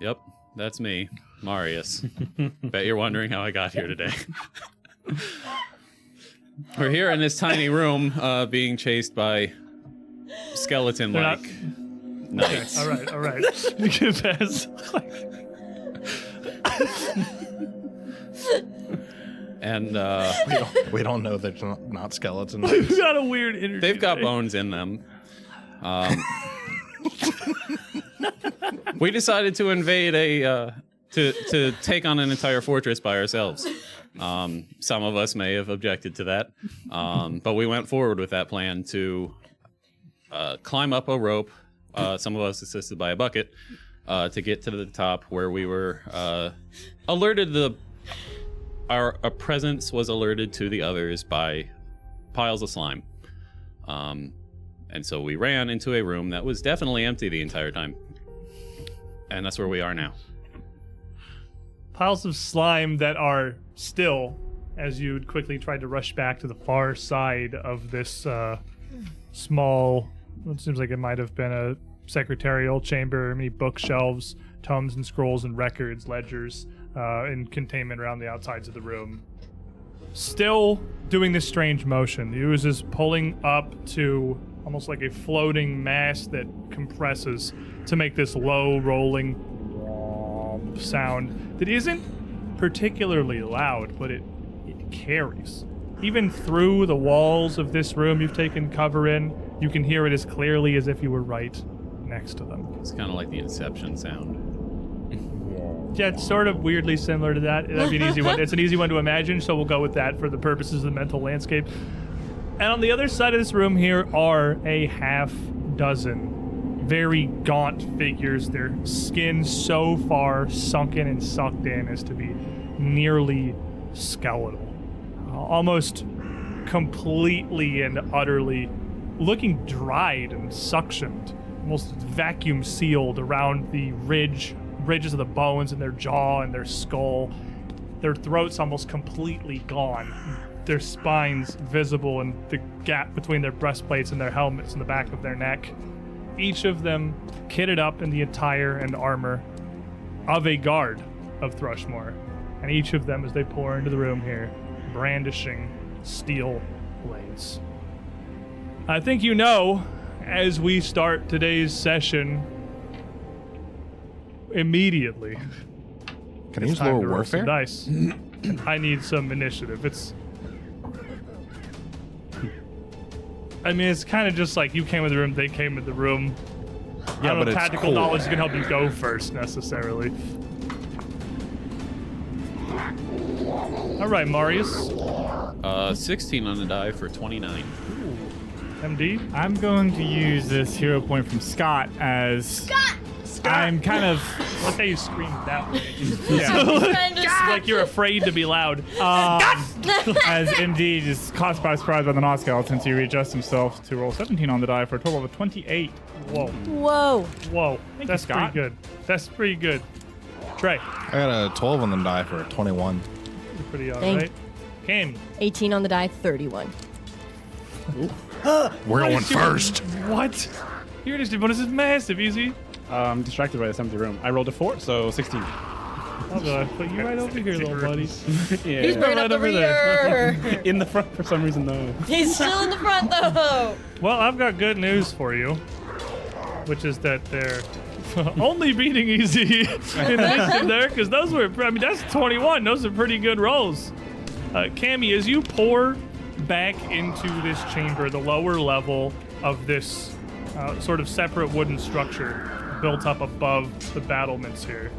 Yep, that's me, Marius. Bet you're wondering how I got here today. We're here in this tiny room, uh, being chased by skeleton-like knights. All right, all right. Confess. and uh, We don't, we don't know they're not, not skeletons. We've got a weird interview. they've got today. bones in them. Um, we decided to invade a uh, to to take on an entire fortress by ourselves. Um, some of us may have objected to that, um, but we went forward with that plan to uh, climb up a rope. Uh, some of us assisted by a bucket uh, to get to the top, where we were uh, alerted. The our, our presence was alerted to the others by piles of slime. Um, and so we ran into a room that was definitely empty the entire time. And that's where we are now. Piles of slime that are still, as you quickly tried to rush back to the far side of this uh, small. It seems like it might have been a secretarial chamber. Many bookshelves, tomes and scrolls and records, ledgers, uh, and containment around the outsides of the room. Still doing this strange motion. He was just pulling up to almost like a floating mass that compresses to make this low rolling sound that isn't particularly loud, but it it carries. Even through the walls of this room you've taken cover in, you can hear it as clearly as if you were right next to them. It's kind of like the Inception sound. Yeah, it's sort of weirdly similar to that. That'd be an easy one. It's an easy one to imagine, so we'll go with that for the purposes of the mental landscape. And on the other side of this room here are a half dozen very gaunt figures, their skin so far sunken and sucked in as to be nearly skeletal. Uh, almost completely and utterly looking dried and suctioned, almost vacuum sealed around the ridge ridges of the bones in their jaw and their skull. Their throats almost completely gone. Their spines visible and the gap between their breastplates and their helmets in the back of their neck. Each of them kitted up in the attire and armor of a guard of Thrushmore. And each of them, as they pour into the room here, brandishing steel blades. I think you know, as we start today's session, immediately. Can I use Time lower to roll some warfare? dice. I need some initiative. It's. I mean, it's kind of just like you came in the room, they came in the room. I don't Yeah, but know it's tactical cool. knowledge can help you go first necessarily. All right, Marius, Uh, 16 on the die for 29. MD. I'm going to use this hero point from Scott as I'm kind of Look how you screamed that way. yeah, Kind of like you're afraid to be loud. Uh, um, as MD just caught by surprise by the Noscal since he readjusts himself to roll 17 on the die for a total of 28. Whoa, Whoa. whoa, you, that's pretty Scott. good. That's pretty good. Trey, I got a 12 on the die for a 21. you're pretty Thank- alright. Cam, 18 on the die, 31. We're going first. What? Your initiative bonus is massive, easy. Um, distracted by this empty room. I rolled a four, so 16. Although I put you right over here, little buddy. He's Yeah. right up the rear. In the front for some reason though. He's still in the front, though. Well, I've got good news for you, which is that they're only beating easy in addition there, because those were, I mean, that's 21. Those are pretty good rolls. Uh, Cammy, as you pour back into this chamber, the lower level of this uh, sort of separate wooden structure built up above the battlements here,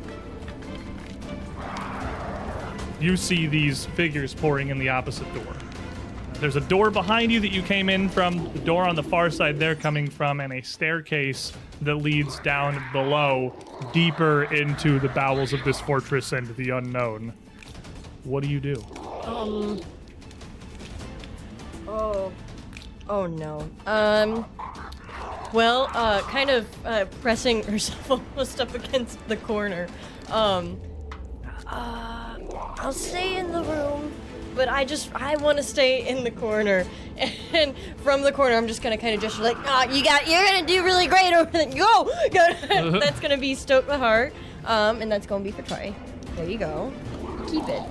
you see these figures pouring in the opposite door. There's a door behind you that you came in from, the door on the far side they're coming from, and a staircase that leads down below, deeper into the bowels of this fortress and the unknown. What do you do? Um. Oh. Oh no. Um. Well, uh, kind of uh, pressing herself almost up against the corner. Um. Uh, I'll stay in the room. but I just I want to stay in the corner. And from the corner, I'm just gonna kind of gesture like, "Ah, you got, you're gonna do really great over there. Go, Uh-huh. go." that's gonna be stoke the heart, um, and that's gonna be for Troy. There you go. Keep it.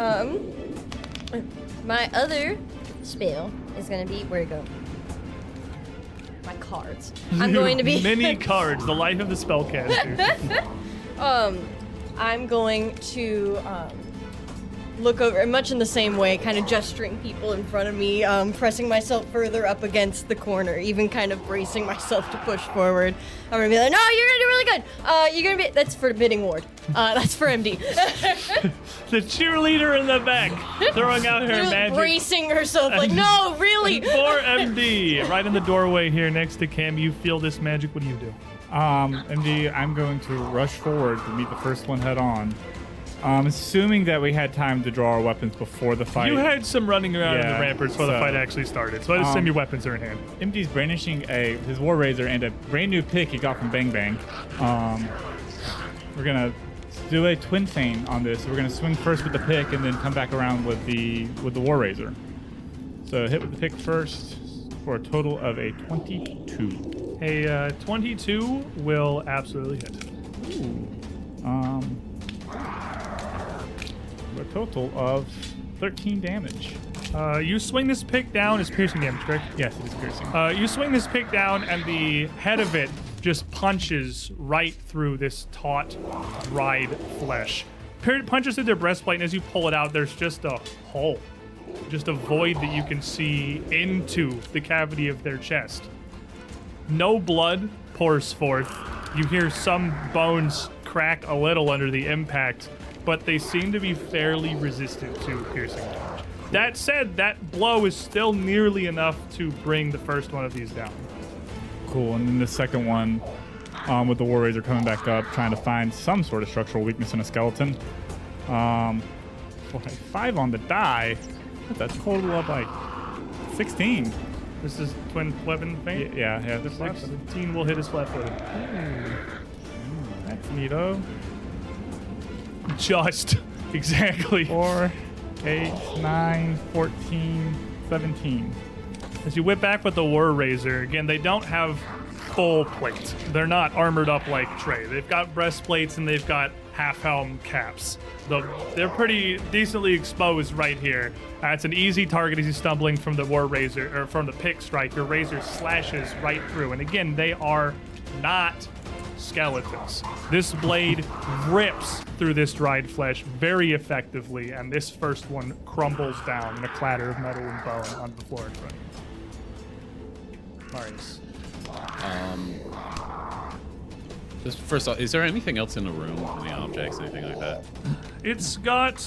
Um, my other spell is gonna be where to go. My cards. I'm going to be many cards. The life of the spellcaster. um, I'm going to um, look over, and much in the same way, kind of gesturing people in front of me, um, pressing myself further up against the corner, even kind of bracing myself to push forward. I'm gonna be like, "No, you're gonna do really good. Uh, you're gonna be." That's for bidding ward. Uh, that's for MD. the cheerleader in the back throwing out her Just magic. bracing herself, like, "No, really." For MD, right in the doorway here next to Cam, you feel this magic. What do you do? Um, MD, I'm going to rush forward to meet the first one head on. Um, assuming that we had time to draw our weapons before the fight. You had some running around in Yeah, the ramparts before the so- fight actually started, so I assume Um, your weapons are in hand. MD's brandishing a his war razor and a brand new pick he got from Bang Bang. Um, we're gonna do a twin feint on this. We're gonna swing first with the pick and then come back around with the with the war razor. So hit with the pick first for a total of a twenty-two. A uh, 22 will absolutely hit. Um, for a total of thirteen damage. Uh, you swing this pick down. It's piercing damage, correct? Yes, it is piercing. Uh, you swing this pick down, and the head of it just punches right through this taut, dried flesh. Pir- punches through their breastplate, and as you pull it out, there's just a hole, just a void that you can see into the cavity of their chest. No blood pours forth. You hear some bones crack a little under the impact, but they seem to be fairly resistant to piercing damage. That said, that blow is still nearly enough to bring the first one of these down. Cool. And then the second one, um, with the War Razor coming back up, trying to find some sort of structural weakness in a skeleton. Um, for a five on the die, that's a total of like 16. This is twin weapon Y- thing. Yeah, yeah. That's, that's 16 will hit his flat footed. Hmm. neato. Just. Exactly. Four, eight, nine, 14, 17. As you whip back with the War Razor, again, they don't have full plate. They're not armored up like Trey. They've got breastplates and they've got half helm caps. The, they're pretty decently exposed right here. Uh, it's an easy target as he's stumbling from the War Razor, or from the pick strike. Your razor slashes right through. And again, they are not skeletons. This blade rips through this dried flesh very effectively, and this first one crumbles down in a clatter of metal and bone on the floor in front of you. Marius. Just first off, is there anything else in the room? Any objects, anything like that? It's got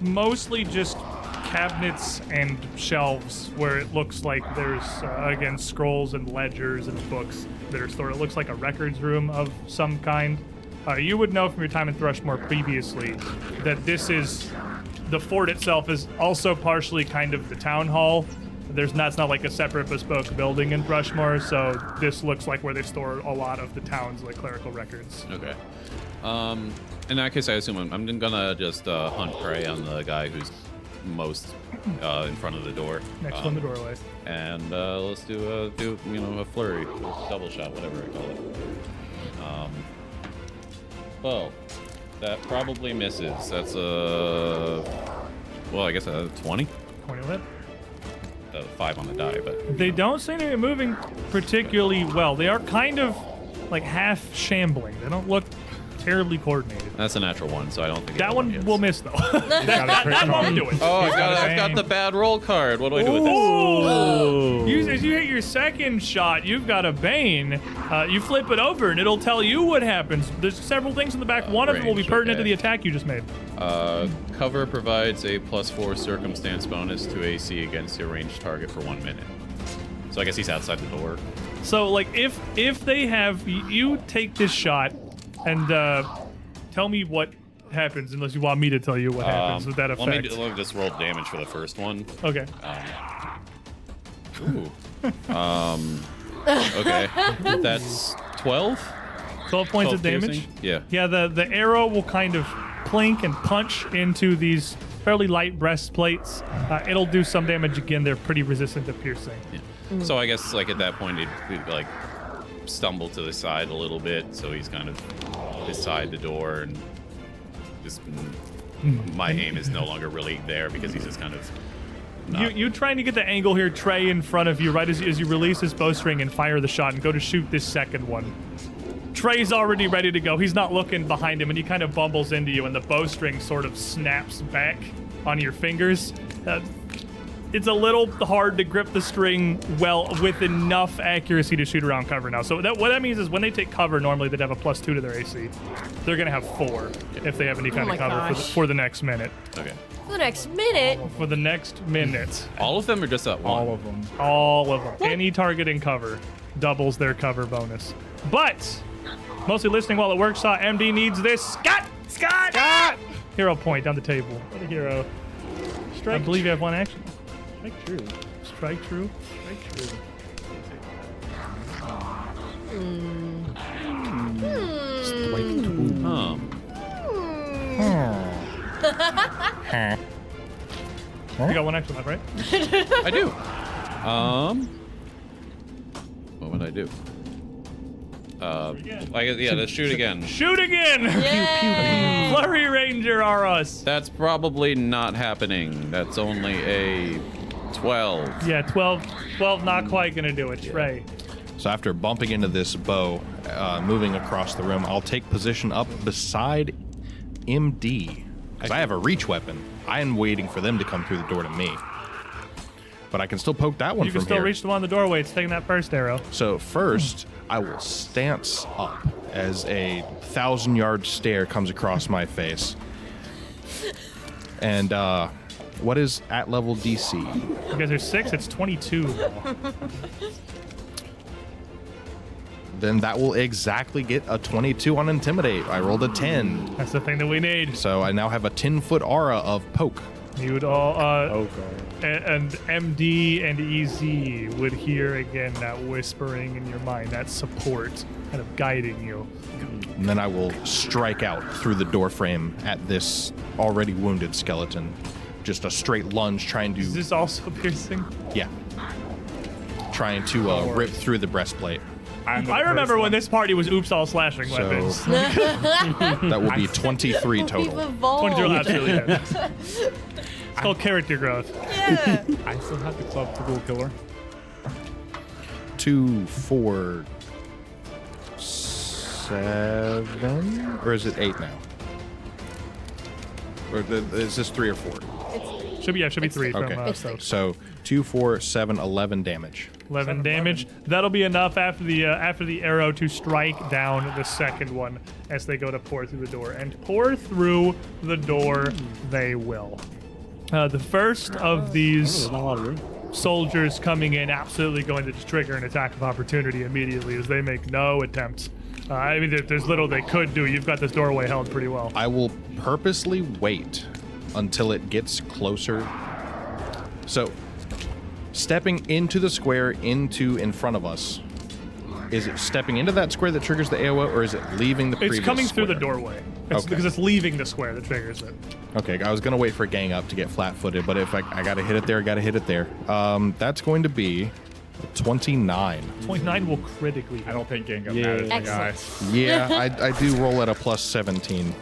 mostly just cabinets and shelves where it looks like there's uh, again scrolls and ledgers and books that are stored. It looks like a records room of some kind. Uh, you would know from your time in Thrushmore previously that this is the fort itself is also partially kind of the town hall. There's not, it's not like a separate bespoke building in Thrushmore, so this looks like where they store a lot of the town's like clerical records. Okay. Um, in that case, I assume I'm, I'm gonna just uh, hunt prey on the guy who's most uh, in front of the door. Next um, one in the doorway. And uh, let's do a do you know a flurry, a double shot, whatever I call it. Um, well, that probably misses. That's a well, I guess a twenty, Corny lip. a five on the die, but They don't seem to be moving particularly well. They are kind of like half shambling. They don't look terribly coordinated. that's a natural one, so I don't think That it one hits. will miss though. that Got a crit that on. won't do it. Oh, I got, gotta I've got aim. the bad roll card. What do I do with this? Ooh. You, as you hit your second shot, you've got a Bane. Uh, you flip it over, and it'll tell you what happens. There's several things in the back. Uh, One of them will be range, pertinent to okay. the attack you just made. Uh, cover provides a plus four circumstance bonus to AC against your ranged target for one minute. So I guess he's outside the door. So, like, if if they have y- you take this shot, and uh, tell me what happens, unless you want me to tell you what happens Um, with that effect. Let me, let me just roll damage for the first one. okay. Uh, Ooh. um, okay. That's 12? 12 points 12 of damage. piercing? Yeah. Yeah, the, the arrow will kind of plink and punch into these fairly light breastplates. Uh, it'll do some damage again. They're pretty resistant to piercing. So I guess like at that point he'd, he'd like stumble to the side a little bit, so he's kind of beside the door and just my aim is no longer really there because he's just kind of You, not you trying to get the angle here, Trey, in front of you, right as, as you release his bowstring and fire the shot and go to shoot this second one. Trey's already ready to go. He's not looking behind him, and he kind of bumbles into you, and the bowstring sort of snaps back on your fingers. Uh, it's a little hard to grip the string well with enough accuracy to shoot around cover now. So that, what that means is when they take cover, normally they'd have a plus two to their AC. They're going to have four if they have any kind Oh my of cover for the, gosh. for the next minute. okay. For the next minute, For the next minute. All of them are just that one. All of them. All of them. Any target in cover doubles their cover bonus. But mostly listening while it works saw MD needs this. Scott! Scott! Scott! Hero point down the table. What a hero. Strike. I believe you have one action. Strike true. Strike true. Strike true. Oh. You got one action left, right? I do. Um, what would I do? Uh, I guess, yeah, let's shoot again. Shoot again! yay! Flurry Ranger are us. That's probably not happening. That's only a 12. Yeah, 12, 12 not quite gonna do it, Trey. So after bumping into this bow, uh, moving across the room, I'll take position up beside MD because I have a reach weapon. I am waiting for them to come through the door to me, but I can still poke that one You from can still here. reach the one in the doorway. It's taking that first arrow. so first, I will stance up as a thousand-yard stare comes across my face. And uh, what is at level DC? You guys are six, it's 22. Then that will exactly get a 22 on intimidate. I rolled a 10. That's the thing that we need. So I now have a 10 foot aura of poke. You would all, uh, Oh god. a- and MD and EZ would hear again that whispering in your mind, that support kind of guiding you. And then I will strike out through the door frame at this already wounded skeleton. Just a straight lunge trying Is to, this also piercing? yeah, trying to uh, rip through the breastplate. I'm the I remember first when this party was oops all slashing weapons. So that will be 23 We've total. evolved. 23 absolutely. yeah. It's called character growth. Yeah. Oh one. I still have the club for Ghoul Killer. Two, four, seven, or is it eight now? Or the, is this three or four? Should be yeah, should be three from uh, Okay. so So two, four, seven, 11 damage. eleven damage. That'll be enough after the uh, after the arrow to strike down the second one as they go to pour through the door and pour through the door they will. Uh, the first of these There's not Oh, a lot of room. soldiers coming in absolutely going to trigger an attack of opportunity immediately as they make no attempt. Uh, I mean, there- there's little they could do. You've got this doorway held pretty well. I will purposely wait until it gets closer. So, stepping into the square, into in front of us, is it stepping into that square that triggers the AOE, or is it leaving the? It's previous coming through the square? doorway. It's, Okay. Because it's leaving the square that triggers it. Okay, I was gonna wait for gang up to get flat-footed, but if I, I gotta hit it there, I gotta hit it there. Um, that's going to be twenty-nine. 29 will critically Mm-hmm. hit. I don't think Gengar yeah. matters. my guy. Excellent. Yeah, I, I do roll at a plus seventeen.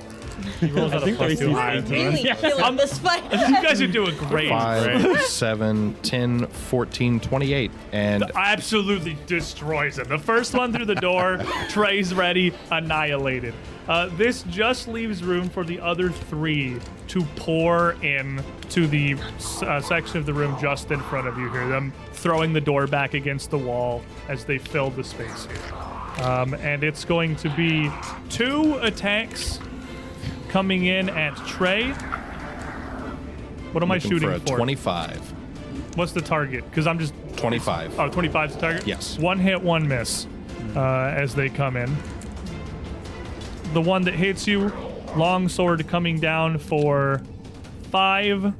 He rolls out a think plus they two see high. that. Really killing this You fight. guys are doing great. Five, seven, ten, fourteen, twenty-eight, and absolutely destroys him. The first one through the door, Trey's ready, annihilated. Uh, this just leaves room for the other three to pour in to the uh, section of the room just in front of you here. Them throwing the door back against the wall as they fill the space here. Um, and it's going to be two attacks coming in at Trey. What am I looking shooting for for? a twenty-five. What's the target? Because I'm just 25. Oh, 25 is the target? Yes. One hit, one miss uh, as they come in. The one that hits you, long sword coming down for five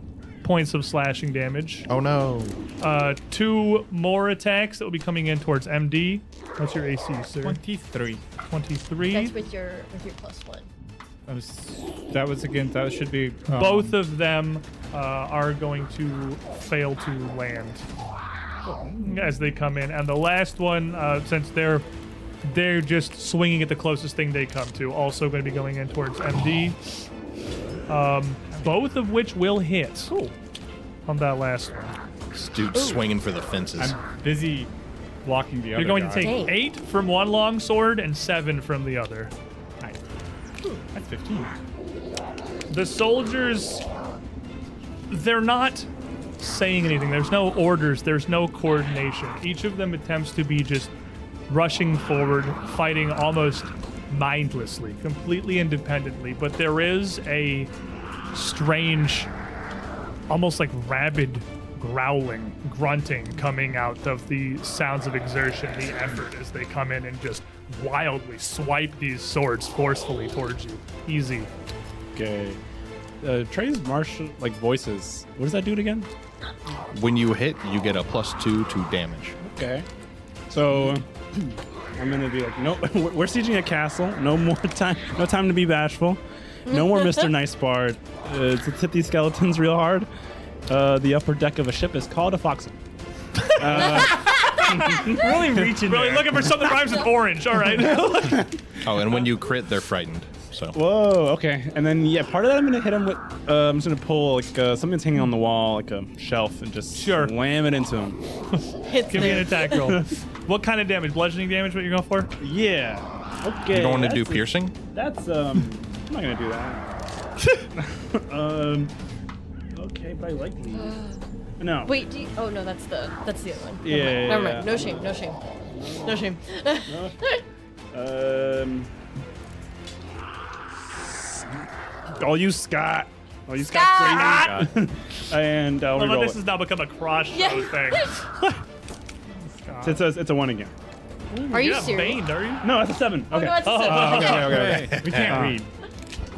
points of slashing damage. Oh no. Uh, two more attacks that will be coming in towards MD. What's your AC, sir? 23. 23. That's with your with your plus one. That was, that was again. That should be um, Both of them uh, are going to fail to land as they come in, and the last one, uh, since they're they're just swinging at the closest thing they come to, also going to be going in towards MD. Um, both of which will hit on that last one. This dude's swinging for the fences. I'm busy blocking the other. You're going to guy. take Dang. eight from one long sword and seven from the other. Nice. That's 15. the soldiers they're not saying anything there's no orders there's no coordination each of them attempts to be just rushing forward fighting almost mindlessly completely independently but there is a strange almost like rabid growling grunting coming out of the sounds of exertion the effort as they come in and just wildly swipe these swords forcefully towards you easy Okay. Uh, Trey's martial like voices. What does that do it again? when you hit, you get a plus two to damage. Okay. So I'm gonna be like, no, we're we're sieging a castle. No more time. No time to be bashful. No more Mr. Nice Bard. Uh, to hit these skeletons real hard. Uh, the upper deck of a ship is called a foxen. Really reaching. Really looking for something that rhymes with orange. All right. Oh, and when you crit, they're frightened. So Whoa. Okay. And then yeah, part of that I'm gonna hit him with. Uh, I'm just gonna pull like uh, something that's hanging on the wall, like a shelf, and just Sure. slam it into him. Hits Give me an there. attack roll. What kind of damage? Bludgeoning damage? What you're going for? Yeah. Okay. you don't want to that's do a- piercing? That's um. I'm not gonna do that. um. Okay, but I like these. No. Wait, do you, oh no, that's the that's the other one. Never Yeah, mind, yeah, Never yeah. mind. No shame. No shame. No shame. Um. I'll use Scott. I'll use Scott! Scott, Grady. and uh, I'll Although reroll this it. has now become a cross Yeah. show thing. It's a, it's a one again. Are you You're not serious? veined, are you? No, it's a seven. Oh, Okay. no, it's a seven. okay, okay, okay, uh, Hey. okay. We can't read.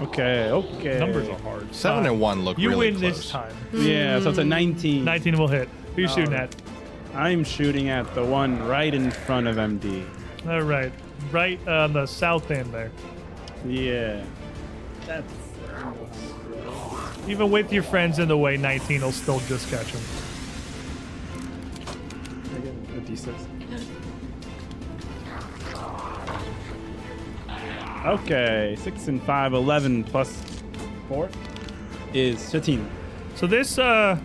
Okay, okay. Numbers are hard. Seven and one look You really win close. this time. Yeah, so it's a 19. 19 will hit. Who you shooting at? I'm shooting at the one right in front of MD. All right. Right uh, on the south end there. Yeah. That's. Even with your friends in the way, 19 will still just catch him. I get a D6. Okay, 6 and 5, 11 plus 4 is 15. So this uh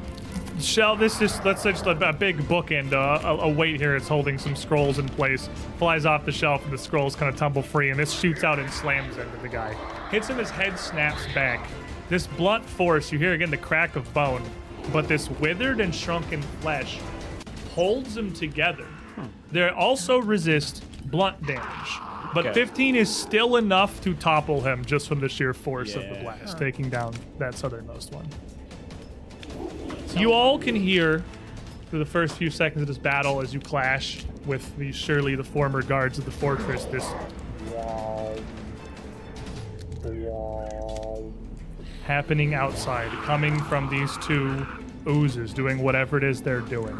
shell this just let's say just a, a big bookend uh, a, a weight here it's holding some scrolls in place flies off the shelf and the scrolls kind of tumble free and this shoots out and slams into the guy hits him his head snaps back this blunt force you hear again the crack of bone but this withered and shrunken flesh holds them together they also resist blunt damage but Okay. 15 is still enough to topple him just from the sheer force of the Yeah. blast taking down that southernmost one you all can hear through the first few seconds of this battle as you clash with the surely the former guards of the fortress this happening outside coming from these two oozes doing whatever it is they're doing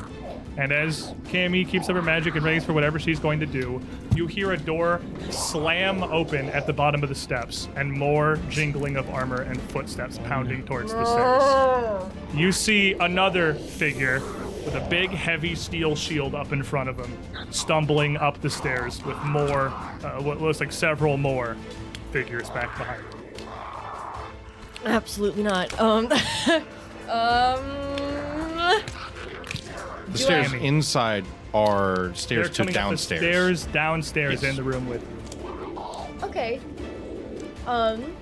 and as Cammy keeps up her magic and readies for whatever she's going to do, you hear a door slam open at the bottom of the steps and more jingling of armor and footsteps pounding towards the stairs Oh. you see another figure with a big, heavy steel shield up in front of him, stumbling up the stairs with more, uh, what looks like several more figures back behind him. Absolutely not. Um. um. The stairs Blimey. inside are They're stairs to coming up the downstairs. stairs, downstairs Yes. in the room with you. Okay. Um.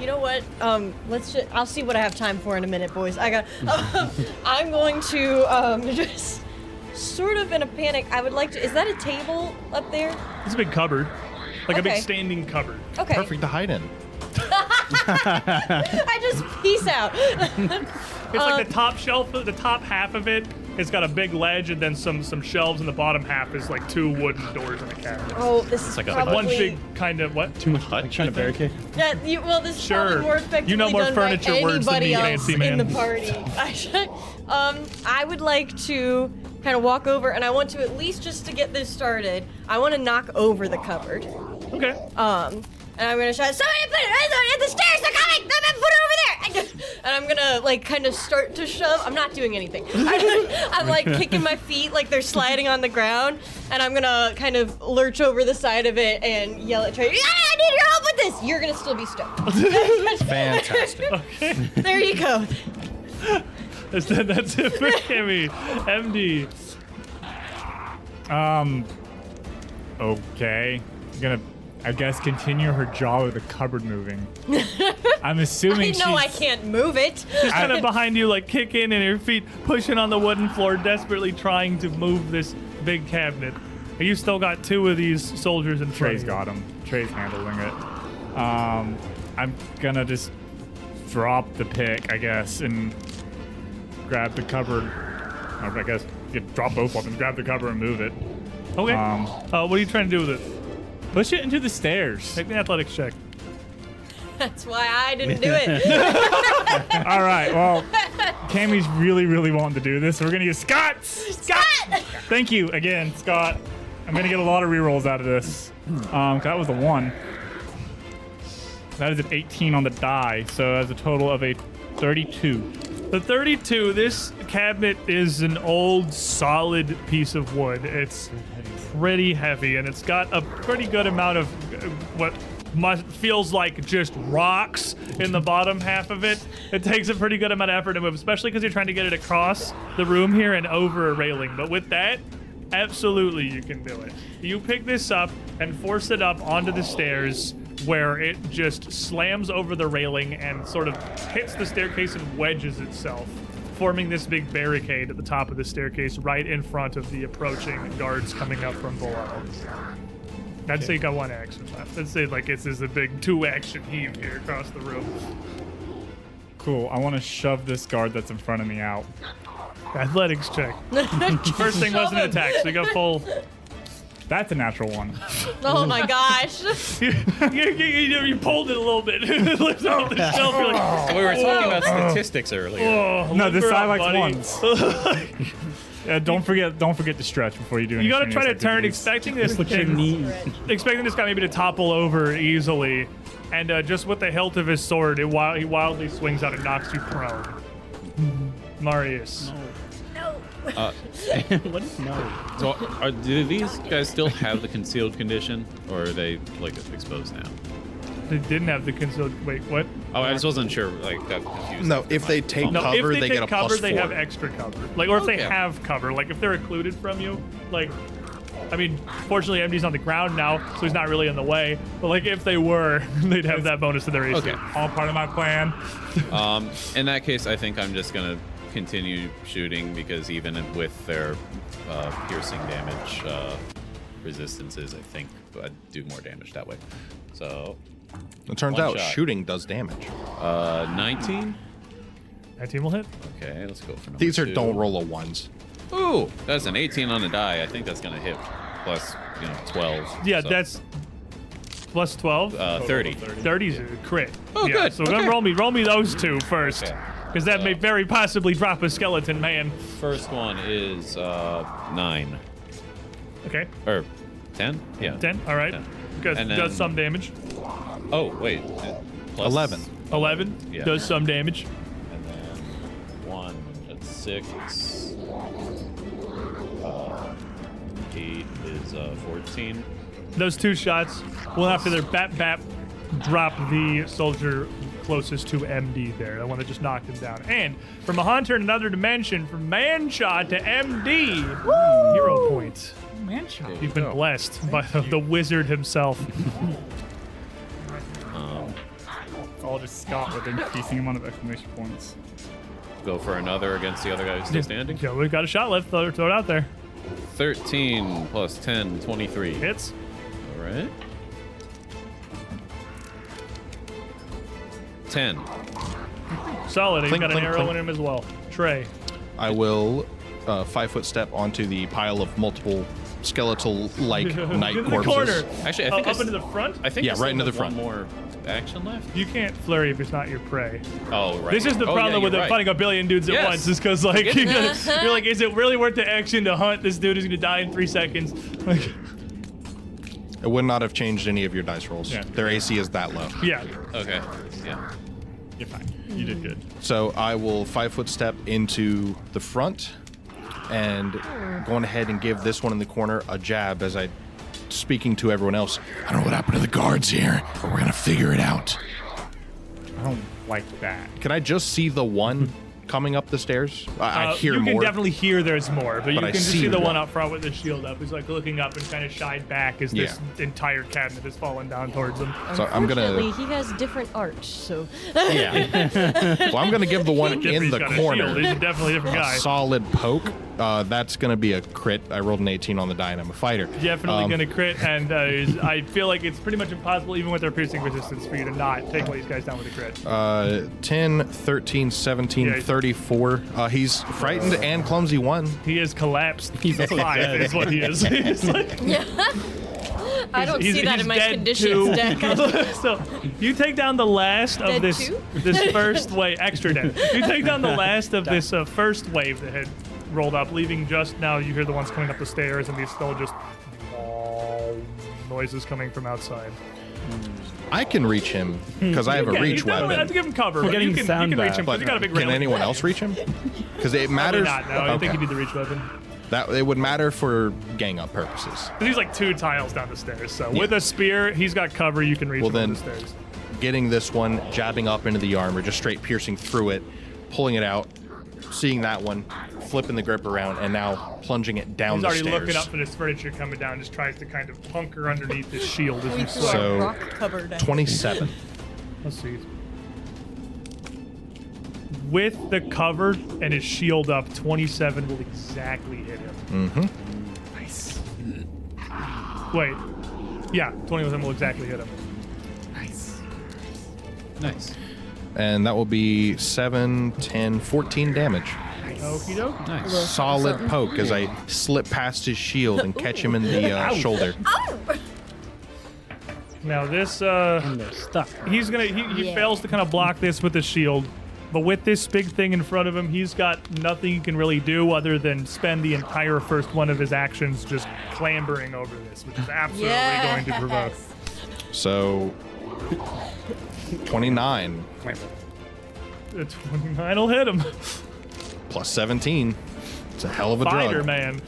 You know what? Um, let's just. I'll see what I have time for in a minute, boys. I got. um, I'm going to um, just sort of in a panic. I would like to. Is that a table up there? It's a big cupboard, like a Okay. big standing cupboard. Okay. Perfect to hide in. I just peace out. It's like the top shelf, the top half of it. It's got a big ledge and then some some shelves, and the bottom half is like two wooden doors and a cabinet. oh, this is like a- probably One big kind of what? Too much. Like trying to barricade. That you, well, this is probably Sure. more effectively You know more done furniture by words than anybody me, else Nancy in the Mann. party. I should, um, I would like to kind of walk over, and I want to at least just to get this started. I want to knock over the cupboard. Okay. Um, and I'm gonna shout, "Somebody put it! Somebody at the stairs! They're coming! They they put it over there!" And I'm gonna like kind of start to shove. I'm not doing anything. I'm, I'm like kicking my feet like they're sliding on the ground, and I'm gonna kind of lurch over the side of it and yell at Trey, "Yeah, I need your help with this! You're gonna still be stoked." Fantastic. there you go. That's, that's it for Kimmy. MD. Um. Okay. I'm gonna, I guess, continue her jaw with the cupboard moving. I'm I assuming know I she's- can't move it. She's kind of behind you, like kicking and her feet pushing on the wooden floor, desperately trying to move this big cabinet. You still got two of these soldiers in front. Trey's of you. got him. Trey's handling it. Um, I'm gonna just drop the pick, I guess, and grab the cupboard. Or I guess yeah, drop both of them, grab the cupboard, and move it. Okay. Um, uh, what are you trying to do with it? Push it into the stairs. Make an athletics check. That's why I didn't do it. All right. Well, Cammy's really, really wanting to do this. So we're gonna use Scott. Scott. Thank you again, Scott. I'm gonna get a lot of rerolls out of this. Um, 'cause that was a one. That is an 18 on the die, so that's a total of a 32. The 32, this cabinet is an old, solid piece of wood. It's pretty heavy, and it's got a pretty good amount of uh, what must, feels like just rocks in the bottom half of it. It takes a pretty good amount of effort to move, especially because you're trying to get it across the room here and over a railing. But with that, absolutely you can do it. You pick this up and force it up onto the stairs where it just slams over the railing and sort of hits the staircase and wedges itself, forming this big barricade at the top of the staircase right in front of the approaching guards coming up from below. I'd say you got one action left. I'd say like it's is a big two action heave here across the room. Cool. I want to shove this guard that's in front of me out. Athletics check. First thing was an attack, so you got full That's a natural one. oh my gosh. you, you, you, you- you pulled it a little bit. It lifts off the shelf. You're like, We were talking about statistics earlier. oh, No, this limber side up, likes buddy. ones. Uh, don't forget, don't forget to stretch before you do anything. You gotta try to else like turn, do these. expecting this Put your thing- knees. expecting this guy maybe to topple over easily, and uh, just with the hilt of his sword, it wi- he wildly swings out and knocks you prone. Marius, What is no? Uh, So, are, do these guys still have the concealed condition, or are they like exposed now? they didn't have the concealed. Wait, what? Oh, I just wasn't sure. Like, got confused. No, if they take No, cover, if they, they, take get a cover, plus they four. have extra cover. Like, or if they Okay. have cover, like if they're occluded from you, like, I mean, fortunately, MD's on the ground now, so he's not really in the way. But like, if they were, they'd have that bonus to their E AC. Okay. All part of my plan. Um, in that case, I think I'm just gonna continue shooting because even with their uh, piercing damage uh, resistances, I think I'd do more damage that way. So, It turns One out shot. shooting does damage. uh, 19. That team will hit. Okay, let's go for number These are do don't roll a ones. Ooh, that's an 18 on the die. I think that's gonna hit. Plus, you know, 12. Yeah, So, that's plus twelve. uh, 30. 30's a crit. Oh, yeah, good, So gonna okay. roll me, roll me those two first, Okay. because that may Uh, very possibly drop a skeleton man. First one is uh, nine Okay, or ten. Yeah, ten. All right, Ten. Good. And then- does some damage. Oh wait, plus 11. Eleven Yeah. does some damage. and then one. That's six. Uh, eight is uh, fourteen. Those two shots will after their bap bap drop the soldier closest to MD there, the one that just knocked him down. And from a hunter in another dimension, from Manshot to MD, hero points. Man shot. You've Oh. been blessed by the, the wizard himself. It's all just Scott with an increasing amount of exclamation points. Go for another against the other guy who's still standing. Yeah, we've got a shot left. Throw throw it out there. 13 plus 10, 23. Hits. All right. 10. Solid. He's Clink, got an clink, arrow clink. in him as well. Trey. I will uh, five foot step onto the pile of multiple skeletal like night in the corpses. corner. Actually, I Uh, think I up s- into the front. I think Yeah, I still right into the have one more front. action left. You can't flurry if it's not your prey. Oh, right. This is the Oh, yeah, problem with you're it right. fighting a billion dudes at Yes. once, is because like you Yeah. gotta- you're like, is it really worth the action to hunt this dude who's gonna die in three seconds? Like, It would not have changed any of your dice rolls. Yeah. Their AC is that low. Yeah. Okay. Yeah. You're fine. You did good. So I will five foot step into the front and going ahead and give this one in the corner a jab as I speaking to everyone else. I don't know what happened to the guards here, but we're gonna figure it out. I don't like that. Can I just see the one coming up the stairs? I, I Uh, hear you more. can definitely hear there's more, but, you I can just see see the one. one up front with the shield up. He's like looking up and kind of shied back as this entire cabinet has fallen down towards him. so I'm Fortunately, gonna he has different art, so yeah. well, I'm gonna give the one Different- in he's the got a shield. He's corner a definitely a different a guy. solid poke. Uh, that's gonna be a crit. I rolled an 18 on the die, and I'm a fighter. Definitely Um, gonna crit, and uh, he's- I feel like it's pretty much impossible, even with their piercing resistance, for you to not take one of these guys down with a crit. Uh, 10, 13, 17, Yeah, he's- 34. Uh, he's frightened and clumsy one. he is collapsed. He's also five. dead. Is what he is. He's like- I don't He's- see that he's in my dead conditions too. deck. so you take down the last of Dead this too? this first wave extra dead. You take down the last of this uh, first wave that had rolled up, leaving just now. You hear the ones coming up the stairs, and these still just noises coming from outside. I can reach him because I have a Yeah, reach Hmm. you definitely have to weapon. give him cover. but getting you can, sound you can reach back. him, 'cause But you got a big can range. anyone else reach him? Because it Probably matters. not. No, I think Okay. you need the reach weapon. that it would matter for gang up purposes. 'Cause he's like two tiles down the stairs. So with a spear, he's got cover. You can reach Well, him down then- the stairs. Getting this one, jabbing up into the armor, just straight piercing through it, pulling it out, seeing that one, flipping the grip around, and now plunging it down He's the already stairs. looking up for this furniture coming down. Just tries to kind of hunker underneath this shield as We you threw slide. So- our rock cupboard. at him. 27. Let's see. With the cover and his shield up, 27 will exactly hit him. Mm-hmm. Nice. Wait. Yeah, 27 will exactly hit him. Nice. and that will be 7, 10, 14 damage. Okie doke. Nice. solid poke as I slip past his shield and catch him in the uh, shoulder. Now this, uh, They're stuck. he's gonna, he, he Yeah. fails to kind of block this with his shield. But with this big thing in front of him, he's got nothing he can really do other than spend the entire first one of his actions just clambering over this, which is absolutely Yes. going to provoke. So, 29 The 29 will hit him. plus 17. It's a hell of a Spider drug. Man.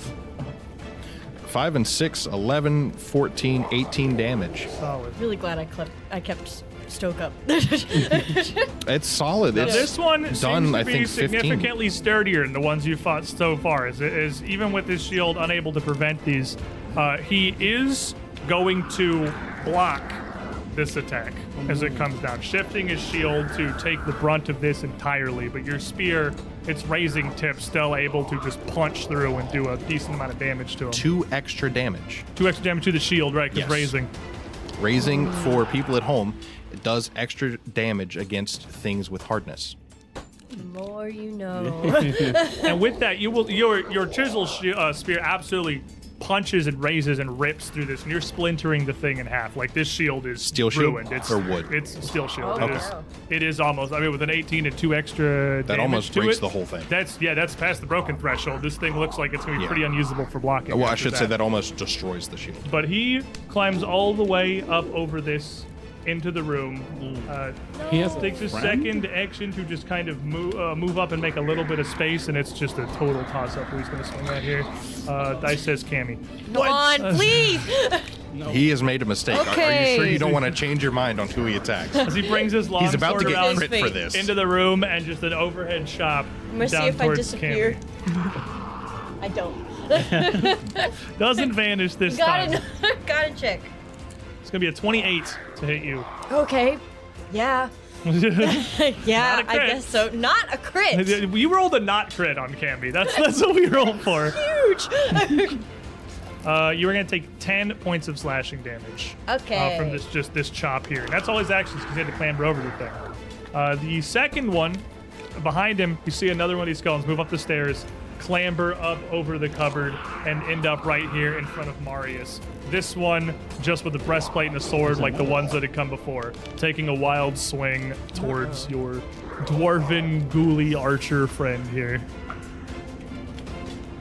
5 and 6, 11, 14, 18 damage. Solid. Really glad I kept I kept Stoke up. It's solid. It's This one done, seems to I be think, 15. significantly sturdier than the ones you fought so far. Is, is even with his shield unable to prevent these, uh, he is going to block this attack as it comes down, shifting his shield to take the brunt of this entirely. But your spear, its raising tip, still able to just punch through and do a decent amount of damage to him. Two, 2 extra damage. extra damage to the shield, right? Because Yes. raising. Raising for people at home, it does extra damage against things with hardness. More you know. And with that, you will your your chisel sh- uh, spear absolutely punches and raises and rips through this, and you're splintering the thing in half. Like this shield is Steel shield ruined. It's, or wood? It's steel shield. Oh, It Okay. is. wow. It is almost. I mean, with an 18 and two extra. damage almost to breaks it, the whole thing. That's yeah. That's past the broken threshold. This thing looks like it's gonna be Yeah. pretty unusable for blocking. Well, I after should say that almost destroys the shield. But he climbs all the way up over this into the room. Uh, He has takes his second action to just kind of move, uh, move up and make a little bit of space, and it's just a total toss up who he's going to swing at here. Uh, Dice says Cammy. Come on, please. He has made a mistake. Are- Are you Okay. sure you don't want to change your mind on who he attacks? As he brings his long He's about sword to get around crit for Fate. this. into the room and just an overhead shop. I'm gonna see down if I towards disappear. Cammy. I don't. Doesn't vanish this Got time. to Got to check. It's going to be a 28 to hit you. Okay. Yeah. yeah, Not a I crit. guess so. Not a crit. You rolled a not crit on Cammy. That's that's what we rolled for. Huge. Uh, you are going to take 10 points of slashing damage. Okay. Uh, from this just this chop here. And that's all his actions because he had to clamber over the thing. Uh, the second one, behind him, you see another one of these skeletons move up the stairs, clamber up over the cupboard, and end up right here in front of Marius. This one, just with a breastplate and a sword like the ones that had come before, taking a wild swing towards your dwarven, ghouly archer friend here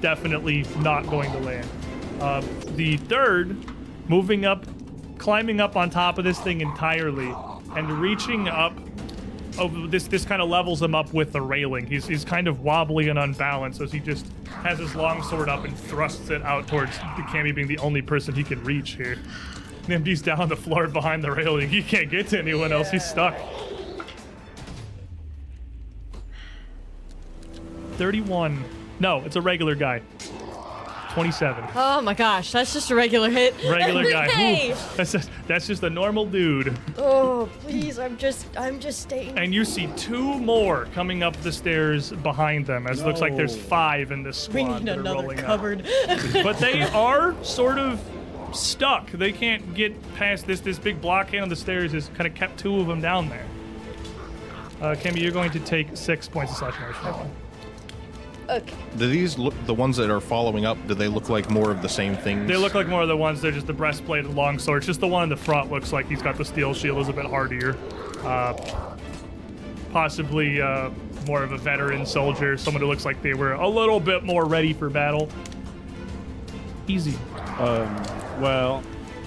definitely not going to land. Uh, the third, Um, moving up climbing up on top of this thing entirely and reaching up. Over this this kind of levels him up with the railing. He's he's kind of wobbly and unbalanced as he just has his long sword up and thrusts it out towards the Cammy being the only person he can reach here. Nimby's down on the floor behind the railing. He can't get to anyone else. He's stuck. 31. No, it's a regular guy. 27. Oh my gosh, that's just a regular hit. Regular guy. Hey! Ooh, that's, just, that's just a normal dude. Oh, please, I'm just, I'm just staying. And you see two more coming up the stairs behind them, as it looks like there's No. five in this We squad. need that are another rolling up. cupboard. but they are sort of stuck. They can't get past this. This big blockade on the stairs has kind of kept two of them down there. Uh, Kimmy, you're going to take six points of slashing damage. from that one. okay. Do these look the ones that are following up? Do they look like more of the same things? They look like more of the ones. They're just the breastplate and long swords. Just the one in the front looks like he's got the steel shield. Is a bit hardier. Uh, possibly uh, more of a veteran soldier, someone who looks like they were a little bit more ready for battle. Easy. Um, well,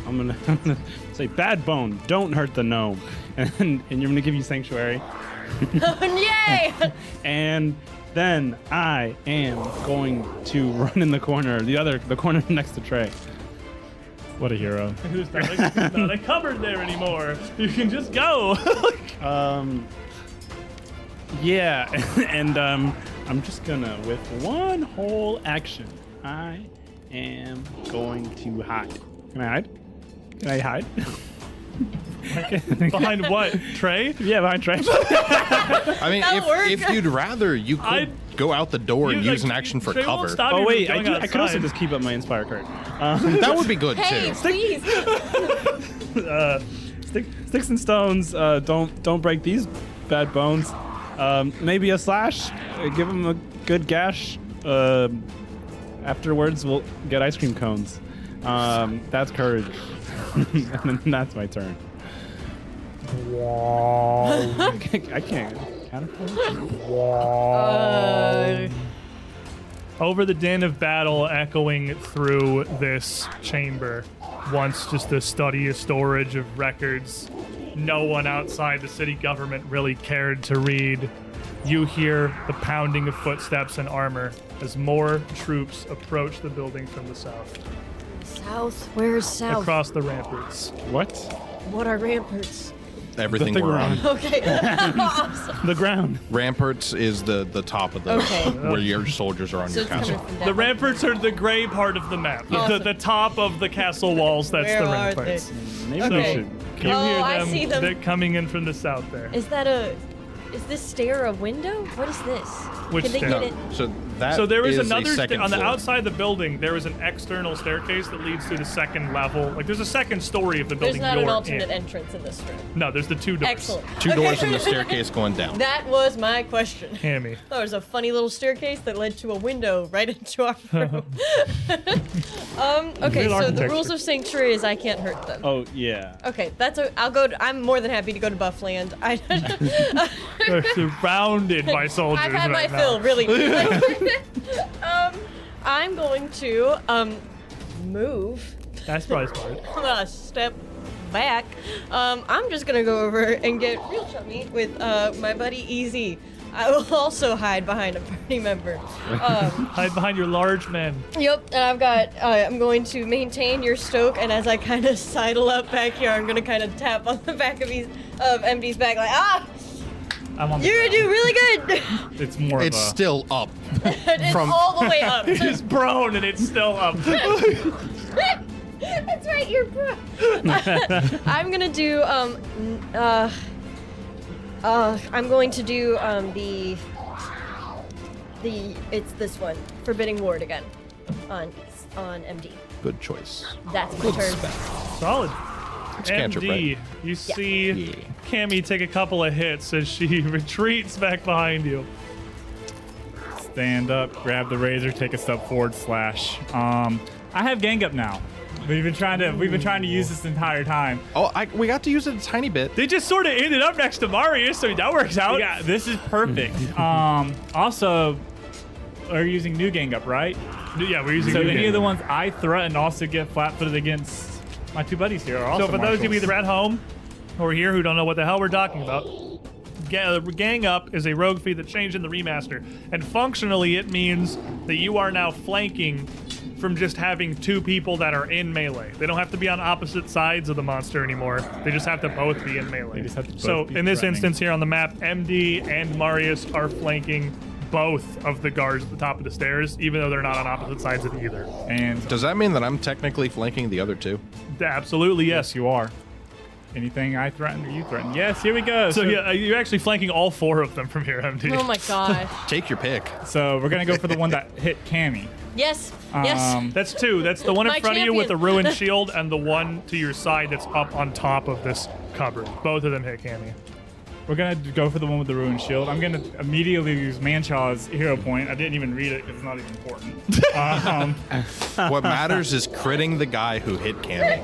I'm gonna, I'm gonna say bad bone. Don't hurt the gnome, and and you're gonna give you sanctuary. Yay! And then I am going to run in the corner, the other, the corner next to Trey. What a hero. There's not, a, there's not a cupboard there anymore. You can just go. Um, yeah, and um, I'm just gonna with one whole action. I am going to hide. Can I hide? Can I hide? Behind what? Trey? yeah, behind Trey. I mean, That'll work. if, if you'd rather, you could I'd- go out the door and You, use like, an action for Trey won't cover. stop you oh from wait, I, going do, I could also outside. just keep up my inspire card. That would be good Hey, too. please. Uh, stick, sticks and stones uh, don't don't break these bad bones. Um, maybe a slash. Uh, give him a good gash. Um afterwards, we'll get ice cream cones. Um, that's courage. and then that's my turn. I can't. I can't. Counterpoint? Uh, Um, over the din of battle echoing through this chamber. Once just a study, a storage of records, no one outside the city government really cared to read. You hear the pounding of footsteps and armor as more troops approach the building from the south, south. Where's south? across the ramparts. What? What are ramparts? Everything The thing we're we're on. Okay. Awesome. The ground. Ramparts is the the top of the Okay. where your soldiers are on So your it's coming castle. from The down. ramparts are the gray part of the map, Awesome. the, the top of the castle walls. That's Where the are they? ramparts. Maybe Okay. we should. You Oh, hear them, I see them. They're coming in from the south there. Is that a? Is this stair a window? What is this? Which Can they stair? get it? So that So there is, a another sta- second on the floor. outside of the building. There is an external staircase that leads to the second level. Like there's a second story of the There's building. not you're an alternate in. entrance in this room. No, there's the two doors. Excellent. Two Okay. doors and the staircase going down. That was my question. Hammy. There was a funny little staircase that led to a window right into our room. um, okay, Good so the architecture. rules of sanctuary is I can't hurt them. Oh yeah. Okay, that's a. I'll go. To, I'm more than happy to go to Buffland. I, They're surrounded by soldiers I've had right my now. fill, really. um, I'm going to um, move. That's probably smart. I'm gonna step back. Um, I'm just gonna go over and get real chummy with uh, my buddy Easy. I will also hide behind a party member. Um, Hide behind your large men. Yep, and I've got. Uh, I'm going to maintain your stoke, and as I kind of sidle up back here, I'm gonna kind of tap on the back of his, of MD's back, like, ah, I'm on the you're gonna do ground. really good. It's more It's of still up. And it's From- all the way up. a. It's prone and it's still up. That's right, you're pro. I'm gonna do um, n- uh, uh, I'm going to do um the the it's this one, forbidding ward again, on on MD. Good choice. That's my Good turn. spell. Solid. It's cantrip, MD, right? you see Yeah. Cammy take a couple of hits as she retreats back behind you. Stand up, grab the razor, take a step forward, slash. Um, I have gang up now. We've been trying to we've been trying to use this entire time. Oh, I, we got to use it a tiny bit. They just sort of ended up next to Marius, so that works out. Yeah, this is perfect. um, also, are you using new gang up, right? Yeah, we're using So you any again. of the ones I threatened also get flat-footed against My two buddies here are also So for those of you marshals. either at home or here who don't know what the hell we're talking about, Ga- uh, Gang Up is a rogue feat that changed in the remaster, and functionally it means that you are now flanking from just having two people that are in melee. They don't have to be on opposite sides of the monster anymore. They just have to both be in melee. just have to both so be in this threatening. instance here on the map, MD and Marius are flanking both of the guards at the top of the stairs, even though they're not on opposite sides of either. and Does that mean that I'm technically flanking the other two? Absolutely, yes. yes, you are. Anything I threaten or you threaten? Yes, here we go. So yeah, uh, you're actually flanking all four of them from here, MD. Oh my gosh. Take your pick. so we're gonna go for the one that hit Cammy. Yes. Yes. Um, That's two. That's the one in My front of you with the champion. ruined shield, and the one to your side that's up on top of this cupboard. Both of them hit Cammy. We're gonna go for the one with the ruined shield. I'm gonna immediately use Manchaw's hero point. I didn't even read it because it's not even important. um, What matters is critting the guy who hit Cammy.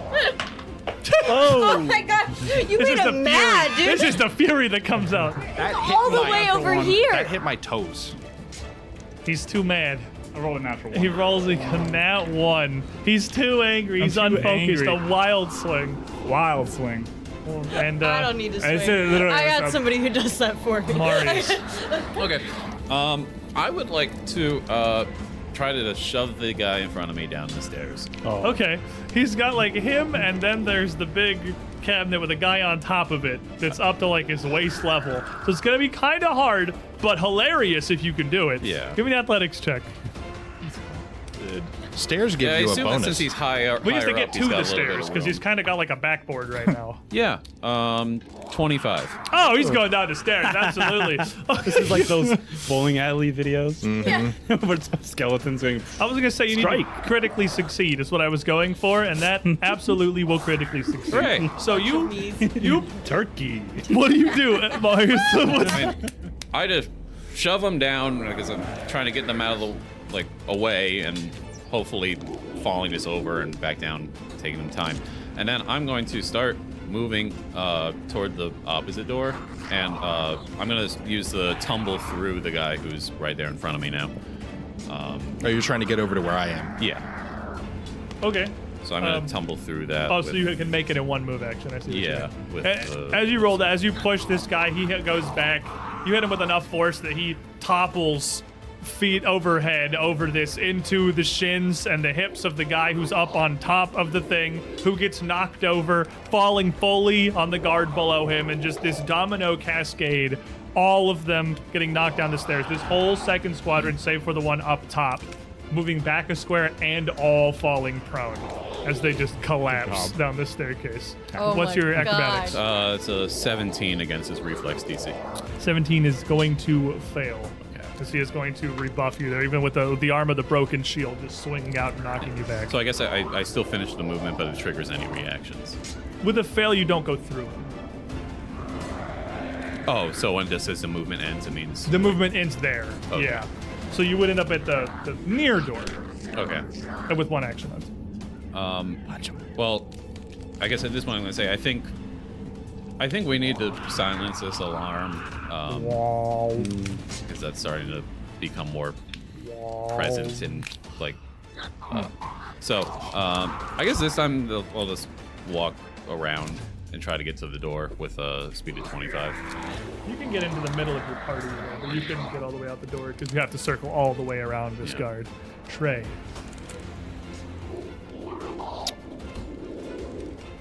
oh my gosh. You made is the him mad, fury. This dude. is the fury that comes out. That all the way upper over here. That hit my toes. He's too mad. I rolled a natural He one. rolls a nat one. He's too angry. I'm He's too unfocused. angry. A wild swing. Wild swing. And uh, I don't need to I swing. said literally I got something. somebody who does that for me. Marius. Okay. Um, I would like to uh, try to shove the guy in front of me down the stairs. Okay, he's got like him, and then there's the big cabinet with a guy on top of it that's up to like his waist level. So it's gonna be kind of hard, but hilarious if you can do it. Yeah. Give me an athletics check. Stairs give Yeah, I you a assume that bonus. since he's higher, We just to higher get up, got to the a little bit stairs of because he's room. kind of got like a backboard right now. yeah, um, twenty-five. oh, he's going down the stairs. Absolutely. This is like those bowling alley videos Yeah. where it's skeletons going. I was gonna say you need to Strike. critically succeed is what I was going for, and that absolutely will critically succeed. Hooray. So you, you, Turkey. what do you do, Marius? What's- I, mean, I just shove them down because I'm trying to get them out of the like away and hopefully falling this over and back down, taking them time. And then I'm going to start moving uh, toward the opposite door, and uh, I'm going to use the tumble through the guy who's right there in front of me now. Um, oh, you're trying to get over to where I am. yeah, okay. so I'm going to Um, tumble through that. Oh, with- so you can make it in one move action. I see. what you're Yeah, saying. with A- the- as you roll that, as you push this guy, he hit- goes back. You hit him with enough force that he topples feet overhead over this into the shins and the hips of the guy who's up on top of the thing, who gets knocked over, falling fully on the guard below him, and just this domino cascade. All of them getting knocked down the stairs. This whole second squadron, save for the one up top, moving back a square and all falling prone as they just collapse down the staircase. Oh What's my your God. acrobatics? uh, it's a 17 against his reflex DC. 17 is going to fail. Okay. Because he is going to rebuff you there, even with the, the arm of the broken shield just swinging out and knocking you back. So I guess I, I, I still finish the movement, but it triggers any reactions. with a fail, you don't go through him. Oh, so when this says the movement ends, it means The movement ends there. Okay. Yeah. So you would end up at the, the near door okay. uh, with one action left. Um, well, I guess at this point I'm going to say I think, I think we need to silence this alarm because that's starting to become more present and like. Uh, so um, I guess this time they'll- I'll just walk around and try to get to the door with a speed of 25. You can get into the middle of your party, there, but you couldn't get all the way out the door because you have to circle all the way around this Yeah. guard. Trey.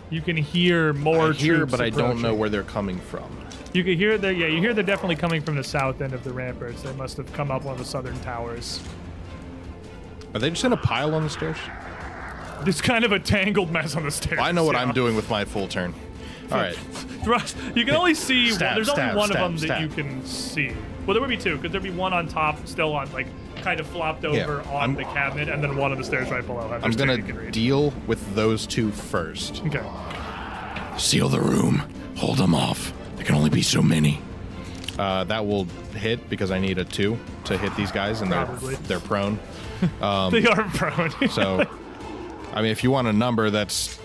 You can hear more I hear, troops but I don't approaching. know where they're coming from. You can hear the yeah, you hear they're definitely coming from the south end of the ramparts. They must have come up one of the southern towers. Are they just in a pile on the stairs? It's kind of a tangled mess on the stairs. I know what I'm yeah. doing with my full turn. All right. Thrust. You can only see Stab, one. There's stab, only one stab, of them that stab. you can see. Well, there would be two. Could there be one on top, still on like kind of flopped over Yeah, on I'm- the cabinet, and then one on the stairs right below? I'm There's two you going can to read. deal with those two first. Okay. Seal the room. Hold them off. There can only be so many. Uh, that will hit because I need a two to hit these guys, and they're Probably. they're prone. They are prone. um, So, I mean, if you want a number that's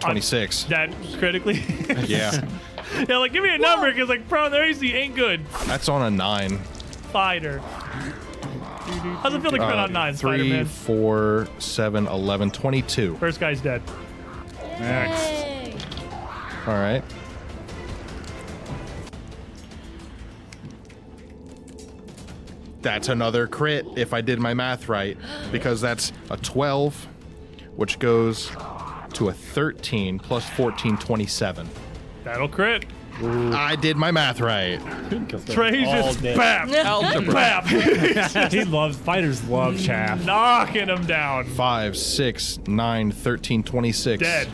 twenty six, that critically. yeah, yeah, like give me a number because like prone, their AC ain't good. that's on a nine. Fighter. How's it feel to come out on nine, Spider Uh, Three, Man? four, seven, eleven, twenty-two. First guy's dead. Yay. All right. That's another crit if I did my math right, because that's a 12, which goes to a 13 plus 14, 27. That'll crit. I did my math right. Trey's just bam, bam, he loves fighters. Love chaff. knocking him down. 5, 6, 9, 13, 26. dead.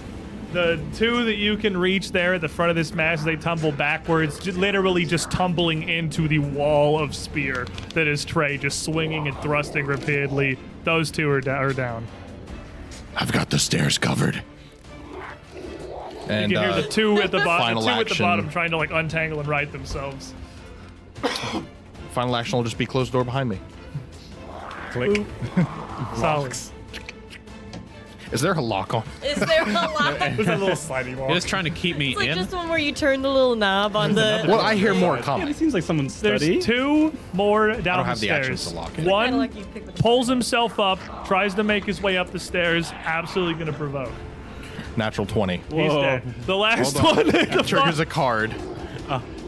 The two that you can reach there at the front of this mass as they tumble backwards, ju- literally just tumbling into the wall of spear that is Trey, just swinging and thrusting repeatedly. Those two are, da- are down. I've got the stairs covered. And You can uh, hear the two at the bottom, final two at the action. bottom, trying to like untangle and right themselves. final action will just be closed door behind me. Click. Solid. Is there a lock on? Is there a lock? There's a little sliding wall. You're just trying to keep me It's like in. just one where you turn the little knob on the. Well, I hear more Yeah, coming. it seems like someone There's study. two more down don't have the stairs. actions to lock it. Kinda One like you pick with the- pulls himself up, tries to make his way up the stairs. Absolutely going to provoke. Natural 20. He's Whoa. dead. The last Hold on. one. at the Triggers bottom- a card.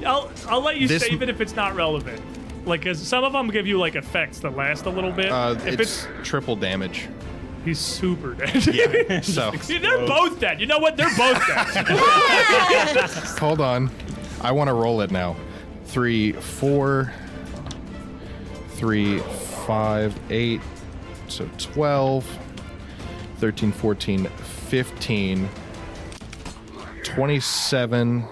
I'll, I'll let you This- save it if it's not relevant. Like, 'cause some of them give you like effects that last a little bit. Uh, if it's, it's, triple damage. he's super dead. So See, they're both dead. You know what? They're both dead. hold on. I want to roll it now. Three, four, three, five, eight. So 12, 13, 14, 15, 27,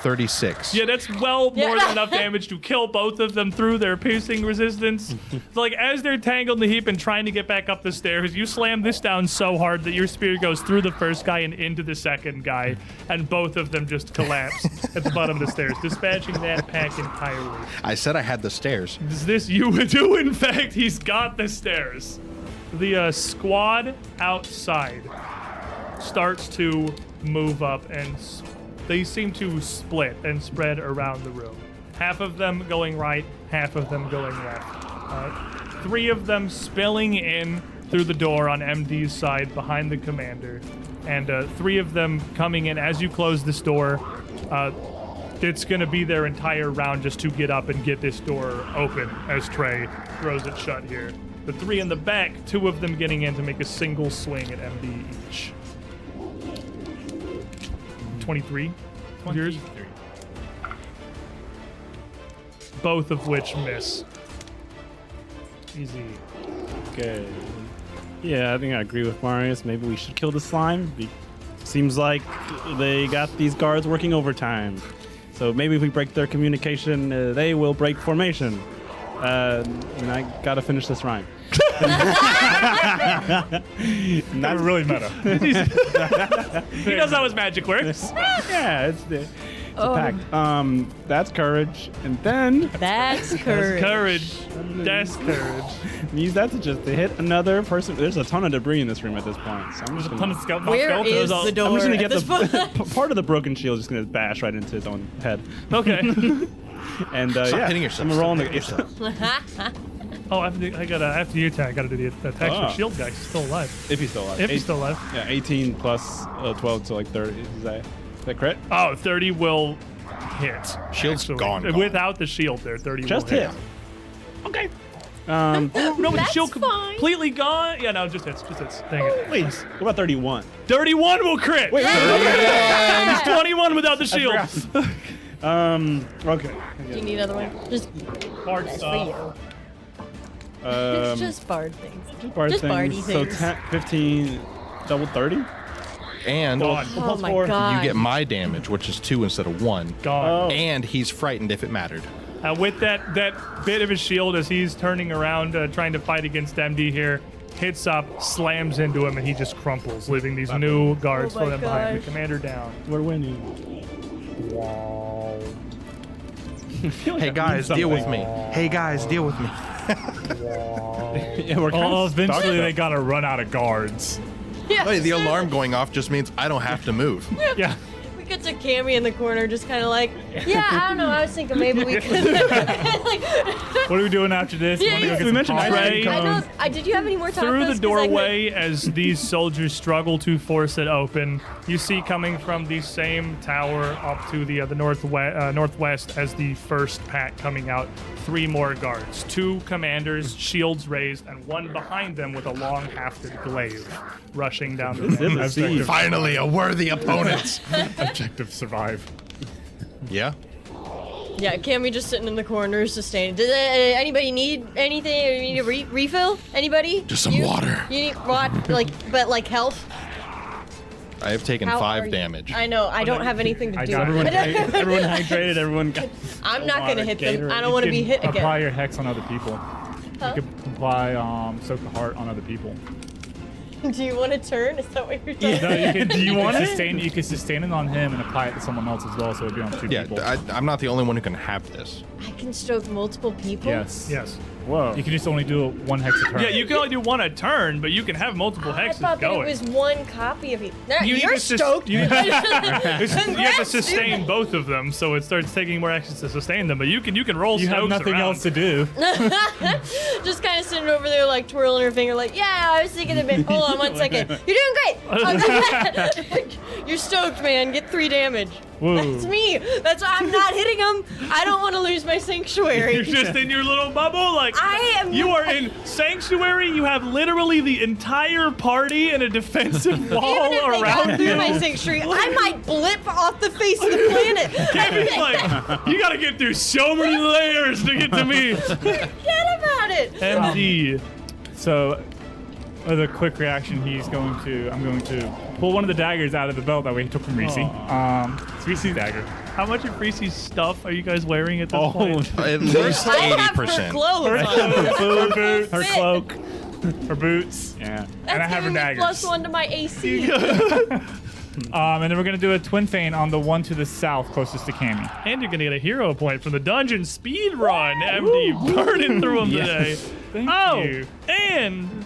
36. yeah, that's well more than Yeah. enough damage to kill both of them through their piercing resistance. like as they're tangled in the heap and trying to get back up the stairs, you slam this down so hard that your spear goes through the first guy and into the second guy, and both of them just collapse at the bottom of the stairs, dispatching that pack entirely. I said I had the stairs. Is this you would do? In fact, he's got the stairs. The uh, squad outside starts to move up, and s- they seem to split and spread around the room. Half of them going right, half of them going left. Uh, three of them spilling in through the door on MD's side behind the commander, and uh, three of them coming in as you close this door. Uh, it's going to be their entire round just to get up and get this door open as Trey throws it shut here. The three in the back, two of them getting in to make a single swing at MD each. 23. Yours? Both of which miss. Easy. Okay. Yeah, I think I agree with Marius. Maybe we should kill the slime. Be- seems like they got these guards working overtime. So maybe if we break their communication, uh, they will break formation. Uh, and I gotta finish this rhyme. Not really meta. He knows how his magic works. yeah, it's, the, it's Oh. a pact. Um, that's courage. And then That's courage. Courage. That's courage. use that to just to hit another person. There's a ton of debris in this room at this point. So I'm just gonna, Ton of scout- Where skeletons. is the door? I'm just gonna at get this the point? p- part of the broken shield, just gonna bash right into his own head. Okay. And uh, Stop yeah, hitting yourself. I'm rolling Stop the hitting yourself. Oh, I, have to, I gotta, after you attack, I gotta do the the attack. Ah. The shield guy's still alive. If he's still alive. If he's Eight- still alive. Yeah, 18 plus uh, 12 to like 30. Is that, is that correct? Oh, 30 will hit. Shield's actually. gone, gone. Without the shield there, 30 Just will hit. hit. Okay. Um, No, but the That's shield fine. completely gone. Yeah, no, just hits. Just hits. Dang it. wait, what about 31? 31 will crit. Wait, wait, It's 21 without the shield. wait. Um, okay. Do you need another one? Just Hard that's stuff. for you. Um, It's just barred things. just bar just bardy things. So things. 10, 15, double 30? And Gone. you Oh plus my four. You god. get my damage, which is two instead of one. Oh. Gone. And he's frightened if it mattered. Uh, with that, that bit of his shield as he's turning around, uh, trying to fight against MD here, hits up, slams into him, and he just crumples, leaving these new guards Oh for my them behind. The gosh. commander down. We're winning. Hey guys, deal with me. Hey guys, deal with me. Yeah, we're kind Well, Oh. of stuck, eventually though. they gotta run out of guards. Yeah. Wait, the alarm going off just means I don't have to move. Yeah. We could to Cammy in the corner, just kind of like, yeah, I don't know. I was thinking maybe we could. like, What are we doing after this? Yeah, Wanna go yeah. get We some mentioned popcorn? ice cream I cone. know. I, did you have any more tacos? Through 'Cause the I could- doorway, as these soldiers struggle to force it open, you see coming from the same tower up to the uh, the northwest, uh, northwest as the first pack coming out. Three more guards, two commanders, shields raised, and one behind them with a long hafted glaive, rushing down the. This ramp. is a siege. Finally, a worthy opponent. Objective survive. yeah. Yeah, Cammy just sitting in the corner, sustained. Did uh, anybody need anything? You need a re- refill? Anybody? Just some You- water. You need what? Like, but like health. I have taken How are five you? damage. I know. I don't have anything to I do. got Everyone, everyone hydrated. Everyone got. I'm not gonna Water, hit them. I Gatorade. don't want to You be can hit again. Apply your hex on other people. Huh? You could apply um, soak the heart on other people. Do you want to turn? Is that what you're doing? No, you could, do you, want could it? sustain, You could sustain it on him and apply it to someone else as well, so it'd be on two Yeah, people. I, I'm not the only one who can have this. I can stroke multiple people. yes. Yes. Whoa. You can just only do one hex a turn. Yeah, you can only do one a turn, but you can have multiple I hexes thought that going. it was one copy of each. No, You need you're to sus- stoked. you need It's- you have to Congrats, dude. sustain both of them, so it starts taking more actions to sustain them. But you can you can roll. You have Stokes nothing around. else to do. Just kind of sitting over there, like twirling her finger, like, yeah, I was thinking of it. Hold on one second. You're doing great. You're stoked, man. Get three damage. Whoa. That's me. That's why I'm not hitting him. I don't want to lose my You're sanctuary. just in your little bubble, like I am- You are in sanctuary. You have literally the entire party in a defensive Even wall if they go around through you. my sanctuary, I might blip off the face of the planet. Gavin's like, you gotta get through so many layers to get to me. Forget about it. MD. So, uh, as a quick reaction, he's going to. I'm going to pull one of the daggers out of the belt that we took from Reese. Um, it's Reese's dagger. How much of Reese's stuff are you guys wearing at this Oh, point? At least I have eighty her percent. clothes on. Her boots. Her Her Sick. cloak. Her boots. Yeah. and That's I have her giving me daggers. plus one to my AC. Um, and then we're gonna do a twin feint on the one to the south closest to Cammy. And you're gonna get a hero point from the dungeon speed run, MD, burning through them today. Thank oh, you. and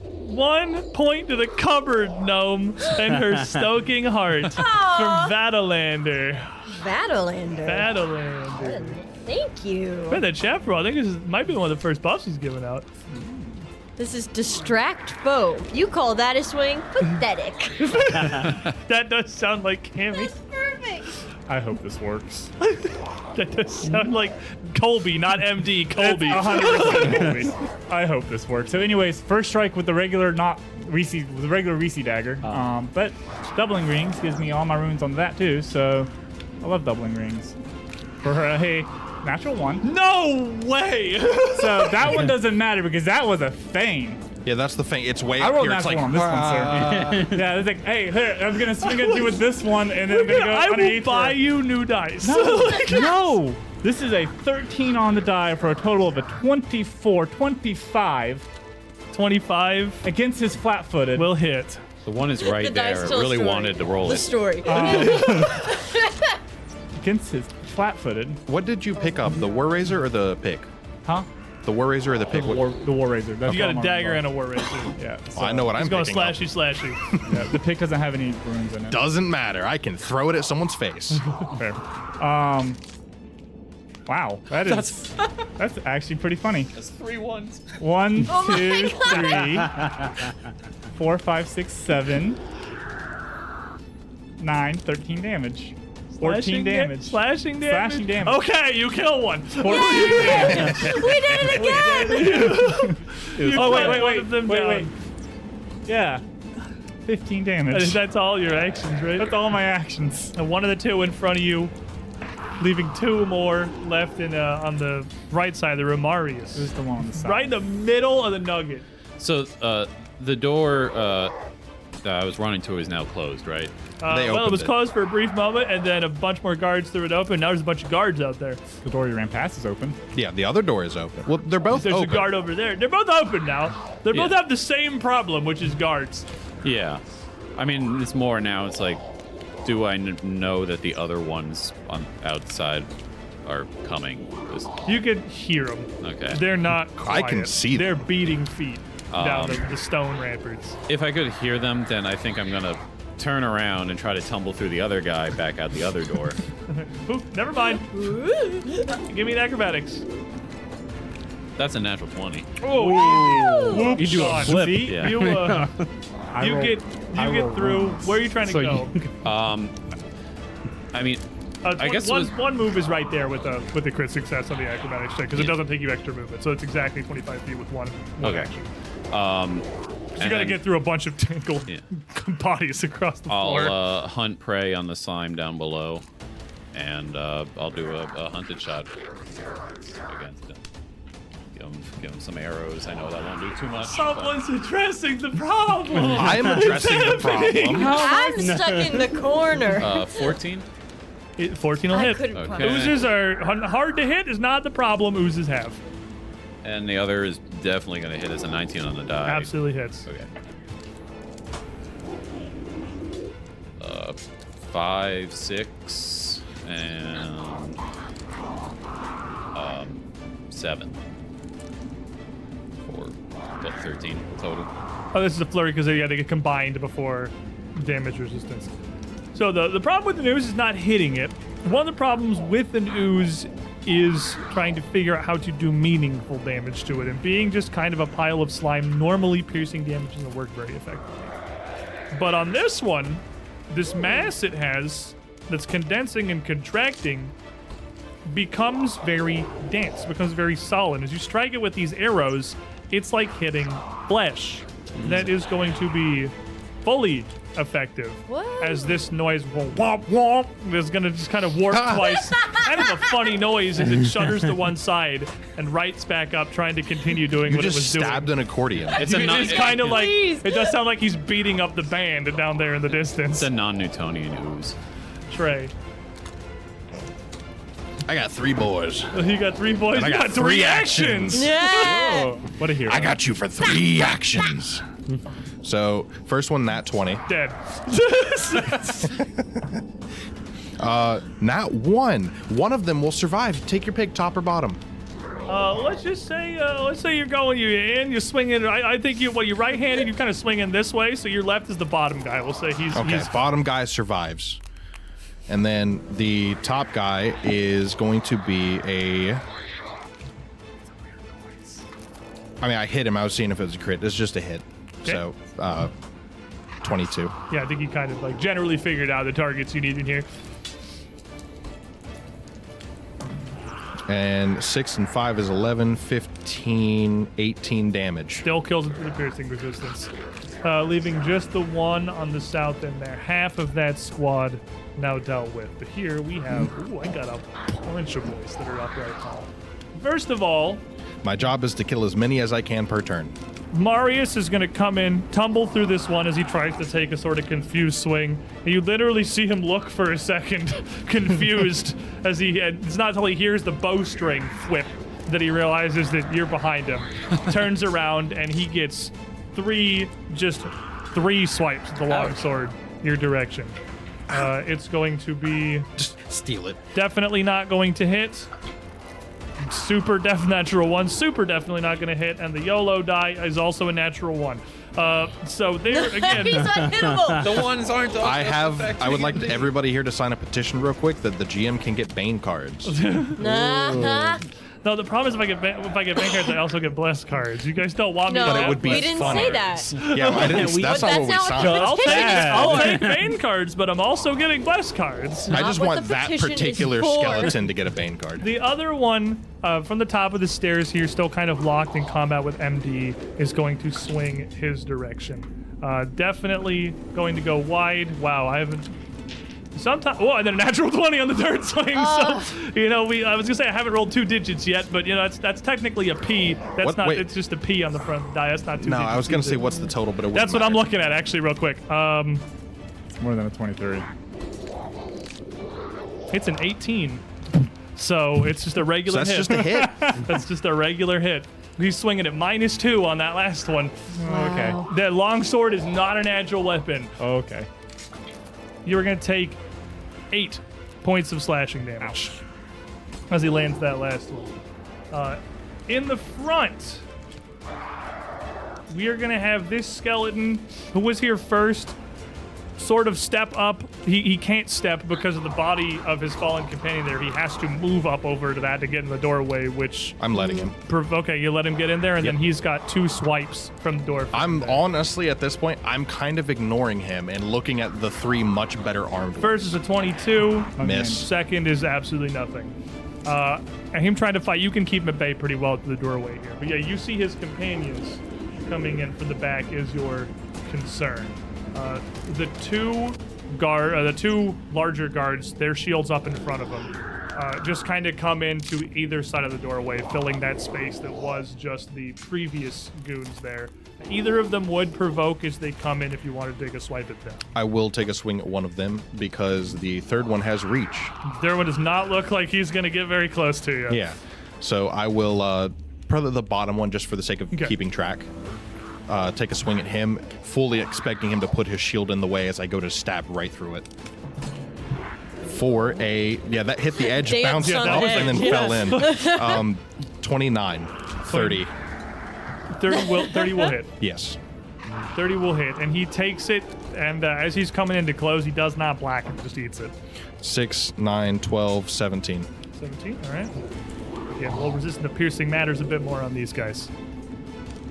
one point to the cupboard gnome and her stoking heart Aw. from Vatalander. Vatalander. Vatalander. Thank you. Man, that chaperone, I think this is, might be one of the first buffs he's giving out. This is distract foe. You call that a swing? Pathetic. That does sound like Cammy. That's perfect. I hope this works. That does sound like Colby, not MD, Colby. It's 100% Colby. I hope this works. So, anyways, first strike with the regular, not Reese, with the regular Reese dagger. Um, but doubling rings gives me all my runes on that too. So, I love doubling rings. For a natural one. No way! So that one doesn't matter because that was a feint. Yeah, that's the thing. It's way I up rolled here. It's natural like uh, on this one, sir. yeah, it's like, hey, here, I'm gonna swing at you with this one, and then I'm gonna go I will underneath. buy for- you new dice. no! This is a 13 on the die for a total of a 24, 25 25 against his flat footed. will hit. The one is right The dice there. I tells really story. wanted to roll The it. story. against his flat footed. What did you pick up? The war razor or the pick? Huh? The war razor or the pick? The war, the war razor. That's You got a what I'm dagger on. and a war razor. Yeah. So, I know what I'm It's gonna picking up. slash you, slash you. yeah, the pick doesn't have any runes in it. Doesn't matter. I can throw it at someone's face. Fair. Um. Wow, that is that's actually pretty funny. That's three ones. One, Oh my two, three, four, five, six, seven, nine, thirteen damage. 14 Slashing da- damage. slashing damage. Slashing damage. Okay, you kill one. 14 damage. we did it again. Oh wait, wait, cut one wait, of them wait, down. wait. Yeah. 15 That- damage. That's all your actions, right? That's all my actions. And one of the two in front of you, leaving two more left in uh, on the right side of the room. Marius, Just the one on the side. right in the middle of the nugget. So uh, the door uh, that I was running to is now closed, right? Uh, They well, it opened was it. closed for a brief moment, and then a bunch more guards threw it open. Now there's a bunch of guards out there. The door you ran past is open. yeah, the other door is open. Well, they're both There's open. a guard over there. They're both open now. They both Yeah. have the same problem, which is guards. Yeah. I mean, it's more now. It's like, do I n- know that the other ones on outside are coming? Just- You can hear them. Okay. They're not quiet. I can see them. They're beating feet down Um, the, the stone ramparts. If I could hear them, then I think I'm gonna turn around and try to tumble through the other guy back out the other door. Oop, never mind. Give me an acrobatics. That's a natural 20. Oh, easy. You do a God, flip. see? Yeah. You, uh, I you roll- get I you roll get through. once. Where are you trying to So go? Um, I mean, Uh, I one- guess it one, was- one move is right there with a with the crit success on the acrobatics check because it doesn't take you extra movement, so it's exactly 25 feet with one. one Okay. action. um, You got to get through a bunch of tangled Yeah. bodies across the I'll floor. uh, hunt prey on the slime down below, and uh, I'll do a, a hunted shot against him. Give him, give him some arrows. I know that won't do too much. but- Someone's addressing the problem. I'm addressing the problem. I'm stuck in the corner. Uh, 14. It- 14 will I hit. couldn't Okay. possibly. Oozes are hun- hard to hit. Is not the problem. Oozes have And the other is definitely going to hit as a 19 on the die. absolutely hits. Okay. Uh, five, six, and um, seven. Four, but 13 total. Oh, this is a flurry because they got to get combined before damage resistance. So the the problem with an ooze is not hitting it. One of the problems with an ooze is trying to figure out how to do meaningful damage to it, and being just kind of a pile of slime, normally piercing damage doesn't work very effectively. But on this one, this mass it has that's condensing and contracting becomes very dense, becomes very solid. As you strike it with these arrows, it's like hitting flesh. That is going to be fully effective. Whoa. As this noise will womp womp is gonna just kind of warp twice. Kind of a funny noise as it shudders to one side and rights back up, trying to continue doing You what it was just stabbed doing. an accordion. It's a It non- is kind of like Please. it does sound like he's beating up the band down there in the distance. It's a non-Newtonian ooze. Trey, I got three boys. you got three boys. And I you got got three, three actions. actions. yeah. Oh, what a hero! I got you for three actions. So first one, nat twenty. dead. Nat one. One of them will survive. Take your pick, top or bottom. Uh, let's just say, uh, let's say you're going, you in, you're swinging. I, I think you, well, you're right-handed. You're kind of swinging this way, so your left is the bottom guy. We'll say he's, Okay. he's Bottom guy survives. And then the top guy is going to be a. I mean, I hit him. I was seeing if it was a crit. It's just a hit. So, uh, 22. yeah. I think he kind of like generally figured out the targets you need in here. And 6 and 5 is 11, 15, 18 damage. Still kills into the piercing resistance, uh, leaving just the one on the south end there. Half of that squad now dealt with. But here we have, ooh, I got a bunch of boys that are up right now. First of all, My job is to kill as many as I can per turn. Marius is going to come in, tumble through this one as he tries to take a sort of confused swing. And you literally see him look for a second, confused, as he. And it's not until he hears the bowstring flip that he realizes that you're behind him. Turns around and he gets three, just three swipes with the longsword your direction. Uh, it's going to be Just steal it. definitely not going to hit. Super def natural one, super definitely not going to hit, and the YOLO die is also a natural one. Uh, so there again, He's unhittable. The ones aren't. I have. I would like everybody here to sign a petition real quick that the GM can get Bane cards. nah. no. The problem is if I get ba- if I get bank cards, I also get blessed cards. You guys don't want No, me. to it have would be we blessed didn't funner. say that. Yeah, I didn't, But that's not what we signed. the I'll take petition is I'll for. take bane cards, but I'm also getting blessed cards. I Not just what want the that petition is particular for. skeleton to get a Bane card. The other one uh, from the top of the stairs here, still kind of locked in combat with MD, is going to swing his direction. Uh, definitely going to go wide. Wow, I haven't. Sometimes, oh, and then a natural twenty on the third swing. So, you know, we. I was gonna say I haven't rolled two digits yet, but you know, that's that's technically a P. That's What? not. Wait. It's just a P on the front die. That's not two. No, digits I was going to either. say what's the total, but it That's what I'm looking at actually, real quick. Um, More than a 23. it's an 18, so it's just a So regular. that's hit. just a hit. That's just a regular hit. He's swinging at minus two on that last one. Oh, Okay. That longsword is not an agile weapon. Okay. You're going to take eight points of slashing damage as he lands that last one. Uh, in the front, we are going to have this skeleton who was here first sort of step up. He, he can't step because of the body of his fallen companion there. He has to move up over to that to get in the doorway, which. I'm letting him. prov- Okay, you let him get in there, and then he's got two swipes from the door. I'm honestly at this point, I'm kind of ignoring him and looking at the three much better armed. ones. First is a 22. Miss. Second is absolutely nothing. Uh, and him trying to fight, you can keep him at bay pretty well to the doorway here. But yeah, you see his companions coming in from the back is your concern. Uh, the two guard, uh, the two larger guards, their shields up in front of them, uh, just kind of come into either side of the doorway, filling that space that was just the previous goons there. Either of them would provoke as they come in if you want to take a swipe at them. I will take a swing at one of them because the third one has reach. Derwin does not look like he's going to get very close to you. Yeah. So I will uh, probably the bottom one just for the sake of Okay. keeping track. Uh, take a swing at him, fully expecting him to put his shield in the way as I go to stab right through it. For a yeah, that hit the edge, Dance bounced on off, the and then edge. fell in. Um, 29, 30. 30 will, 30 will hit. Yes. 30 will hit. And he takes it, and uh, as he's coming in to close, he does not black him, just eats it. 6, 9, 12, 17. 17, all right. Yeah, well, resistant to piercing matters a bit more on these guys.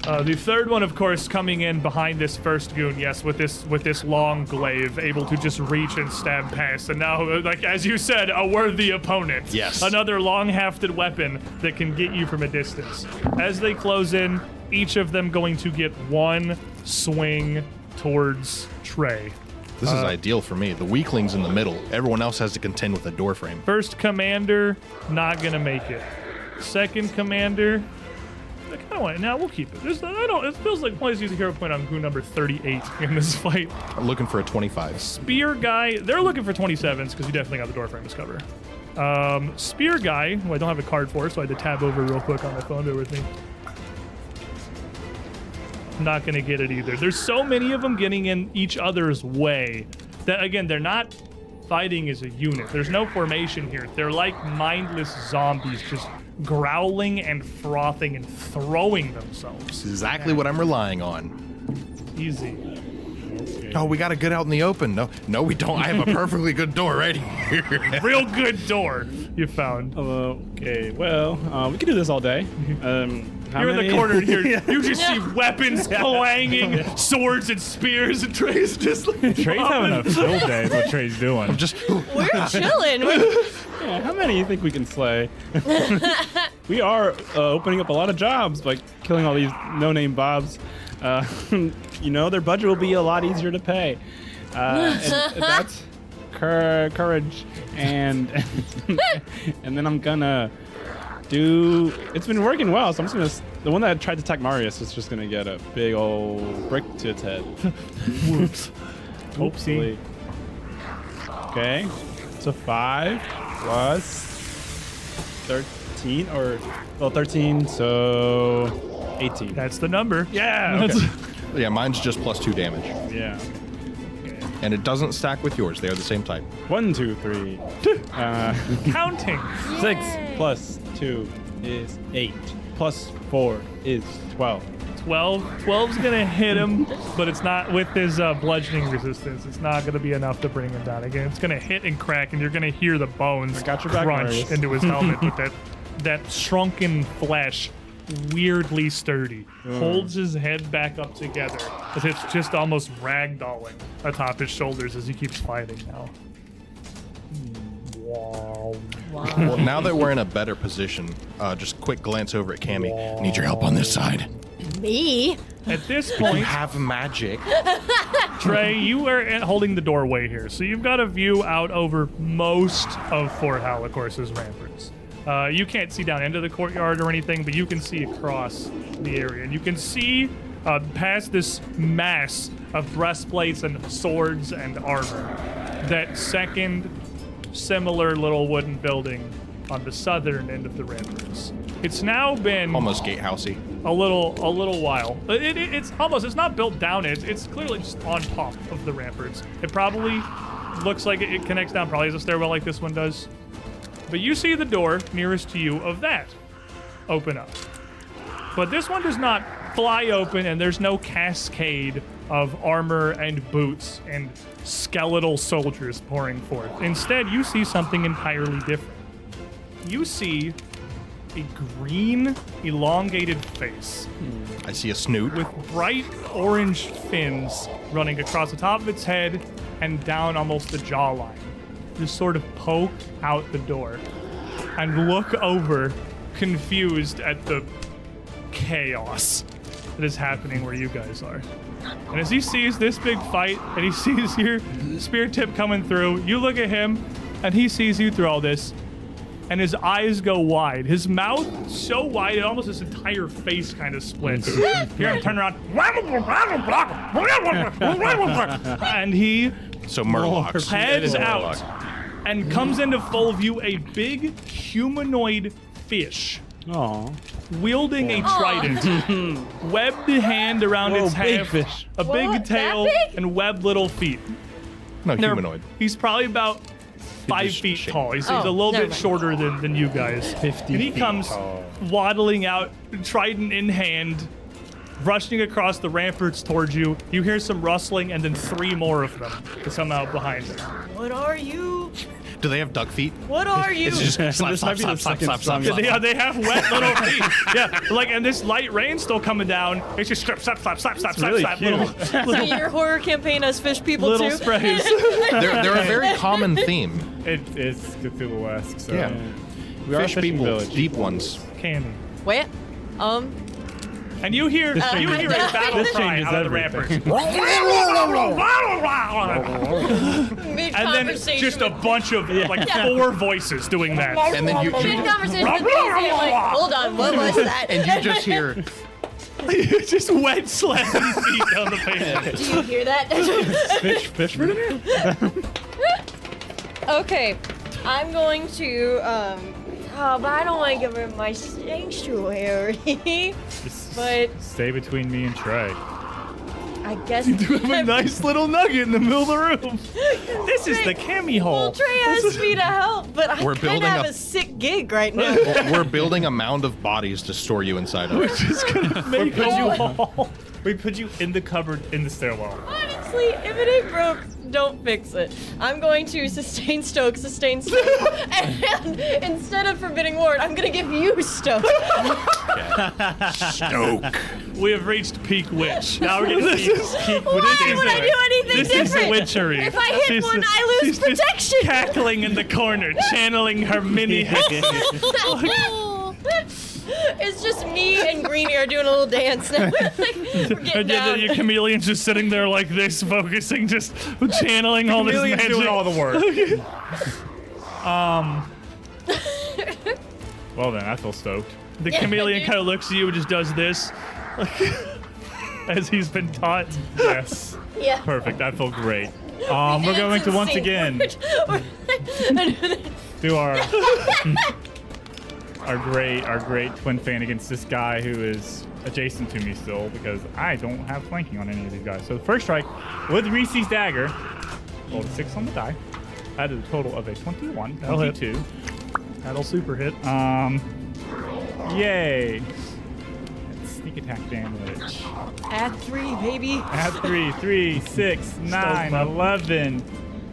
Uh, the third one, of course, coming in behind this first goon. Yes, with this with this long glaive, able to just reach and stab past. And now, uh, like as you said, a worthy opponent. Yes. Another long-hafted weapon that can get you from a distance. As they close in, each of them going to get one swing towards Trey. This is ideal for me. The weakling's in the middle. Everyone else has to contend with the door frame. First commander, not gonna make it. Second commander, I kind of want it now. We'll keep it. There's, I don't. It feels like Blaze used a hero point on goon number 38 in this fight. I'm looking for a 25. Spear guy, they're looking for 27s because you definitely got the door frame to cover. Um, spear guy, who I don't have a card for, so I had to tab over real quick on my phone. Bear with me. Not gonna get it either. There's so many of them getting in each other's way that again they're not fighting as a unit. There's no formation here. They're like mindless zombies, just growling and frothing and throwing themselves. Exactly what I'm relying on. Easy. Oh, we got to get out in the open. No, no, we don't. I have a perfectly good door right here. Real good door you found. Okay, well, uh, we could do this all day. Um, how You're in many- the corner here. Yeah. You just see weapons clanging, swords and spears, and Trey's just like. Trey's having a field day. Is what Trey's doing. Just We're chilling. We're- Yeah, how many do you think we can slay? we are uh, opening up a lot of jobs by killing all these no-name bobs. Uh, you know, their budget will be a lot easier to pay. Uh, and that's cour- courage, and and then I'm gonna do. It's been working well, so I'm just gonna. s- The one that tried to attack Marius is just gonna get a big old brick to its head. Hopefully. Okay. So five plus thirteen or well thirteen, so eighteen. That's the number. Yeah. yeah, mine's just plus two damage, yeah. and it doesn't stack with yours. They are the same type. One, two, three. Uh, counting. six Yay. plus two is eight. Plus four is twelve. 12. 12's going to hit him, but it's not with his uh, bludgeoning resistance. It's not going to be enough to bring him down again. It's going to hit and crack, and you're going to hear the bones got your back, crunch Marius. into his helmet with that, that shrunken flesh. Weirdly sturdy, Mm. holds his head back up together as it's just almost ragdolling atop his shoulders as he keeps fighting now. Hmm. Well, now that we're in a better position, uh, just quick glance over at Cammy. Need your help on this side. Me? At this point, Have magic. Trey, you are at- holding the doorway here, so you've got a view out over most of Fort Halicorse's ramparts. Uh, you can't see down into the courtyard or anything, but you can see across the area, and you can see uh, past this mass of breastplates and swords and armor that second similar little wooden building on the southern end of the ramparts. It's now been Almost gatehousey. a little a little while. It, it, it's almost it's not built down. It's it's clearly just on top of the ramparts. It probably looks like it, it connects down. Probably has a stairwell like this one does. But you see the door nearest to you of that open up. But this one does not fly open, and there's no cascade of armor and boots and skeletal soldiers pouring forth. Instead, you see something entirely different. You see a green, elongated face I see a snoot. with bright orange fins running across the top of its head and down almost the jawline. Just sort of poke out the door and look over, confused at the chaos that is happening where you guys are. And as he sees this big fight and he sees your spear tip coming through, you look at him and he sees you through all this and his eyes go wide. His mouth so wide, it almost his entire face kind of splits. Hear him turn around, and he So murlocs. heads Murloc. out and comes into full view a big humanoid fish Oh, wielding a trident, webbed hand around Whoa, its big half, fish. a big What? That tail, big? and webbed little feet. No, They're- humanoid. He's probably about five just feet shake. tall. He's, he's a Oh, little never bit mind. shorter than, than you guys. 50 And he feet comes waddling out, trident in hand, rushing across the ramparts towards you. You hear some rustling, and then three more of them that come out behind him. What are you? Do they have duck feet? What are you? It's just slap, slap, slap, slap, slap, slap, They, slap. they have wet little feet. Yeah, like, and this light rain still coming down. It's just slap, slap, slap, slap, slap, slap, really slap. cute. Little, so your horror campaign has fish people Little too. sprays. They're, they're a very common theme. It, it's Cthulhu-esque, so Yeah. we are a Fish fishing people, village. deep ones. canny. Wait. Um. And you hear you hear a changes- battle this cry changes out of the everything. ramparts. and Mid then conversation. just a with, bunch of like four voices doing that. And then you, mid you conversation with Daisy. I'm like, hold on, what was that? and you just hear just wet slapping feet down the pavement. Do you hear that? fish, fish for dinner. okay, I'm going to. Um, oh, but I don't want to give her my sanctuary. Just But- stay between me and Trey. I guess. You have a nice little nugget in the middle of the room. This is the cami Well, hole. Trey asked me to help, but I We're kind building of have a- a sick gig right now. we're building a mound of bodies to store you inside of. Make put a you- wall. We put you in the cupboard in the stairwell. Honestly, if it ain't broke, don't fix it. I'm going to sustain Stoke, sustain Stoke, and instead of forbidding ward, I'm gonna give you Stoke. Stoke. We have reached peak witch. Now we're getting peak, peak Why would I do anything This different? is the witchery. If I hit She's one, just- I lose she's just protection. cackling in the corner, channeling her mini hex. it's just me and Greeny are doing a little dance now. Like, we're getting And yet down. your chameleon's just sitting there like this, focusing, just channeling all this Million's magic. doing all the work. Um, Well then, I feel stoked. The chameleon kind of looks at you and just does this, as he's been taught. Yes. yeah. Perfect. I feel great. Um, we're It's going to once insane. again We're- do our our great our great twin fan against this guy who is adjacent to me still because I don't have flanking on any of these guys. So the first strike with Reese's dagger. Rolled a six on the die. That is a total of a 21, That'll hit. 22. That'll super hit. Um, yay. Sneak attack damage. At three, baby. Add 3, 3, 6, 9, up. 11,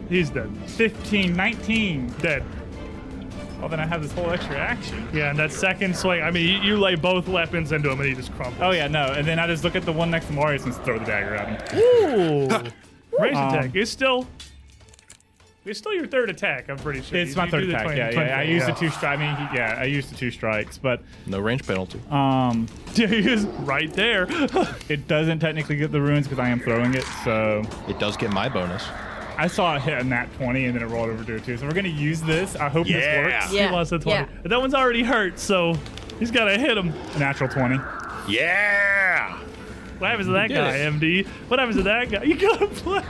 He's dead. 15, 19. Dead. Well, then I have this whole extra action. Yeah, and that second swing, I mean, you, you lay both weapons into him and he just crumples. Oh, yeah, no. And then I just look at the one next to Marius and just throw the dagger at him. Ooh. Rage Um, attack. It's still. It's still your third attack, I'm pretty sure. It's You- my you third do the attack. 20 yeah, yeah, 20, I used the two strikes. I mean, he- yeah, I used the two strikes, but No range penalty. um, He is right there. it doesn't technically get the runes because I am throwing it. So It does get my bonus. I saw it hit a nat 20 and then it rolled over to a 2. So we're going to use this. I hope Yeah. this works. Yeah. He lost a 20. yeah. That one's already hurt, so he's got to hit him. Natural 20. Yeah. What happens to that guy, it. MD? What happens to that guy? You got to play.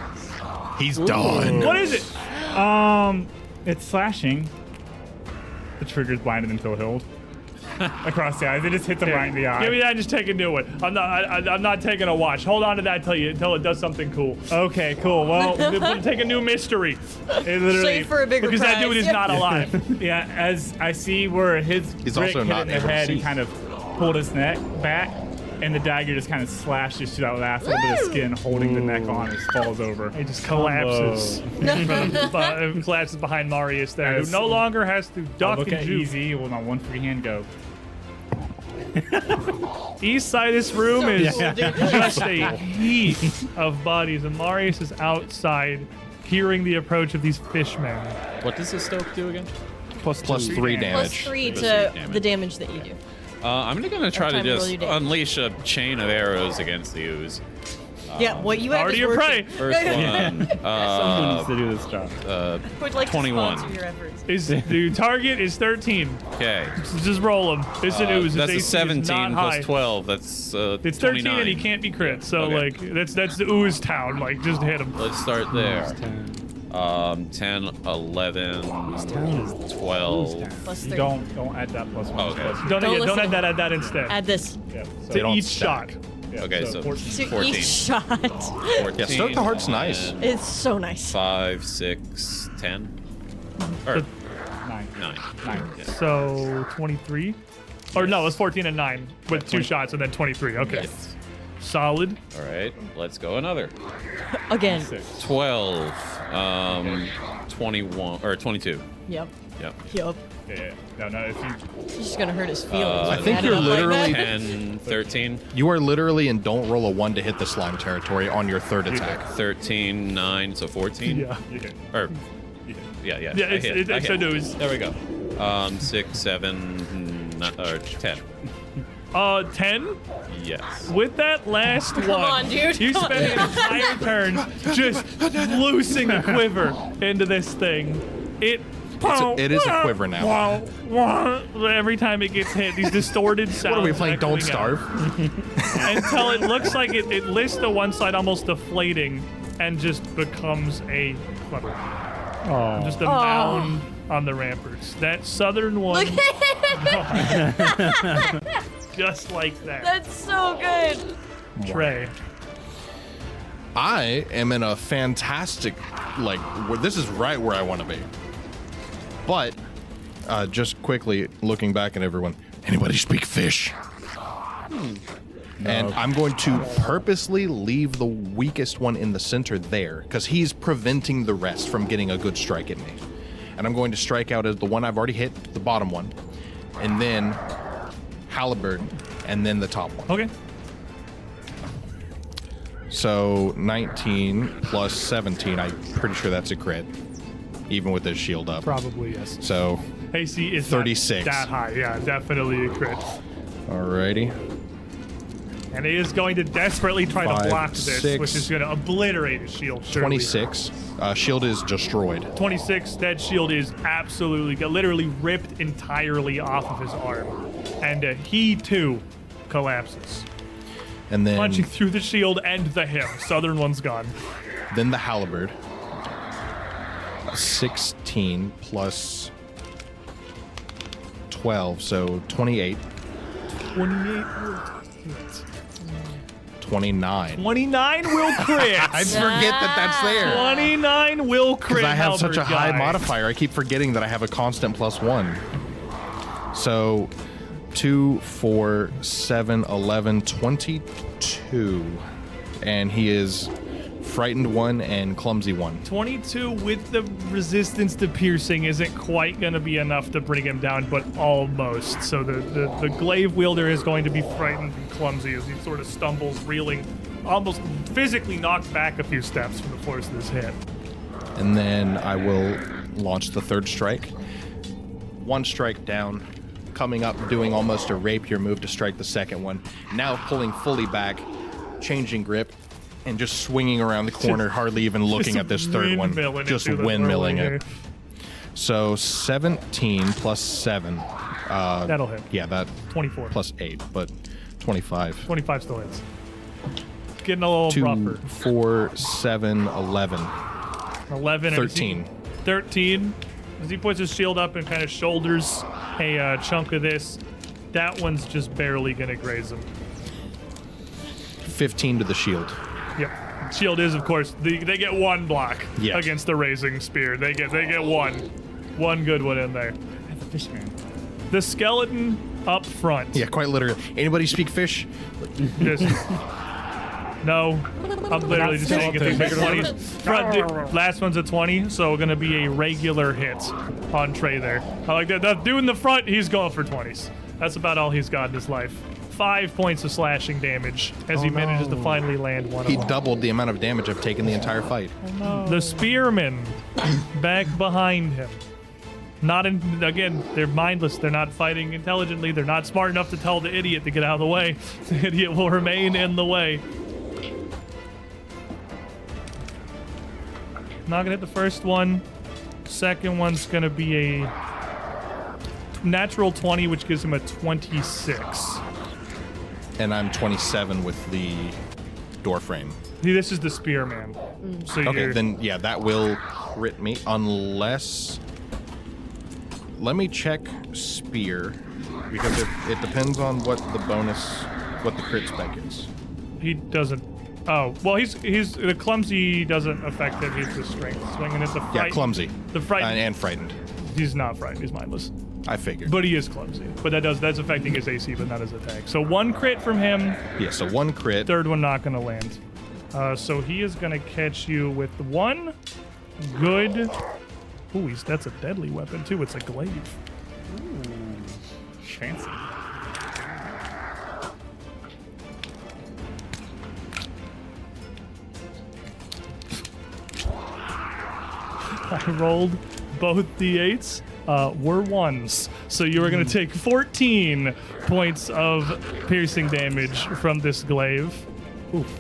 He's done. What is it? Um, it's slashing. The trigger's blinded until healed. Across the eyes, it just hit them right in the eye. Give me that. and Just take a new one. I'm not. I, I, I'm not taking a watch. Hold on to that till you until it does something cool. Okay, cool. Well, We're gonna take a new mystery. it literally. Save for a bigger Because that dude prize. is not alive. yeah, as I see where his He's brick also hit not it in the able to head, he see. kind of pulled his neck back. and the dagger just kind of slashes through that last little bit of skin, holding the neck on as it falls over. It just collapses. But collapses behind Marius there, who As- no longer has to I'll duck look and at juke. easy. Will not one free hand go? East side of this room So is cool, dude. just a heap of bodies, and Marius is outside hearing the approach of these fishmen. What does the stoke do again? Plus, Plus two. three Plus damage. three Plus to three the damage that you do. Uh, I'm gonna try to time roll just your damage. unleash a chain of arrows against the ooze. yeah, what you have Already is your prey. working. First one, Someone uh, needs to do this job. uh, I would like to 21. sponsor your efforts. Is the target is 13. okay. So just roll him. It's an Uh, ooze. His that's a AC is 17 not plus high. 12. That's uh, It's 13 29. and he can't be crit. So Okay. like that's that's the ooze town. Like just hit him. Let's start there. Um, 10, 11, 12. Plus You three. don't don't add that plus one. Oh, okay. Don't, Plus Don't yeah, don't listen. add that. Add that instead. Add this yeah, so They don't each stack. shot. yeah, Okay, so, to 14. each shot. 14. Yeah, Stoke the Heart's nice. and It's so nice. 5, 6, 10. Or nine. 9. Nine. Yeah. So 23. Or no, it's 14 and 9 with two shots and then 23. Okay. Yes. Solid. All right, let's go another. Again. 12, um, 21, or 22. Yep. Yep. Yep. Yeah, yeah. No, no. If you He's just gonna hurt his feelings. I with think adding you're up like literally- that. 10, 13, You are literally and don't roll a one to hit the slime territory on your third attack. 13, 9, so 14. Yeah. you hit, Or, you hit. yeah, yeah. Yeah, I it's, hit, it, I it's a hit. news. There we go. Um, 6, 7, ni- or 10. Uh, 10? Yes. With that last one, on, dude, you come on. spent an entire turn just loosing a quiver into this thing. It. It's a- it is a quiver now. Every time it gets hit, these distorted sounds. What are we playing? Don't echoing out. starve. until it looks like it, it lists the one side almost deflating and just becomes a clutter. Just a mound on the ramparts. That southern one, Oh. Look at it. just like that. That's so good. Trey. I am in a fantastic, like, where, this is right where I want to be. But, uh, just quickly looking back at everyone, anybody speak fish? And I'm going to purposely leave the weakest one in the center there because he's preventing the rest from getting a good strike at me. And I'm going to strike out as the one I've already hit, the bottom one, and then Halliburton, and then the top one. Okay. So 19 plus 17, I'm pretty sure that's a crit, even with his shield up. Probably yes. So, AC is not 36. that high. Yeah, definitely a crit. alrighty. And he is going to desperately try to Five, block this, six. which is going to obliterate his shield. surely. 26. Uh, shield is destroyed. 26, that shield is absolutely, got literally ripped entirely off of his arm. And uh, he too collapses. And then, Punching through the shield and the hip. Southern one's gone. then the halberd. 16 plus 12, so 28, 28 will 29. 29 will crit. I forget that that's there. 29 will crit. Because I have such a Halberd high guy. modifier, I keep forgetting that I have a constant plus one. So, two, four, seven, eleven, twenty-two, and he is frightened one and clumsy one. 22 with the resistance to piercing isn't quite going to be enough to bring him down, but almost. So the, the, the glaive wielder is going to be frightened and clumsy as he sort of stumbles, reeling, almost physically knocked back a few steps from the force of this hit. And then I will launch the third strike. One strike down, coming up, doing almost a rapier move to strike the second one. Now pulling fully back, changing grip, and just swinging around the corner, hardly even looking Just at this third one. windmilling it Just through the whirling windmilling here. it. So 17 plus 7. Uh, That'll hit. Yeah, that 24. plus 8, but 25. 25 still hits. Getting a little 2, rougher. 4, 7, 11. 11 and 13. 13 as he puts his shield up and kind of shoulders a uh, chunk of this that one's just barely gonna graze him 15 to the shield. yep shield is of course the, they get one block Yeah. against the raising spear they get they get one one good one in there That's a fishman. the skeleton up front. Yeah, quite literally. Anybody speak fish? Just, no, I'm literally just saying get the bigger 20s. Front, di- last one's a 20, so gonna be a regular hit on Trey there. I like that. that dude in the front, he's going for 20s. That's about all he's got in his life. Five points of slashing damage as he manages to finally land one He of them. doubled the amount of damage I've taken the entire fight. The spearmen back behind him. Not in again, they're mindless. They're not fighting intelligently. They're not smart enough to tell the idiot to get out of the way. The idiot will remain in the way. Not gonna hit the first one. Second one's gonna be a natural 20, which gives him a 26. And I'm 27 with the door frame. See, This is the spearman. So Okay, you're, then yeah, that will crit me unless. Let me check spear because it, it depends on what the bonus, what the crit spec is. He doesn't. Oh well, he's he's the clumsy doesn't affect him. He's the strength swinging. It's the fright. Yeah, clumsy. Uh, The fright. and, and frightened. he's not frightened. He's mindless, I figured. but he is clumsy. But that does that's affecting his AC, but not his attack. So one crit from him. yeah, so one crit. Third one not gonna land. Uh, so he is gonna catch you with one good. Ooh, he's, that's a deadly weapon too. It's a glaive. Fancy. I rolled both d8s uh, were ones. So you are going Hmm. to take 14 points of piercing damage from this glaive.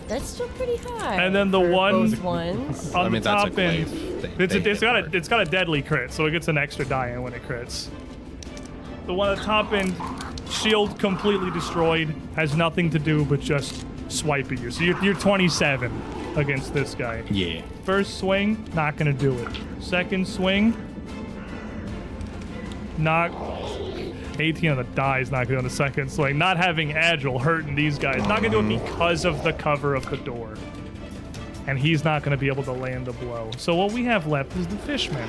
That's still pretty high. And then the for one- both ones. On I mean, the that's a top end, glaive. They- it's, a, they it's hit got a hard. it's got a deadly crit, so it gets an extra die in when it crits. The one at the top end, shield completely destroyed, has nothing to do but just swipe at you. So you're, you're 27 against this guy. Yeah. First swing, not gonna do it. Second swing, not. 18 on the die is not good on the second swing. Not having agile hurting these guys. Not gonna do it because of the cover of the door. And he's not gonna be able to land a blow. So what we have left is the fishmen,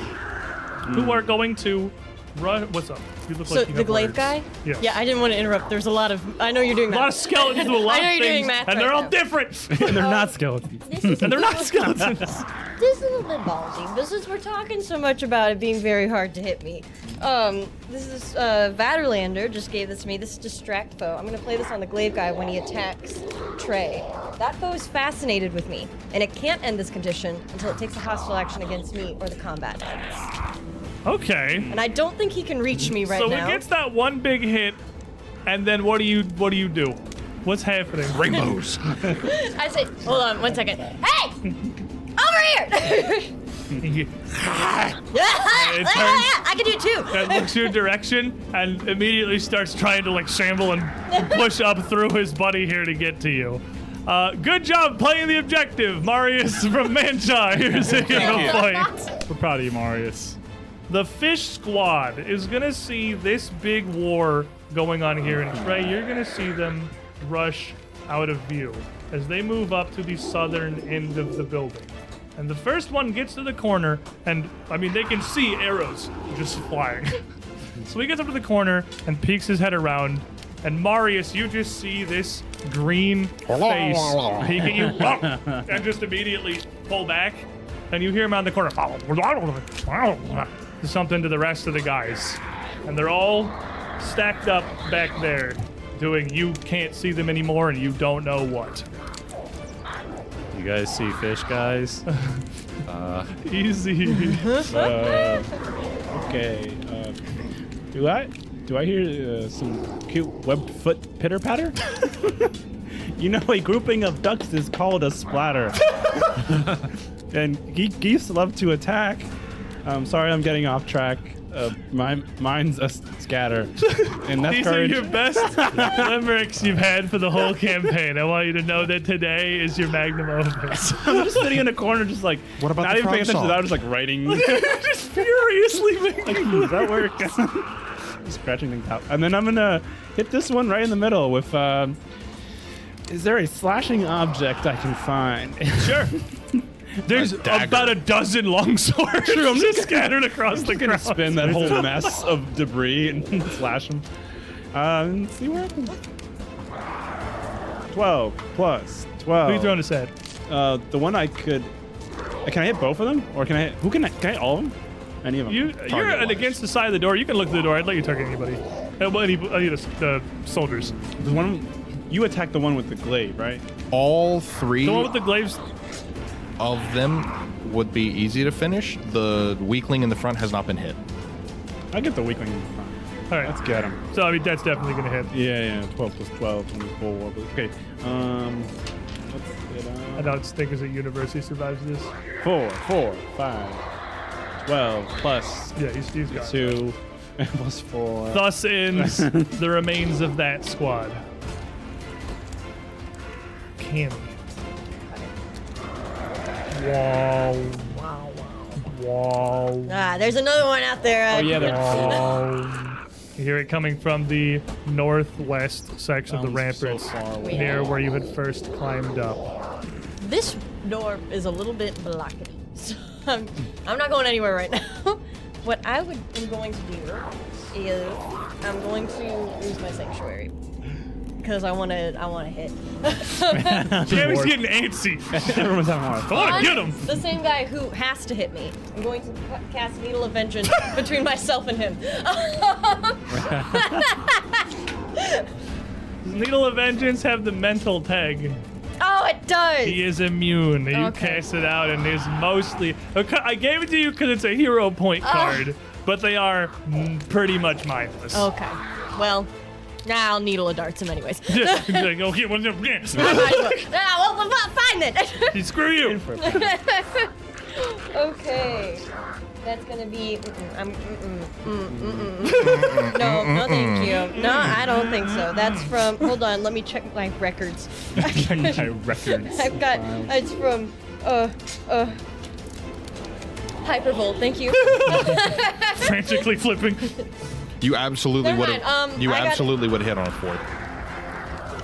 who are going to run. What's up? You look So you the have glaive words. guy? Yes. Yeah, I didn't want to interrupt. There's a lot of. I know you're doing a that. lot of skeletons with a lot I know of you're doing things, math and they're right all now. different. and they're not skeletons. and they're not skeletons. This is a bit ballsy, but since we're talking so much about it being very hard to hit me, um, this is uh, Vaderlander just gave this to me. This is distract foe. I'm gonna play this on the glaive guy when he attacks Trey. That foe is fascinated with me, and it can't end this condition until it takes a hostile action against me or the combat ends. okay. And I don't think he can reach me right so now. it gets that one big hit, and then what do you what do you do? What's happening? Rainbows. I say, hold on, one second. Hey, over here! it I can do it too. looks your direction and immediately starts trying to like shamble and push up through his buddy here to get to you. Uh, good job playing the objective, Marius from Mancha. Here's a hero point. We're proud of you, Marius. The fish squad is gonna see this big war going on here, and Trey, you're gonna see them rush out of view as they move up to the southern end of the building. And the first one gets to the corner, and I mean, they can see arrows just flying. so he gets up to the corner and peeks his head around, and Marius, you just see this green face peek at you, and just immediately pull back and you hear him out the corner. Something to the rest of the guys, and they're all stacked up back there, doing. You can't see them anymore, and you don't know what. You guys see fish, guys? Easy. Uh, Okay. Uh, do I do I hear uh, some cute webbed foot pitter patter? you know, a grouping of ducks is called a splatter. and ge- geese love to attack. I'm sorry, I'm getting off track. Uh, my mine's a s- scatter, and that's These courage. are your best limericks you've had for the whole campaign. I want you to know that today is your magnum opus. I'm just sitting in a corner, just like What about not the even paying frog attention. to song? that. I'm just like writing. Just furiously making. like, "Ooh, that works. Scratching things out. And then I'm going to hit this one right in the middle with. Um, is there a slashing object I can find? Sure. There's A dagger. about a dozen long swords just scattered across the I'm going to ground. spin that whole mess of debris and slash them. Um, see where I can. 12 plus 12. Who you throwing this at? Uh, the one I could. uh, Can I hit both of them? Or can I hit. Who can I. Can I hit all of them? Any of them? You, you're Target-wise. against the side of the door. You can look through the door. I'd let you target anybody. Uh, well, any, any of the, the soldiers. The one. You attacked the one with the glaive, right? All three The one with the glaives. of them would be easy to finish. The weakling in the front has not been hit. I get the weakling in the front. All right. Let's get him. So I mean, that's definitely gonna hit. Yeah, yeah. 12 plus 12, 24. Plus, okay. Um, let's get I on. don't think as a university survives this. 4, 4, 5, 12 plus Yeah, he's, he's got it. 2, plus 4. Thus ends the remains of that squad. Cammy. Wow. Wow. Wow. Ah, there's another one out there. Oh, yeah, Wow. You hear it coming from the northwest section of the ramparts, near where you had first climbed up. This door is a little bit blocky, so I'm, I'm not going anywhere right now. what I would am going to do is I'm going to use my sanctuary because I want to I want to hit. Cammy's getting antsy. Everyone's having a hard time. I want to get him. The same guy who has to hit me. I'm going to ca- cast Needle of Vengeance between myself and him. Does Needle of Vengeance have the mental tag? oh, it does. He is immune. You Okay. cast it out, and there's mostly. Okay, I gave it to you because it's a hero point Oh. card, but they are mm, pretty much mindless. Okay. Well, now I'll needle a darts him anyways. Like, okay, well, yeah. I might as well. Ah, well, well, fine then. Screw you. Okay. That's gonna be. Mm-mm, I'm. Mm-mm, mm, mm-mm, mm-mm. No, no, thank you. No, I don't think so. That's from. Hold on, let me check my records. my records. I've got. It's from. Uh, uh. Hypervolt. Thank you. Frantically flipping. You absolutely Never would mind, have. um, you I got- absolutely would have hit on a fourth.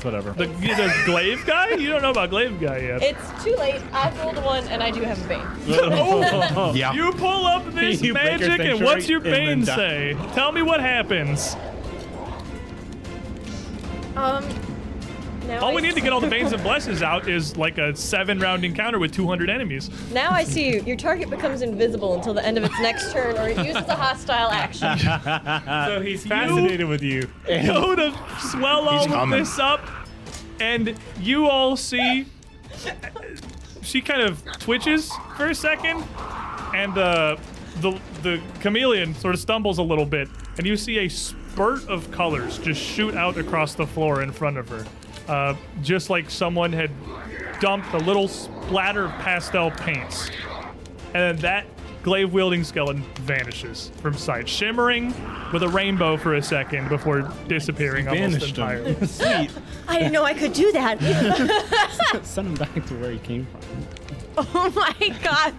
Whatever. The, the glaive guy? You don't know about glaive guy yet. It's too late. I've rolled a one, and I do have a bane. Yeah. Oh, You pull up this You break your magic, and what's sanctuary your bane and then say? Tell me what happens. Um. Now All I we need to get all the banes and blesses out is like a seven-round encounter with 200 enemies. Now I see you. Your target becomes invisible until the end of its next turn, or it uses a hostile action. So he's fascinated with you. go to swell all of coming. this up, and you all see. She kind of twitches for a second, and uh, the the chameleon sort of stumbles a little bit, and you see a spurt of colors just shoot out across the floor in front of her, uh, just like someone had dumped a little splatter of pastel paints, and then that glaive wielding skeleton vanishes from sight, shimmering with a rainbow for a second before disappearing almost Banished him. entirely. Sweet. I didn't know I could do that. Send him back to where he came from. oh my gosh.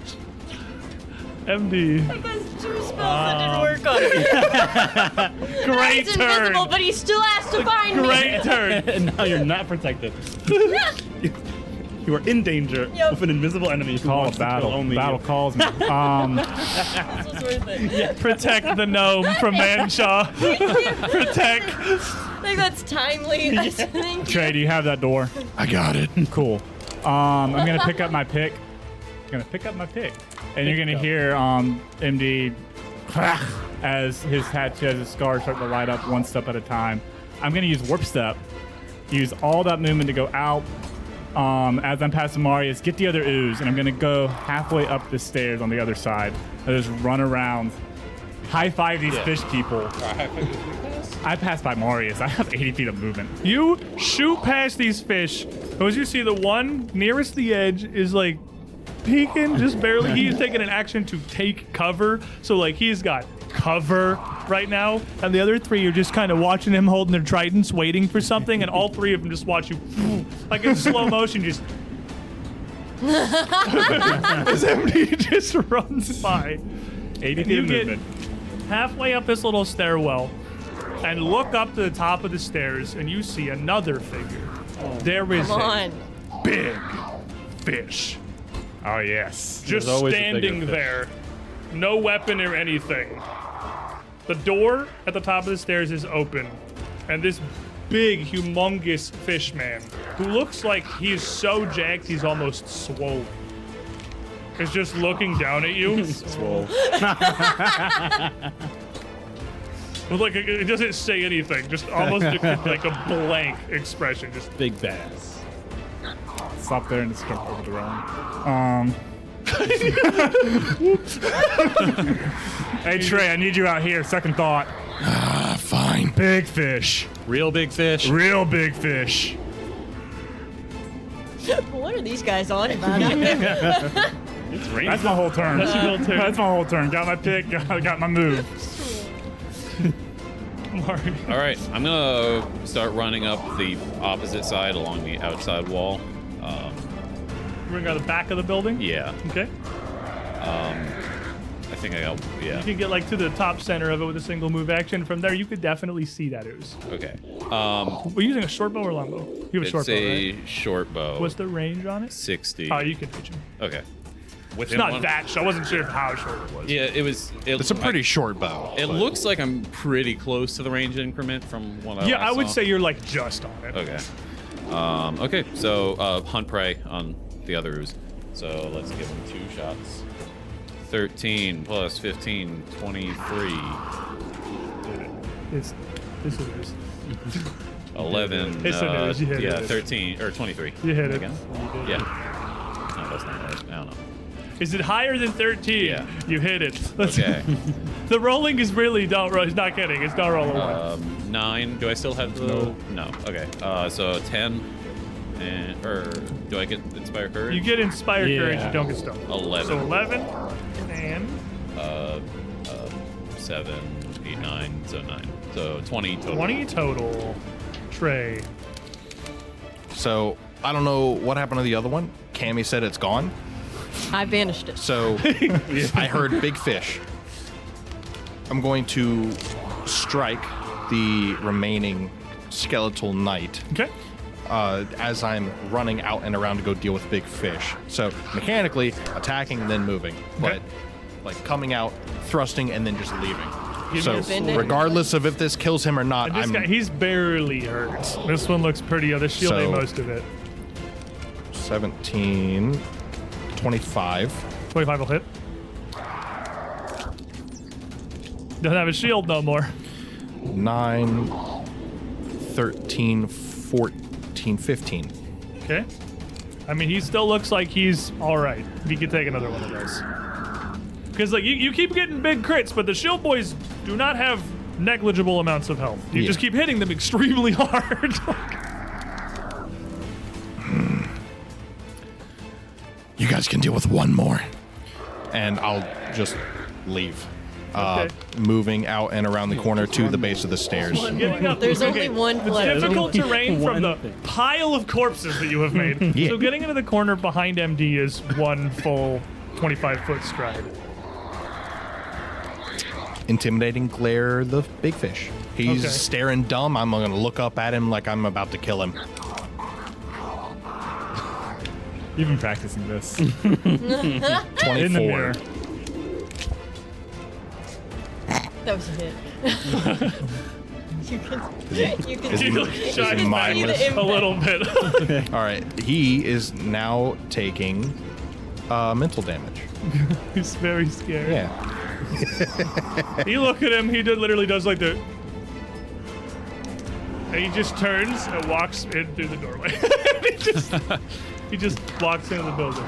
MD, Because two spells that didn't work on him. great He's invisible, turn. but he still has to find me. Great turn. and now you're not protected. you are in danger Yep. of an invisible enemy. who Call wants to kill battle. Only Battle calls me. Um, This was worth it. Yeah. Protect the gnome from Manshaw. Protect. I think that's timely. Thank you. Trey, do you have that door? I got it. Cool. Um, I'm gonna pick up my pick. I'm gonna pick up my pick, and you're gonna hear um, MD crack as his tattoo, as his scar start to light up one step at a time. I'm gonna use warp step, use all that movement to go out. Um, as I'm passing Marius, get the other ooze, and I'm gonna go halfway up the stairs on the other side. I just run around, high five these fish people. I passed by Marius. I have 80 feet of movement. You shoot past these fish. and As you see, the one nearest the edge is like peeking just barely. He's taking an action to take cover. So, like, he's got cover right now. And the other three are just kind of watching him holding their tridents, waiting for something. And all three of them just watch you, like in slow motion, just. As MD just runs by. 80 You feet of get- movement. halfway up this little stairwell and look up to the top of the stairs and you see another figure. There is Come on. a big fish Oh yes. just always a bigger standing fish. there. No weapon or anything. The door at the top of the stairs is open and this big, humongous fish man who looks like he's so jacked he's almost swole is just looking down at you. Swole. With like a, it doesn't say anything, just almost a- like a blank expression. Just Big badass. Stop there and just jump over the railing. Um, hey Trey, I need you out here. Second thought. Ah, fine. Big fish. Real big fish. Real big fish. what are these guys on about? That's my whole turn. That's, your whole turn. my whole turn. Got my pick. Got, got my move. Mark. All right, I'm gonna start running up the opposite side along the outside wall. Um, We're going to the back of the building. yeah, Okay. I think I got. Yeah. You can get like to the top center of it with a single move action. From there, you could definitely see that ooze. Okay. Um, We're using a short bow or long bow? You have a it's short bow, a right? short bow. What's the range on it? sixty? Oh, you can reach him. okay. It's not that. So I wasn't sure how short it was. Yeah, it was. It, It's a pretty I- short bow. it but- looks like I'm pretty close to the range increment from what Oh, I. Yeah, I would saw. say you're like just on it. Okay. Um, okay, so uh, hunt prey on the other ooze. So let's give him two shots. 13 plus 15, 23, It's this is yours. 11. It's an uh, ooze, you hit yeah, it. 13 or 23. You hit it. Again? Yeah. No, that's not right. I don't know. Is it higher than 13? Yeah. You hit it. That's- Okay. The rolling is really don't roll. He's not kidding. It's not roll a one. um, nine. Do I still have the. No. No. Okay. Uh, so 10. And, or do I get Inspire Courage? You get inspired Yeah. courage. You don't get stoned. 11. So 11 and uh, uh, 7, 8, 9. So 9. So 20 total. 20 total. Trey. So I don't know what happened to the other one. Cammy said it's gone. I banished it. So I heard big fish. I'm going to strike the remaining skeletal knight Okay. uh, as I'm running out and around to go deal with big fish. So mechanically attacking and then moving, but Okay. like coming out, thrusting, and then just leaving. Give me So a bend it. regardless of if this kills him or not, And this I'm guy, he's barely hurt. This one looks pretty. Oh, the shield ate So- most of it. 17, 25. 25 will hit. Doesn't have a shield no more. 9, 13, 14, 15. Okay. I mean, he still looks like he's all right. He could take another one of those. Because like you, you keep getting big crits, but the shield boys do not have negligible amounts of health. You Yeah. just keep hitting them extremely hard. You guys can deal with one more. And I'll just leave. Uh, Okay. moving out and around the corner to the base of the stairs. Getting up- There's okay, only one It's left. difficult only terrain from one the thing. pile of corpses that you have made. Yeah. So getting into the corner behind MD is one full 25 foot stride. Intimidating glare the big fish. He's Okay. staring dumb. I'm going to look up at him like I'm about to kill him. You've been practicing this. 24. In the mirror. That was a hit. you can, you can, Is it- you is it can see mindless? the A impact. little bit. All right. He is now taking uh, mental damage. He's very scared. Yeah. You look at him, he did, literally does like the. And he just turns and walks in through the doorway. he, just, he just walks into the building.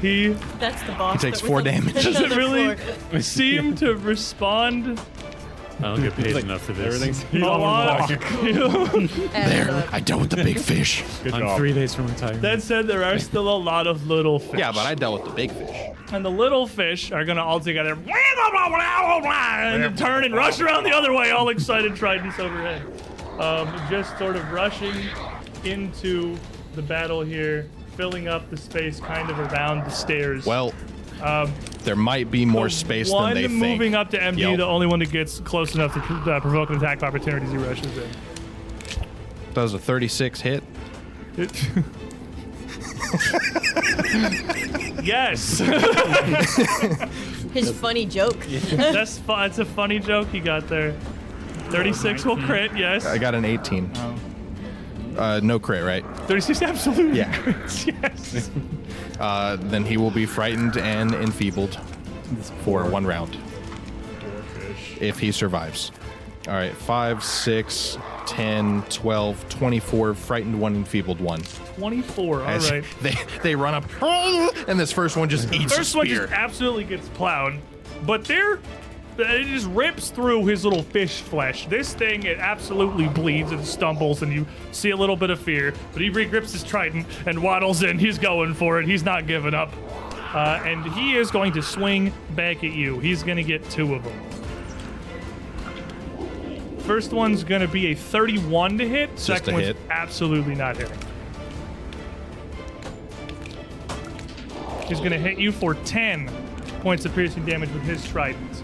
He That's the boss. He takes that four was on- damage. that's Does on doesn't the really floor. seem to respond I don't get paid enough for this. Everything's a lot. There. uh, I dealt with the big fish. good I'm job. three days from retirement. that said, there are still a lot of little fish. Yeah, but I dealt with the big fish. And the little fish are going to all together and turn and rush around the other way, all excited, tridents overhead. Um, just sort of rushing into the battle here, filling up the space kind of around the stairs. Well, there might be more space Um, one than they moving think. up to MD, Yep. the only one that gets close enough to uh, provoke an attack of opportunity as he rushes in. Does a 36 hit? It- yes, His funny joke. that's fu- that's a funny joke he got there. 36 will crit, yes. I got an 18. Oh. Uh, no crit, right? 36 absolutely Yeah. crits, yes. Uh, then he will be frightened and enfeebled for one round. If he survives. All right, 5, 6, 10, 12, 24, frightened 1, enfeebled 1. 24, all As right. They, they run up, and this first one just eats First a one spear. just absolutely gets plowed, but there, uh, it just rips through his little fish flesh. This thing, it absolutely bleeds and stumbles, and you see a little bit of fear. But he regrips his trident and waddles in. He's going for it. He's not giving up, uh, and he is going to swing back at you. He's going to get two of them. First one's going to be a 31 to hit. a Second one's hit. absolutely not hitting. He's going to hit you for 10 points of piercing damage with his trident.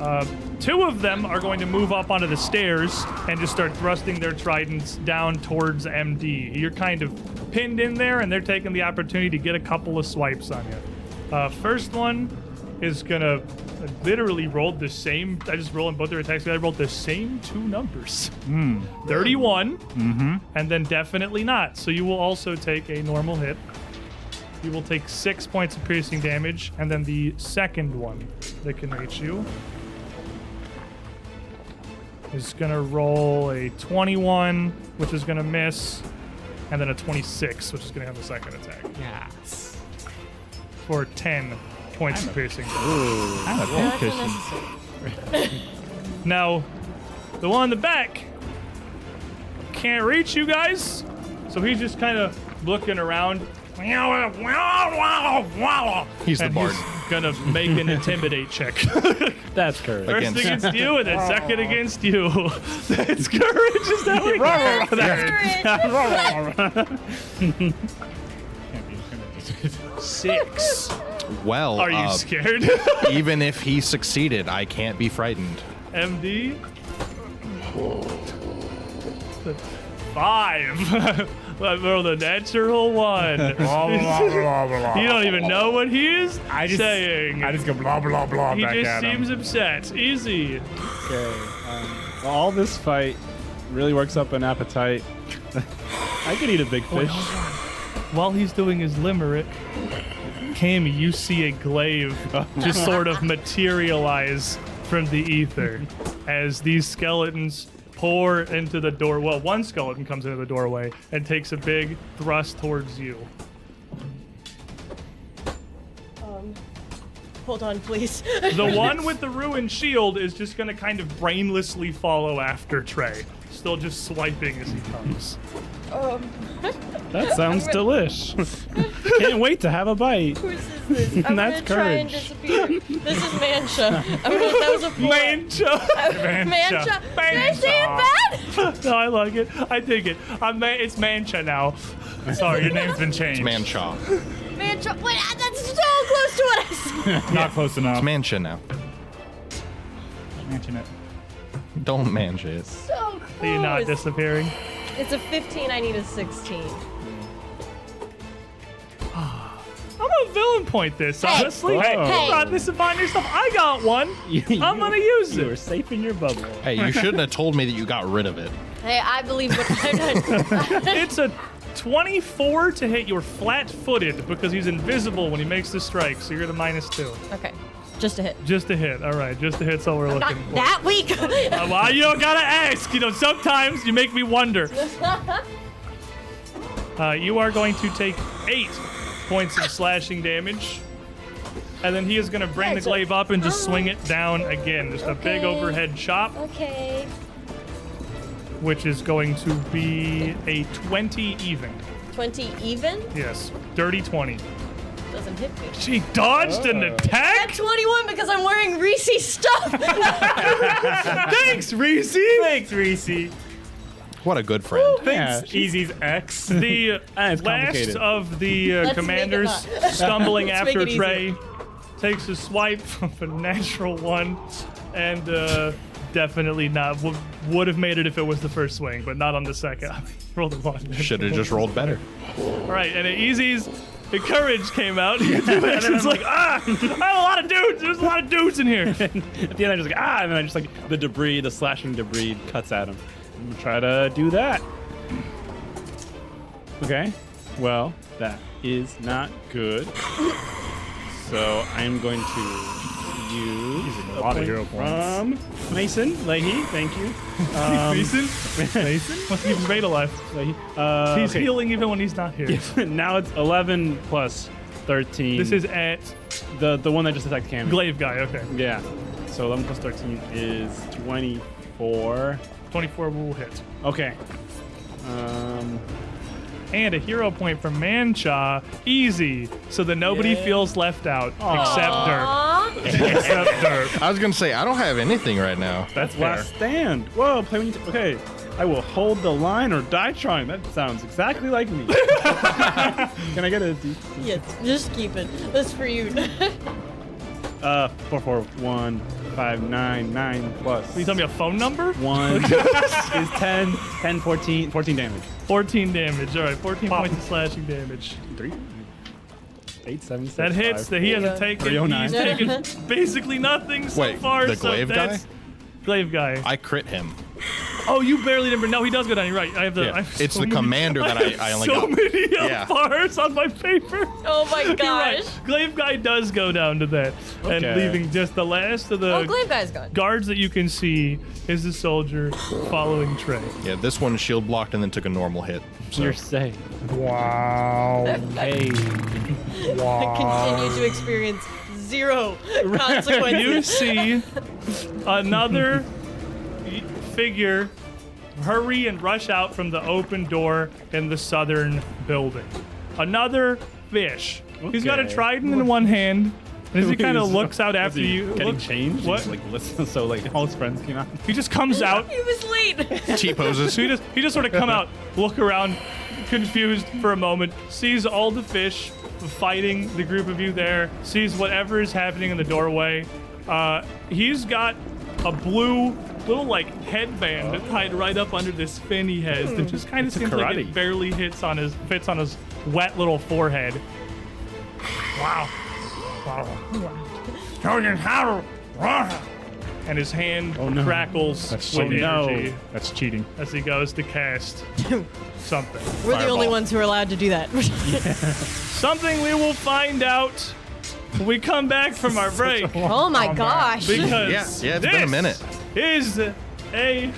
Uh, two of them are going to move up onto the stairs and just start thrusting their tridents down towards MD. You're kind of pinned in there, and they're taking the opportunity to get a couple of swipes on you. Uh, first one is going to literally roll the same. I just rolled both their attacks. I rolled the same two numbers 31, and then definitely not. So you will also take a normal hit. You will take six points of piercing damage, and then the second one that can reach you is gonna roll a 21, which is gonna miss, and then a 26, which is gonna have the second attack Yes. for 10 points of piercing. damage. I'm a pincushion. Now, the one in the back can't reach you guys, so he's just kind of looking around. He's the and bard. He's gonna make an intimidate check. First That's courage. Against- against you, and then second against you. That's courage. Is that what you Can't be intimidated. Six. Well, Are you uh, scared? even if he succeeded, I can't be frightened. MD. Five. I rolled a natural one. Oh. you don't even know what he is I just saying. I just go blah blah blah he back just at seems him. upset. Easy. Okay. Um, well, all this fight really works up an appetite. I could eat a big fish. While he's doing his limerick, Cam, you see a glaive Oh. just sort of materialize from the ether as these skeletons pour into the door. Well, one skeleton comes into the doorway and takes a big thrust towards you. Hold on, please. The one with the ruined shield is just going to kind of brainlessly follow after Trey, still just swiping as he comes. That sounds delish. Can't wait to have a bite. Whose is this? I'm That's gonna try and courage. disappear. This is Mancha. I'm gonna, that was a four. Mancha. Mancha. Mancha. in bed? no, I like it. I dig it. I'm ma- it's Mancha now. Sorry, your name's been changed. Mancha. Mancha. Wait, ah, that's so close to what I said. Not close enough. Mancha now. Mention it. Don't mancha it. So Are you not close. disappearing? it's a 15. I need a 16. I'm gonna villain point this, honestly. Hey, You hey. brought this upon yourself. I got one. I'm gonna use You were it. safe in your bubble. Hey, you shouldn't have told me that you got rid of it. Hey, I believe what I've done. It's a 24 to hit. You're flat-footed because he's invisible when he makes the strike, so you're at a minus two. okay, just a hit. Just a hit. All right, just a hit. So we're Not looking. for. that weak. Uh, well, you don't gotta ask. You know, sometimes you make me wonder. Uh, you are going to take eight points of slashing damage, and then he is going to bring the glaive up and just swing it down again. Just a big Okay. overhead chop, okay. which is going to be a 20 even. 20 even? Yes, dirty 20. Doesn't hit me. She dodged an Oh. At attack? 21 because I'm wearing Reese's stuff. Thanks, Reese! Thanks, Reese. What a good friend. Thanks. Easy's X. The uh, Ah, it's last complicated. of the uh, Let's commanders make it stumbling Let's after make it Trey takes a swipe of a natural one and uh, definitely not w- would have made it if it was the first swing, but not on the second. Roll the one. Should have just rolled better. All right, and it eases Courage came out. and then I'm like, ah, I have a lot of dudes. There's a lot of dudes in here. At the end, I just like ah, and then I just like the debris, the slashing debris cuts at him. I'm gonna try to do that. Okay, well that is not good. so I'm going to use a lot of hero from Mason Leahy. Thank you, um, Mason? Mason? Must keep his mate alive. Leahy. Uh, He's okay. healing even when he's not here. now it's 11 plus 13. This is at the the one that just attacked Cammy. Glaive guy. Okay. Yeah. So 11 plus 13 is 24. 24 will hit. Okay. Um, And a hero point for Mancha. Easy. So that nobody feels left out Aw. except Derp. except Derp. I was gonna say I don't have anything right now. that's last stand. Whoa, play when you t- okay. I will hold the line or die trying. That sounds exactly like me. Can I get a D? Yes, just keep it. That's for you. Uh, four, four, one, five, nine, nine plus. You tell me a phone number? One is 10, 10, 14, 14 damage. 14 damage. All right, 14 points of slashing damage. Three, eight, seven, six. That hits. That he hasn't oh taken. 309. He's taken basically nothing so Wait, far. the so glaive guy? that's Glaive guy. I crit him. oh, you barely remember. No, he does go down. You're right. I have the. Yeah. I have It's so the many- commander that I, I only so got. many Yeah. bars on my paper. oh my You're gosh. right. Glaive guy does go down to that, and Okay. leaving just the last of the Oh, Glaive guy's gone. guards that you can see is the soldier following Trey. Yeah, this one shield blocked and then took a normal hit. So You're safe. Continue to experience zero You consequences. see another figure hurry and rush out from the open door in the southern building. Another fish. He's got a Okay. trident in one hand. And as he kind of He's- looks out was after he you, Getting look- changed. What? He's like listen, so like all his friends came out. he just comes out he was late. T poses. So he just he just sort of come out, look around, confused for a moment, sees all the fish fighting the group of you there, sees whatever is happening in the doorway. Uh, he's got a blue little like Oh. headband tied right up under this fin he has that just kind of seems like it Hmm. karate. barely hits on his fits on his wet little forehead. Wow. Trojan Harold. And his hand Oh, no. crackles so with no. energy That's cheating. as he goes to cast something. We're the only ones who are allowed to do that. Something we will find out when we come back from our break. oh my gosh. Because Yeah, yeah, it's been a this minute. Is a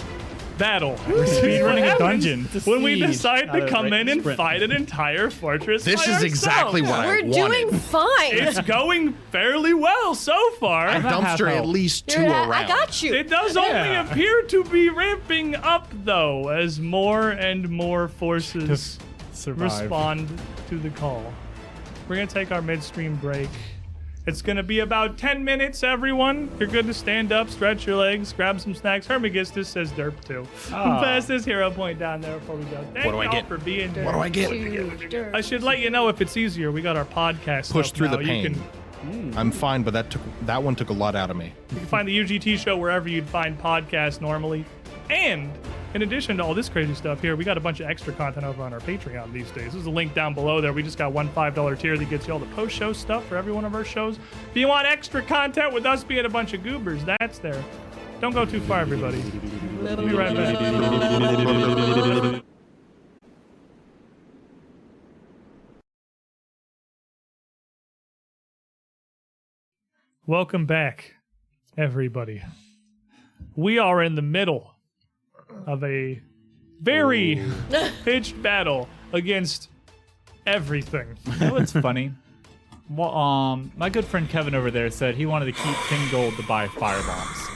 battle. Speedrunning a What happens dungeon. When we Siege. decide Uh, to come right, in and sprint. fight an entire fortress. by This is ourselves. exactly what I We're wanted. doing fine. It's going fairly well so far. Dumpster at least two Dude, I- around. I got you. It does only appear to be ramping up, though, as more and more forces respond to the call. We're going to take our midstream break. It's going to be about 10 minutes, everyone. You're good to stand up, stretch your legs, grab some snacks. Hermagistus says derp too. Pass this hero point down there before we go. Thank What do I y'all get? for being there. What do I get? I should let you know if it's easier. We got our podcast. Push up through now. the You pain. can- I'm fine, but that took that one took a lot out of me. You can find the UGT show wherever you'd find podcasts normally. And in addition to all this crazy stuff here, we got a bunch of extra content over on our Patreon these days. There's a link down below there. We just got one $5 tier that gets you all the post show stuff for every one of our shows. If you want extra content with us being a bunch of goobers, that's there. Don't go too far, everybody. We'll be right back. Welcome back, everybody. We are in the middle of a very pitched battle against everything. You know what's funny? Well, um, my good friend Kevin over there said he wanted to keep King Gold to buy firebombs.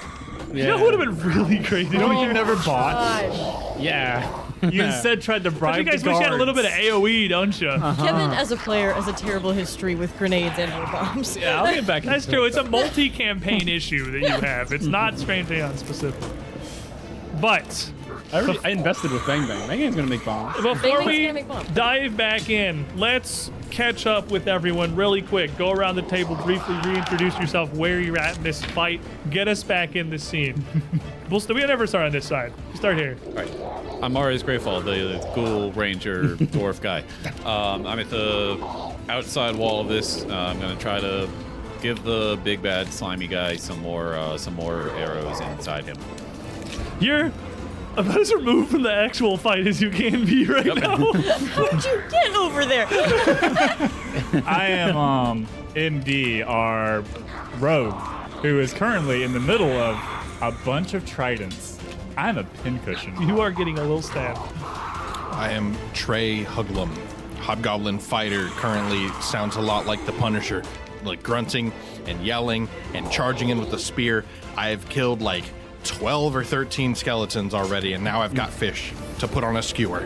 That would have been really crazy. You know what you never bought? Gosh. Yeah. You instead tried to bribe you guys the wish you had a little bit guards. of AOE, don't you? Kevin, as a player, has a terrible history with grenades and hand bombs. Yeah, I'll get back. That's into true. It. It's a multi-campaign issue that you have. It's not Strange Aeon specific. But I, already, I invested with Bang Bang. Bang Bang's gonna make bombs. before Bang Bang's we gonna make bombs. dive back in, let's catch up with everyone really quick. Go around the table, briefly reintroduce yourself, where you're at in this fight, get us back in the scene. we'll st- we never start on this side. We start here. I'm Marius Greyfall, the, the ghoul ranger dwarf guy. Um, I'm at the outside wall of this, uh, I'm gonna try to give the big bad slimy guy some more uh, some more arrows inside him. You're about as removed from the actual fight as you can be right now. How'd you get over there? I am um, MD, our rogue, who is currently in the middle of a bunch of tridents. I'm a pincushion. you are getting a little stabbed. I am Trey Huglum, hobgoblin fighter. Currently, sounds a lot like the Punisher, like grunting and yelling and charging in with the spear. I have killed like twelve or thirteen skeletons already, and now I've got fish to put on a skewer.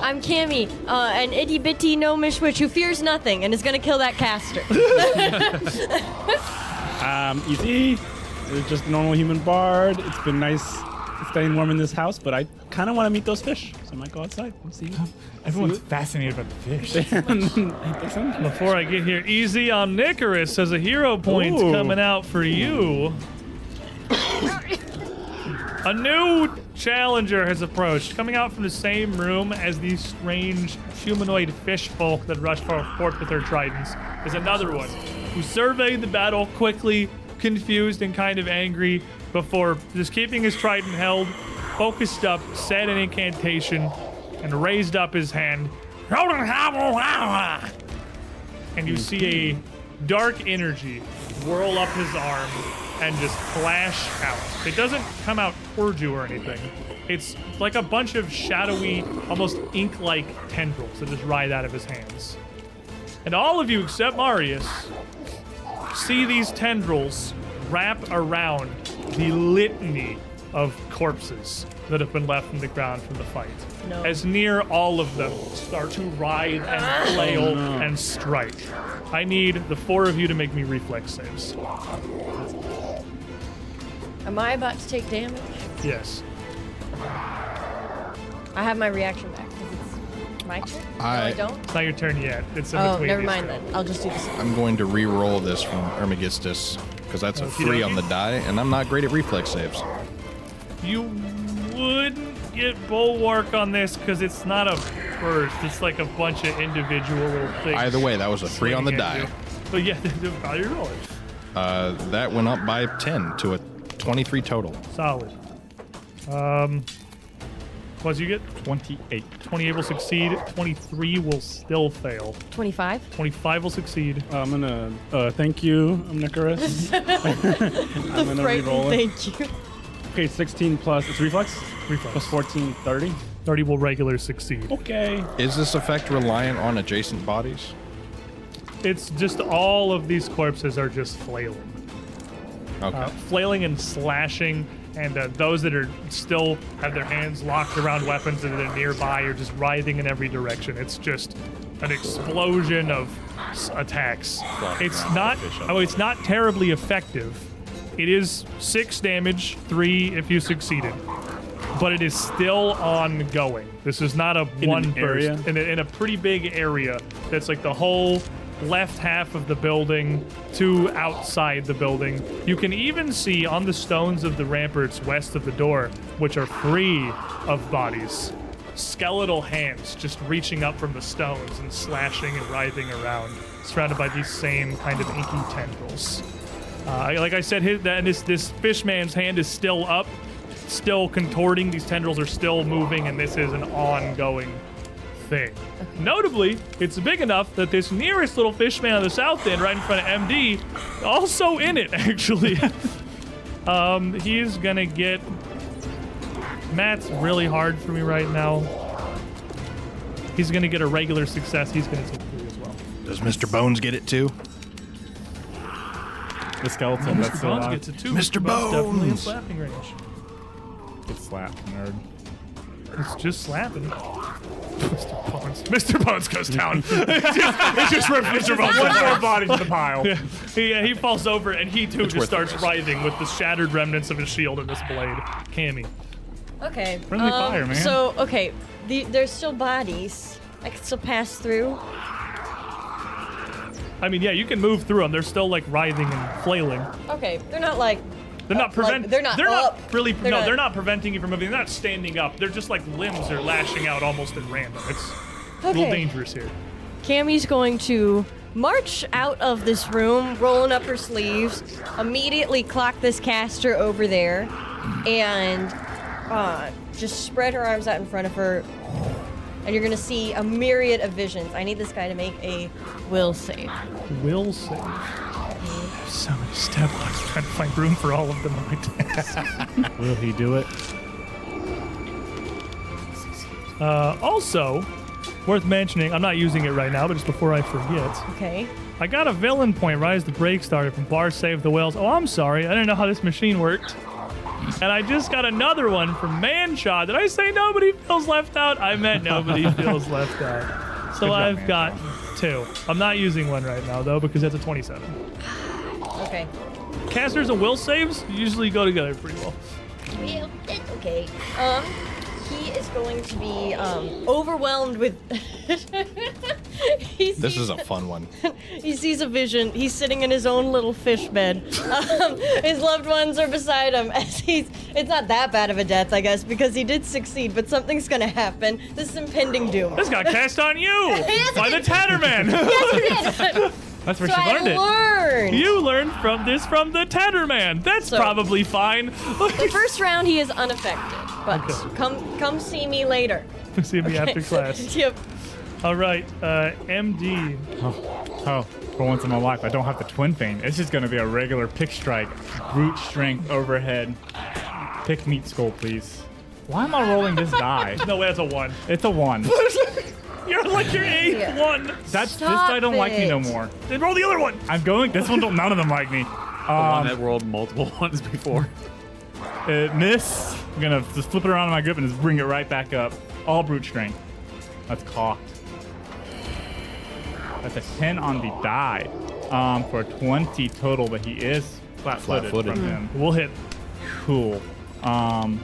I'm Cammy, uh, an itty bitty gnomish witch who fears nothing and is gonna kill that caster. Um, easy. It's just a normal human bard. It's been nice staying warm in this house, but I kind of want to meet those fish, so I might go outside and see. Everyone's fascinated about the fish. Before I get here, easy on Nicarus as a hero point's Ooh. coming out for you. a new challenger has approached, coming out from the same room as the strange humanoid fish folk that rushed for- forth with their tridents. Is another one who surveyed the battle quickly, confused, and kind of angry before just keeping his trident held, focused up, said an incantation, and raised up his hand. and you see a dark energy whirl up his arm and just flash out. It doesn't come out towards you or anything. It's like a bunch of shadowy, almost ink-like tendrils that just writhe out of his hands. And all of you except Marius see these tendrils wrap around the litany of corpses that have been left in the ground from the fight. As near all of them start to writhe Ah. and flail Oh, and strike. I need the four of you to make me reflex saves. Am I about to take damage? Yes. I have my reaction back. 'cause it's My turn? no, I I- don't. It's not your turn yet. It's in Oh, between. never these mind two. then. I'll just do this. I'm going to re-roll this from Ermegistus because that's a Okey three dokey. on the die, and I'm not great at reflex saves. You wouldn't get bulwark on this because it's not a burst. It's like a bunch of individual little things. Either way, that was a three on the swinging at die. you. But yeah, Oh, they're probably rolling. Uh, that went up by ten to a twenty-three total. Solid. Um, what you get? 28. 28 will succeed. 23 will still fail. 25? 25 will succeed. I'm gonna uh, thank you, I'm Nicarus. I'm gonna re-roll it. Thank you. Okay, 16 plus it's reflex. Reflex plus 14, 30. 30 will regular succeed. Okay. Is this effect reliant on adjacent bodies? It's just all of these corpses are just flailing. Okay. Uh, flailing and slashing, and uh, those that are still have their hands locked around weapons that are nearby are just writhing in every direction. It's just an explosion of s- attacks. It's not. Oh, it's not terribly effective. It is six damage, three if you succeeded, but it is still ongoing. This is not a one burst area? in a, in a pretty big area that's like the whole left half of the building to outside the building. You can even see on the stones of the ramparts west of the door, which are free of bodies, skeletal hands just reaching up from the stones and slashing and writhing around, surrounded by these same kind of inky tendrils. Uh, like I said, his, that, this this fish man's hand is still up, still contorting. These tendrils are still moving, and this is an ongoing thing. Notably, it's big enough that this nearest little fish man on the south end, right in front of MD, also in it actually. um, he's gonna get. Matt's really hard for me right now. He's gonna get a regular success. He's gonna take three as well. Does Mr. Bones get it too? The skeleton that's still Bones alive. gets a two. Mr. definitely in Bones. slapping range. It's slapped, nerd. It's just slapping. Mr. Bones. Mr. Bones goes down. it's just, it's just ripped Mr. Bones. One more body to the pile. He, yeah, he falls over and he too just worth the starts risk. writhing with the shattered remnants of his shield and his blade. Cammy. Okay. um, Friendly fire, man. So, okay, the, there's still bodies. I can still pass through. I mean, yeah, you can move through them. They're still like writhing and flailing. Okay, they're not like. They're not Up, like, preventing. they're not They're up. not really. They're no, not- they're not preventing you from moving. They're not standing up. They're just like limbs are lashing out almost at random. It's a Okay. little dangerous here. Cammy's going to march out of this room, rolling up her sleeves, immediately clock this caster over there, and uh, just spread her arms out in front of her. And you're gonna see a myriad of visions. I need this guy to make a will save. Will save. So many stat blocks trying to find room for all of them on my desk. Will he do it? Uh, also, worth mentioning, I'm not using it right now, but just before I forget, Okay. I got a villain point rise the break starter from Bar Save the Whales. Oh, I'm sorry, I didn't know how this machine worked. And I just got another one from Manshot. Did I say nobody feels left out? I meant nobody feels left out. So I've got two. I'm not using one right now though because that's a 27. Okay. Casters and will saves usually go together pretty well. Yeah, it's okay. Um, he is going to be um, overwhelmed with. He This sees- is a fun one. He sees a vision. He's sitting in his own little fish bed. Um, his loved ones are beside him. As he's, it's not that bad of a death, I guess, because he did succeed. But something's gonna happen. This is impending doom. This got cast on you Yes, by the it- Tatterman. Yes, it is. That's where so she I learned it. learned. You learned from this from the Tatterman. That's So- probably fine. The first round, he is unaffected. But come, come see me later. See me after class. Yep. All right, uh, MD. Oh, for once in my life, I don't have the twin thing. It's just gonna be a regular pick strike, brute strength overhead. Pick meat skull, please. Why am I rolling this die? No way, that's a one. It's a one. You're like your eighth Yeah. one. That's this Stop die don't like me no it. more. Then roll the other one. I'm going. This one don't. None of them like me. one Um, that rolled multiple ones before. it miss. Uh, I'm gonna just flip it around in my grip and just bring it right back up. All brute strength. That's cocked. That's a ten on the die. Um, for a twenty total, but he is flat-footed, Flat-footed. from him. We'll hit. Cool. Um,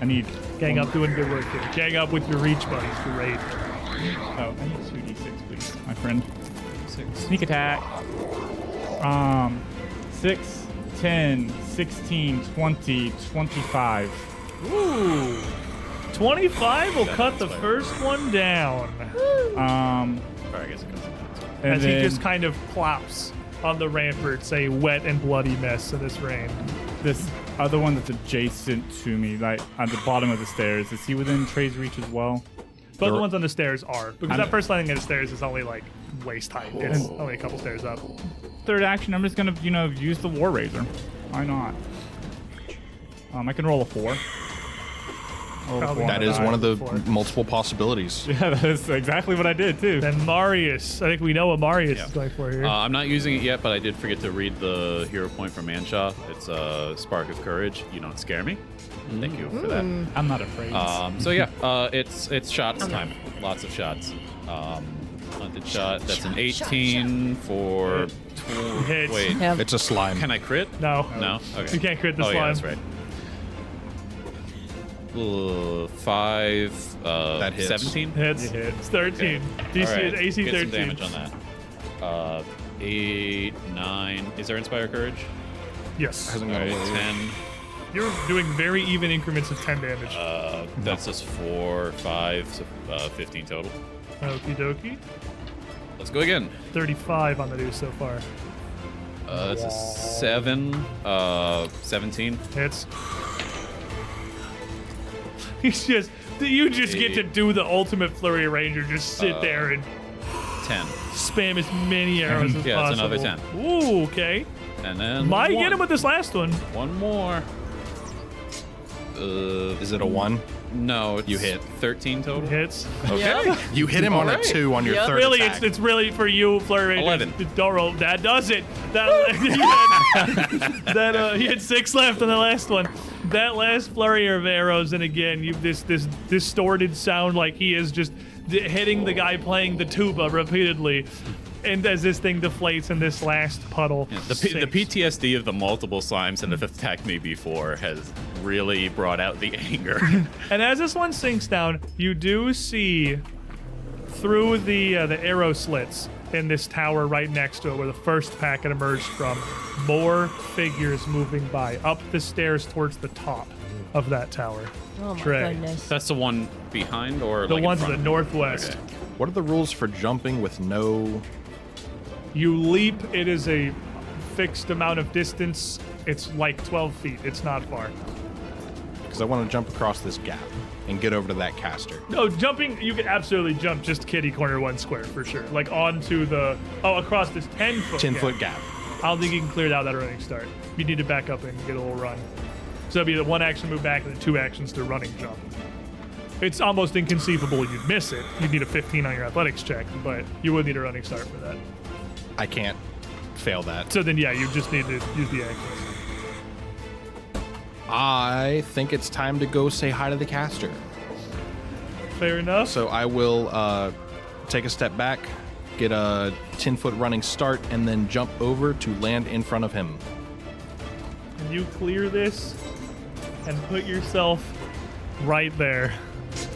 I need Gang up, doing good work here. Gang up with your reach buddies for raid. Oh, I need two d six, please, my friend. Sneak attack. Um, 6, 10, 16, 20, 25. Ooh. 25 will cut the first one down. Um, Sorry, I guess it goes. and as then, he just kind of plops on the ramparts, a wet and bloody mess in this rain. this other one that's adjacent to me, like at the bottom of the stairs. Is he within Trey's reach as well? Both the There- ones on the stairs are, because I'm- that first landing on the stairs is only like waist height. It's Oh. only a couple stairs up. Third action, I'm just gonna, you know, use the War Razor. Why not? Um, I can roll a four. Roll a Probably four on That the is die. one of the Before. multiple possibilities. Yeah, Oh, that is exactly what I did too. Then Marius. I think we know what Marius is going for here. Uh, I'm not using it yet, but I did forget to read the hero point from Anshaw. It's a uh, spark of courage. You don't scare me. Thank you for that. I'm not afraid. Um, so yeah, uh, it's it's shots time. Lots of shots. Um, hunted shot. That's an 18 shot, for. tw- Hits. Wait, Yep. It's a slime. can I crit? no. No. Okay. You can't crit this oh, yeah, line. that's right. Uh, five. Uh, That hits. 17. Hits. It's 13. DC All right, AC get 13. some damage on that. Uh, eight, nine. Is there inspire courage? Yes. Hasn't All got right, a little- ten. You're doing very even increments of 10 damage. Uh, that's just four, five, so, uh, 15 total. Okie dokie. Let's go again. 35 on the do so far. Uh, that's a seven, uh, 17. Hits. He's just. You just get to do the ultimate flurry ranger. Just Uh, sit there and 10. spam as many arrows as Yeah, it's possible. another Ooh, okay. And then Might one. get him with this last one. one more. Uh, Is it a one? no, it's You hit. 13 total. Hits. Okay. Yep. You hit him on Alright. a two on your Yep. third Really, attack. it's it's really for you, flurry. Eleven. Don't roll. That does it. That he had, that uh, he had six left on the last one. That last flurry of arrows, and again, you this this distorted sound like he is just d- hitting the guy playing the tuba repeatedly. And as this thing deflates in this last puddle, The, P- the sinks. PTSD of the multiple slimes that have attacked me before has really brought out the anger. And as this one sinks down, you do see through the uh, the arrow slits in this tower right next to it, where the first packet emerged from, more figures moving by up the stairs towards the top. of that tower. Oh my Trey. goodness. That's the one behind or The like one in to the front? northwest. Okay. What are the rules for jumping with no? You leap, it is a fixed amount of distance. It's like 12 feet. It's not far. Because I want to jump across this gap and get over to that caster. No, jumping, you can absolutely jump just kitty corner one square for sure. Like onto the, oh, across this 10 foot. Ten gap. foot gap. I don't think you can clear it out that running start. You need to back up and get a little run. So it'd be the one action move back and the two actions to running jump. It's almost inconceivable you'd miss it. You'd need a 15 on your athletics check, but you would need a running start for that. I can't fail that. So then, yeah, you just need to use the actions. I think it's time to go say hi to the caster. Fair enough. So I will uh, take a step back, get a ten foot running start, and then jump over to land in front of him. And you clear this and put yourself right there.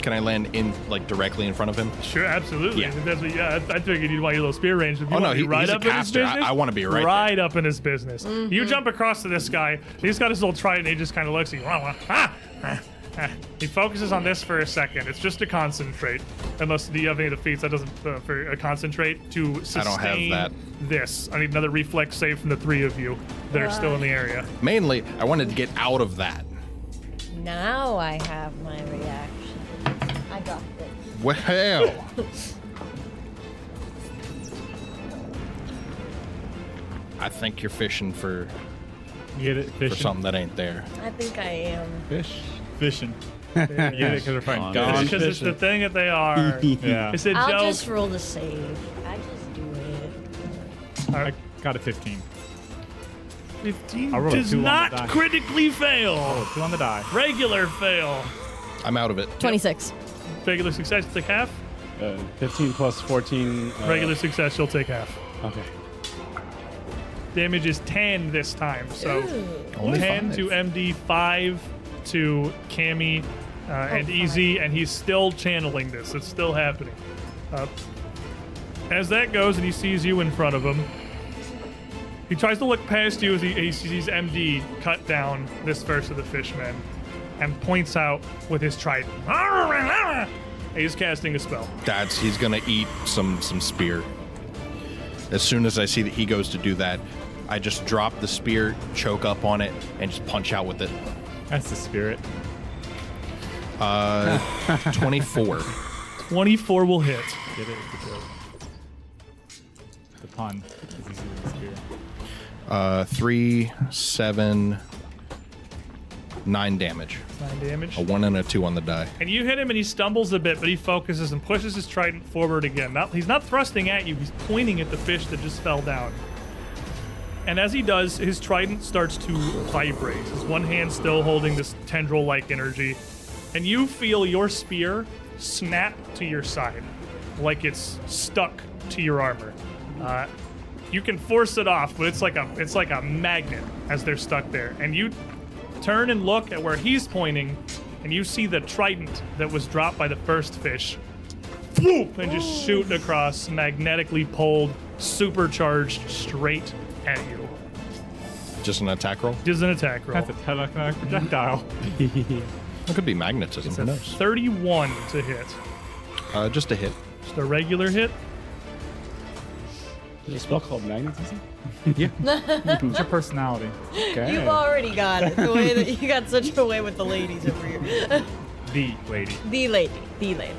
Can I land in like directly in front of him? Sure, absolutely. Yeah. If That's what, yeah, I, I figured you'd want your little spear range. If you Oh, want no, to be he- right he's a up in his caster. I- business, I wanna be right there. up in his business. You jump across to this guy. He's got his little trident. He just kind of looks at you. Wah, wah, ah, ah, ah. He focuses on this for a second. It's just to concentrate. Unless do you have any of the feats that doesn't uh, for a concentrate to sustain have that. this. I need another reflex save from the three of you that are still in the area. Mainly, I wanted to get out of that. Now I have my reaction. I got this. Well, I think you're fishing for, You get it? for Fishing. something that ain't there. I think I am. Fish. Fishing. you get it? Because we're fighting. Gone fish. It's just it's the thing that they are. Yeah. It's a I'll joke. just roll the save. I just do it. I got a 15. 15 I rolled a does two on the die. not critically fail. Oh, two on the die. Regular fail. I'm out of it. 26. Regular success, take half. Uh, 15 plus 14. Uh, Regular success, you'll take half. Okay. Damage is 10 this time, so Only 10 five. to MD, 5 to Cammy uh, and Easy, and he's still channeling this. It's still happening. Uh, as that goes, and he sees you in front of him, he tries to look past you as he, he sees MD cut down this first of the fishmen and points out with his trident. He's casting a spell. That's he's gonna eat some some spear. As soon as I see that he goes to do that, I just drop the spear, choke up on it, and just punch out with it. That's the spirit. Uh, 24. 24 will hit. Get it? It's a joke. The pun. is easier than the spirit. Uh, three, seven, nine damage. 9 damage. A one and a two on the die. And you hit him, and he stumbles a bit, but he focuses and pushes his trident forward again. Not, he's not thrusting at you; he's pointing at the fish that just fell down. And as he does, his trident starts to vibrate. His one hand still holding this tendril-like energy, and you feel your spear snap to your side, like it's stuck to your armor. Uh, you can force it off, but it's like a it's like a magnet as they're stuck there. And you turn and look at where he's pointing, and you see the trident that was dropped by the first fish. Whoop! And just shoot across, magnetically pulled, supercharged straight at you. Just an attack roll? Just an attack roll. That's a telekinetic projectile. It could be magnetism. Who knows? 31 to hit. Uh, just a hit. Just a regular hit. There's a spell called magnetism? It's your personality. Okay. You've already got it. The way that you got such a way with the ladies over here. The lady. the lady. The lady.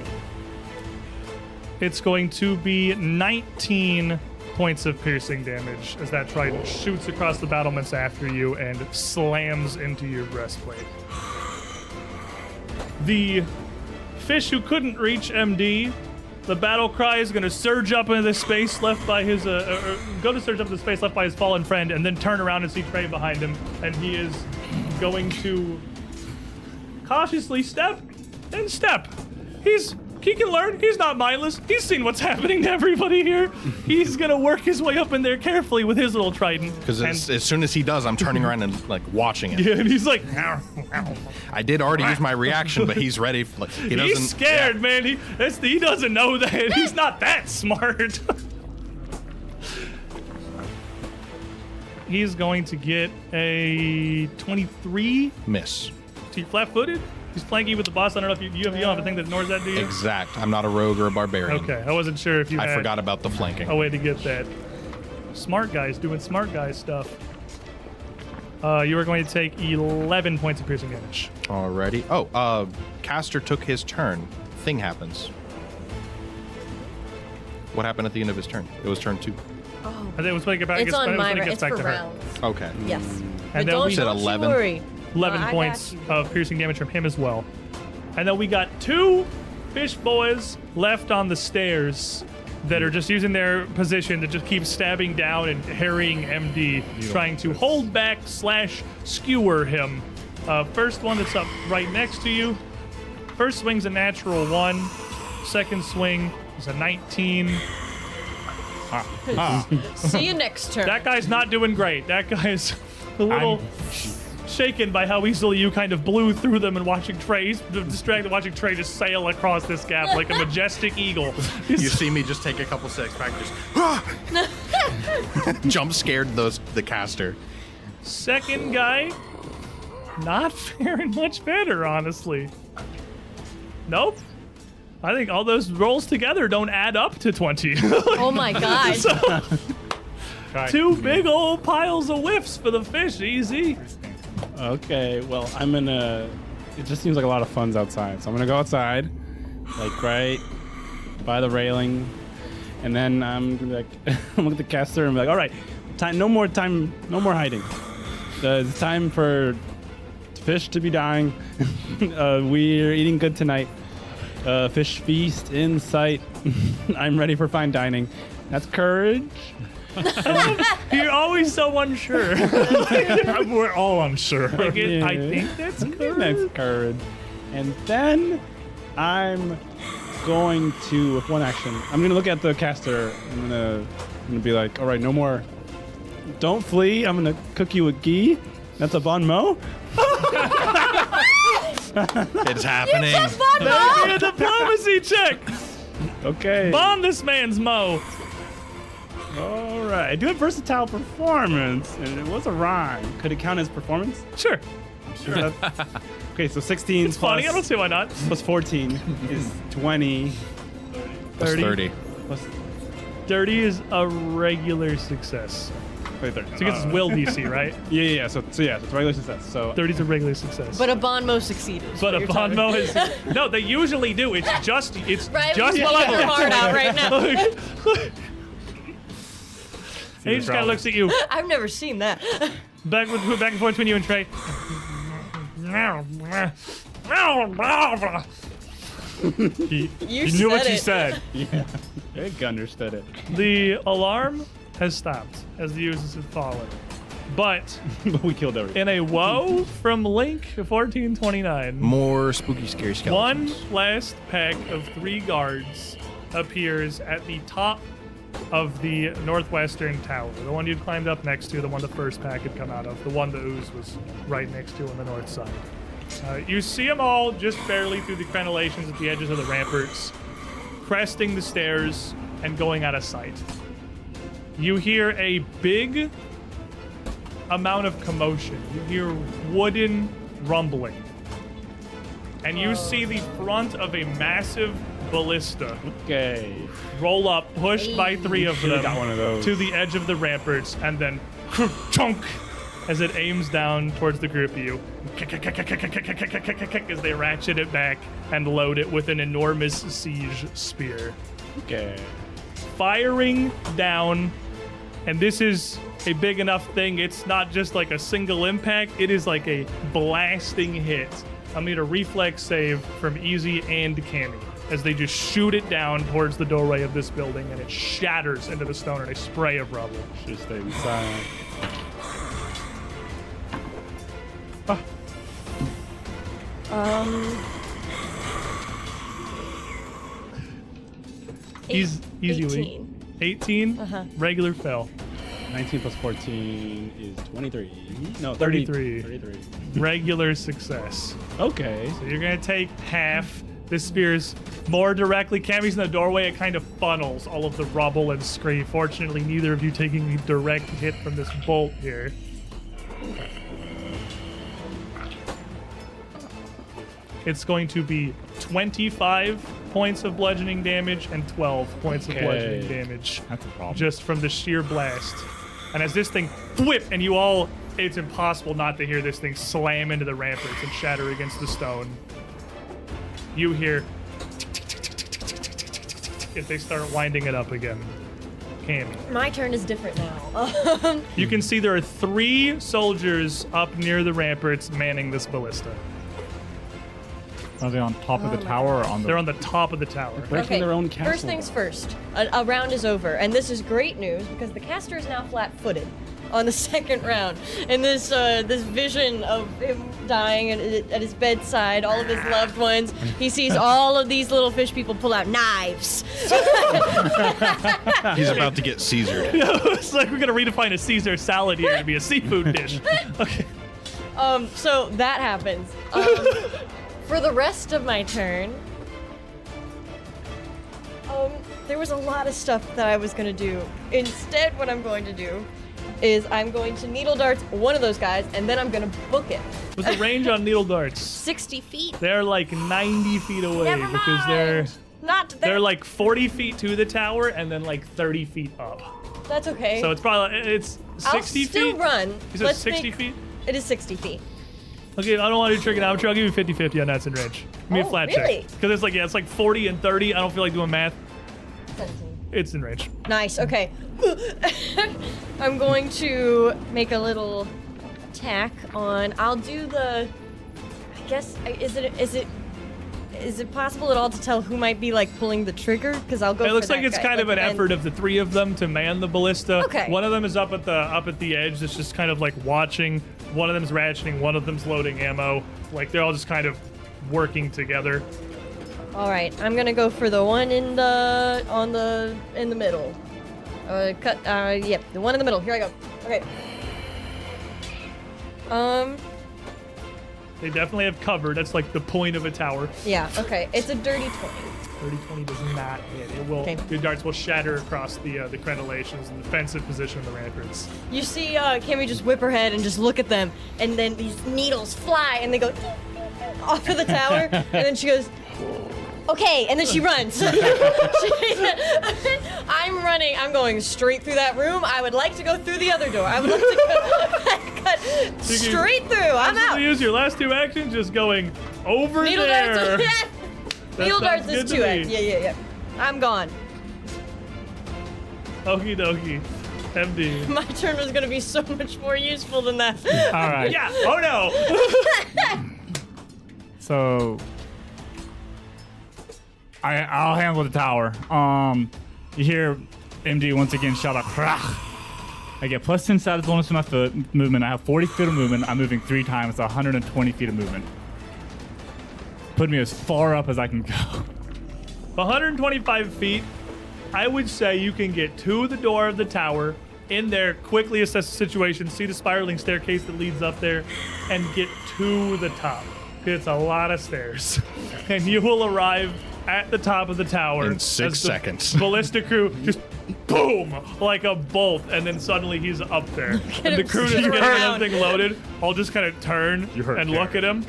It's going to be 19 points of piercing damage as that trident shoots across the battlements after you and slams into your breastplate. The fish who couldn't reach MD, the battle cry is going to surge up into the space left by his, uh, uh, uh, go to surge up into the space left by his fallen friend, and then turn around and see Trey behind him, and he is going to cautiously step and step. He's he can learn. He's not mindless. He's seen what's happening to everybody here. He's gonna work his way up in there carefully with his little trident. Because and, as, as soon as he does, I'm turning around and like watching it. and he's like, I did already use my reaction, but he's ready. f- Like, he doesn't. he's scared, yeah. man. He that's he doesn't know that. He's not that smart. he's going to get a twenty-three Miss. He's flat-footed. He's flanky with the boss. I don't know if you, you have you don't have a thing that ignores that, do you? Exact. I'm not a rogue or a barbarian. Okay, I wasn't sure if you. I had forgot about the flanking. a way to get that. Smart guys doing smart guy stuff. Uh, you are going to take 11 points of piercing damage. Alrighty. Oh, uh, Caster took his turn. Thing happens. What happened at the end of his turn? It was turn two. I think it was when it gets back, It's it on gets, my when it round. gets It's back for to her. rounds. Okay. Yes. then but don't, we- Said don't you 11. worry. 11 Uh, I got points you. of piercing damage from him as well. And then we got two fish boys left on the stairs that are just using their position to just keep stabbing down and harrying MD, trying to hold back slash skewer him. Uh, first one that's up right next to you. First swing's a natural one. Second swing is a 19. See you next turn. That guy's not doing great. That guy is a little shaken by how easily you kind of blew through them and watching Trey, he's distracted watching Trey just sail across this gap like a majestic eagle. You see me just take a couple seconds back, just jump scared those the caster. Second guy, not faring much better, honestly. Nope. I think all those rolls together don't add up to 20. oh my god. Two big old piles of whiffs for the fish, easy. Okay, well, I'm gonna. It just seems like a lot of fun's outside, so I'm gonna go outside, like right by the railing, and then I'm gonna be like, I'm look at the caster and be like, all right, time, no more time, no more hiding. Uh, it's time for fish to be dying. uh, we're eating good tonight. Uh, fish feast in sight. I'm ready for fine dining. That's courage. You're always so unsure. We're all unsure. Like it- I Yeah. think that's good. That's courage. And then I'm going to with one action. I'm gonna look at the caster. I'm gonna I'm gonna be like, all right, no more. Don't flee. I'm gonna cook you a ghee. That's a bon mot. It's happening. Fun mom. Be a diplomacy check. Okay. Bomb this man's mo. all right. I do a versatile performance, and it was a rhyme. Could it count as performance? Sure. Sure. okay, so 16 It's funny. I don't see why not. plus 14 is 20. That's 30. Plus, Dirty is a regular success. wait, 30. So I guess Uh, it's will DC, right? Yeah, yeah, yeah. So, so yeah, so it's regular success. So 30's a regular success. But a Bonmo succeeded. is but what a you're telling me. Bonmo is no. They usually do. It's just it's Right? just Just like level. your heart out right now. he just kind of looks at you I've never seen that. back with back and forth between you and Trey. You You knew said what it. you said. Big understood it. The alarm has stopped as the users have fallen, but but we killed everything. in a woe from Link 1429. More spooky, scary skeletons. One last pack of three guards appears at the top of the northwestern tower. The one you'd climbed up next to, the one the first pack had come out of, the one the ooze was right next to on the north side. Uh, you see them all just barely through the crenellations at the edges of the ramparts, cresting the stairs and going out of sight. You hear a big amount of commotion. You hear wooden rumbling and you see the front of a massive ballista Okay. roll up, pushed by three of them got one of those. to the edge of the ramparts, and then chunk as it aims down towards the group of you. As they ratchet it back and load it with an enormous siege spear Okay. firing down. And this is a big enough thing. It's not just like a single impact, it is like a blasting hit. I'll need a reflex save from Easy and Cammy as they just shoot it down towards the doorway of this building and it shatters into the stone in a spray of rubble. Should have stayed silent. Eas- easily. 18. 18? Regular fail. 19 plus 14 is 23. No, 33. 33. Regular success. Okay. So you're gonna take half. This spear's more directly. Cammy's in the doorway. It kind of funnels all of the rubble and scree. Fortunately, neither of you taking a direct hit from this bolt here. It's going to be 25 points of bludgeoning damage and 12 points of bludgeoning damage That's a problem. just from the sheer blast. And as this thing whip, and you all, it's impossible not to hear this thing slam into the ramparts and shatter against the stone. You hear if they start winding it up again. Cammy. My turn is different now. Um, You can see there are three soldiers up near the ramparts manning this ballista. Are they on top of the tower or on the? They're on the top of the tower. Breaking okay, their own first castle. things first. A, a round is over, and this is great news because the caster is now flat-footed on the second round. And this uh, this vision of him dying at, at his bedside, all of his loved ones, he sees all of these little fish people pull out knives. He's about to get Caesared. it's like we're gonna redefine a Caesar salad here to be a seafood dish. Okay. Um, so that happens. Um, for the rest of my turn, um, there was a lot of stuff that I was gonna do. Instead, what I'm going to do is I'm going to needle darts one of those guys, and then I'm gonna book it. With the range on needle darts, 60 feet. they're like 90 feet away Never mind. because they're not there. they're like 40 feet to the tower and then like 30 feet up. that's okay. So it's probably it's 60 I'll still feet. run. Is it Let's 60 make- feet? It is 60 feet. Okay, I don't want to do trigonometry. I'll give you 50 50 on that's in range. Give me a Oh, flat really? check. Because it's like, yeah, it's like 40 and 30. I don't feel like doing math. 17. It's in range. Nice. Okay. I'm going to make a little attack on. I'll do the. I guess I- is it is it is it possible at all to tell who might be like pulling the trigger? Because I'll go. It for looks that like it's guy, kind of an like, man- effort of the three of them to man the ballista. Okay. One of them is up at the up at the edge. That's just kind of like watching. One of them's ratcheting. One of them's loading ammo. Like they're all just kind of working together. All right. I'm gonna go for the one in the on the in the middle. Uh, cut. Uh, yep. The one in the middle. Here I go. Okay. Um. They definitely have cover. That's like the point of a tower. Yeah. Okay. It's a dirty twenty. 30 20 does not hit. It will. Okay. The darts will shatter across the uh, the crenellations and defensive position of the ramparts. You see uh, Cammy just whip her head and just look at them, and then these needles fly and they go off of the tower, and then she goes, okay, and then she runs. She- I'm running, I'm going straight through that room. I would like to go through the other door. I would like to go cut straight through. I'm You out. use your last two actions just going over Needle there. darts, needle darts sounds good is to two X. me. Yeah, yeah, yeah. I'm gone. Okie dokie. MD. My turn was gonna be so much more useful than that. All right. Yeah. Oh no. So I I'll handle the tower. Um you hear MD once again shout out "Krach." I get plus 10 status bonus to my foot movement. I have 40 feet of movement. I'm moving three times, 120 feet of movement. Put me as far up as I can go. 125 feet. I would say you can get to the door of the tower, in there, quickly assess the situation, see the spiraling staircase that leads up there, and get to the top. It's a lot of stairs. And you will arrive at the top of the tower In six as the seconds. Ballista crew just boom like a bolt, and then suddenly he's up there. and the him crew that's sitting getting around. everything loaded, all just kind of turn You heard and look at him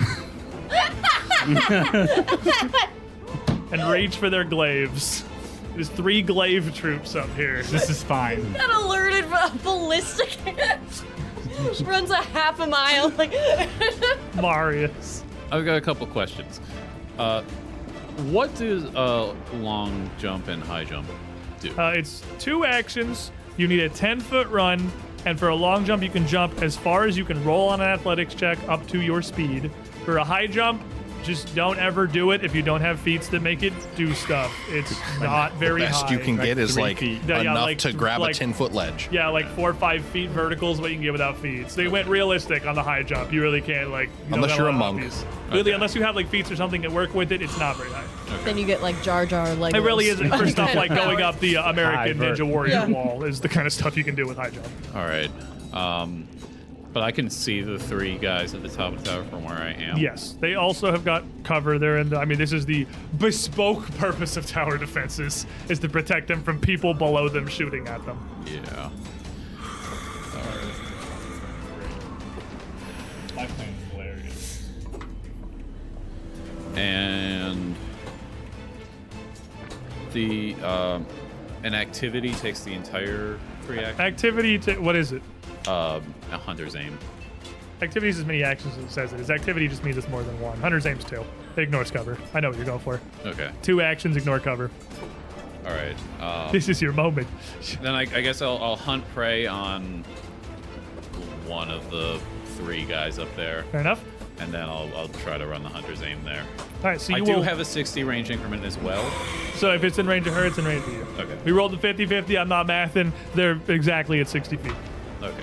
and rage for their glaives. There's three glaive troops up here. This is fine. got alerted by a ballistic. Runs a half a mile. Like Marius. I've got a couple questions. Uh, what does uh, long jump and high jump do? Uh, it's two actions. You need a 10 foot run, and for a long jump, you can jump as far as you can roll on an athletics check up to your speed. For a high jump, just don't ever do it if you don't have feats that make it do stuff. It's not very Best high. you can get is three like feet. Yeah, enough yeah, like- to grab like- a ten foot ledge. Yeah, like four or five feet verticals, what you can get without feats. They went realistic on the high jump. You really can't like. you don't Unless got you're a lot of monk. feats. Really, unless you have like feats or something that work with it, it's not very high. then you get like Jar Jar like. It really isn't for stuff like going up the uh, American High vert. Ninja Warrior Yeah. wall is the kind of stuff you can do with high jump. All right. Um, but I can see the three guys at the top of the tower from where I am. Yes, they also have got cover. They're in. The, I mean, this is the bespoke purpose of tower defenses is to protect them from people below them shooting at them. Yeah. My plan is hilarious. and the um, an activity takes the entire free action. Activity. T- what is it? Um, a hunter's aim. Activity is as many actions as it says it is. Activity just means it's more than one. Hunter's aim's two. It ignores cover. I know what you're going for. Okay. Two actions, ignore cover. All right. Um, This is your moment. then I, I guess I'll, I'll hunt prey on one of the three guys up there, Fair enough. and then I'll, I'll try to run the hunter's aim there. All right, so I you do will. have a 60 range increment as well. so if it's in range of her, it's in range of you. Okay. We rolled the 50 50. I'm not mathing. They're exactly at 60 feet. Okay.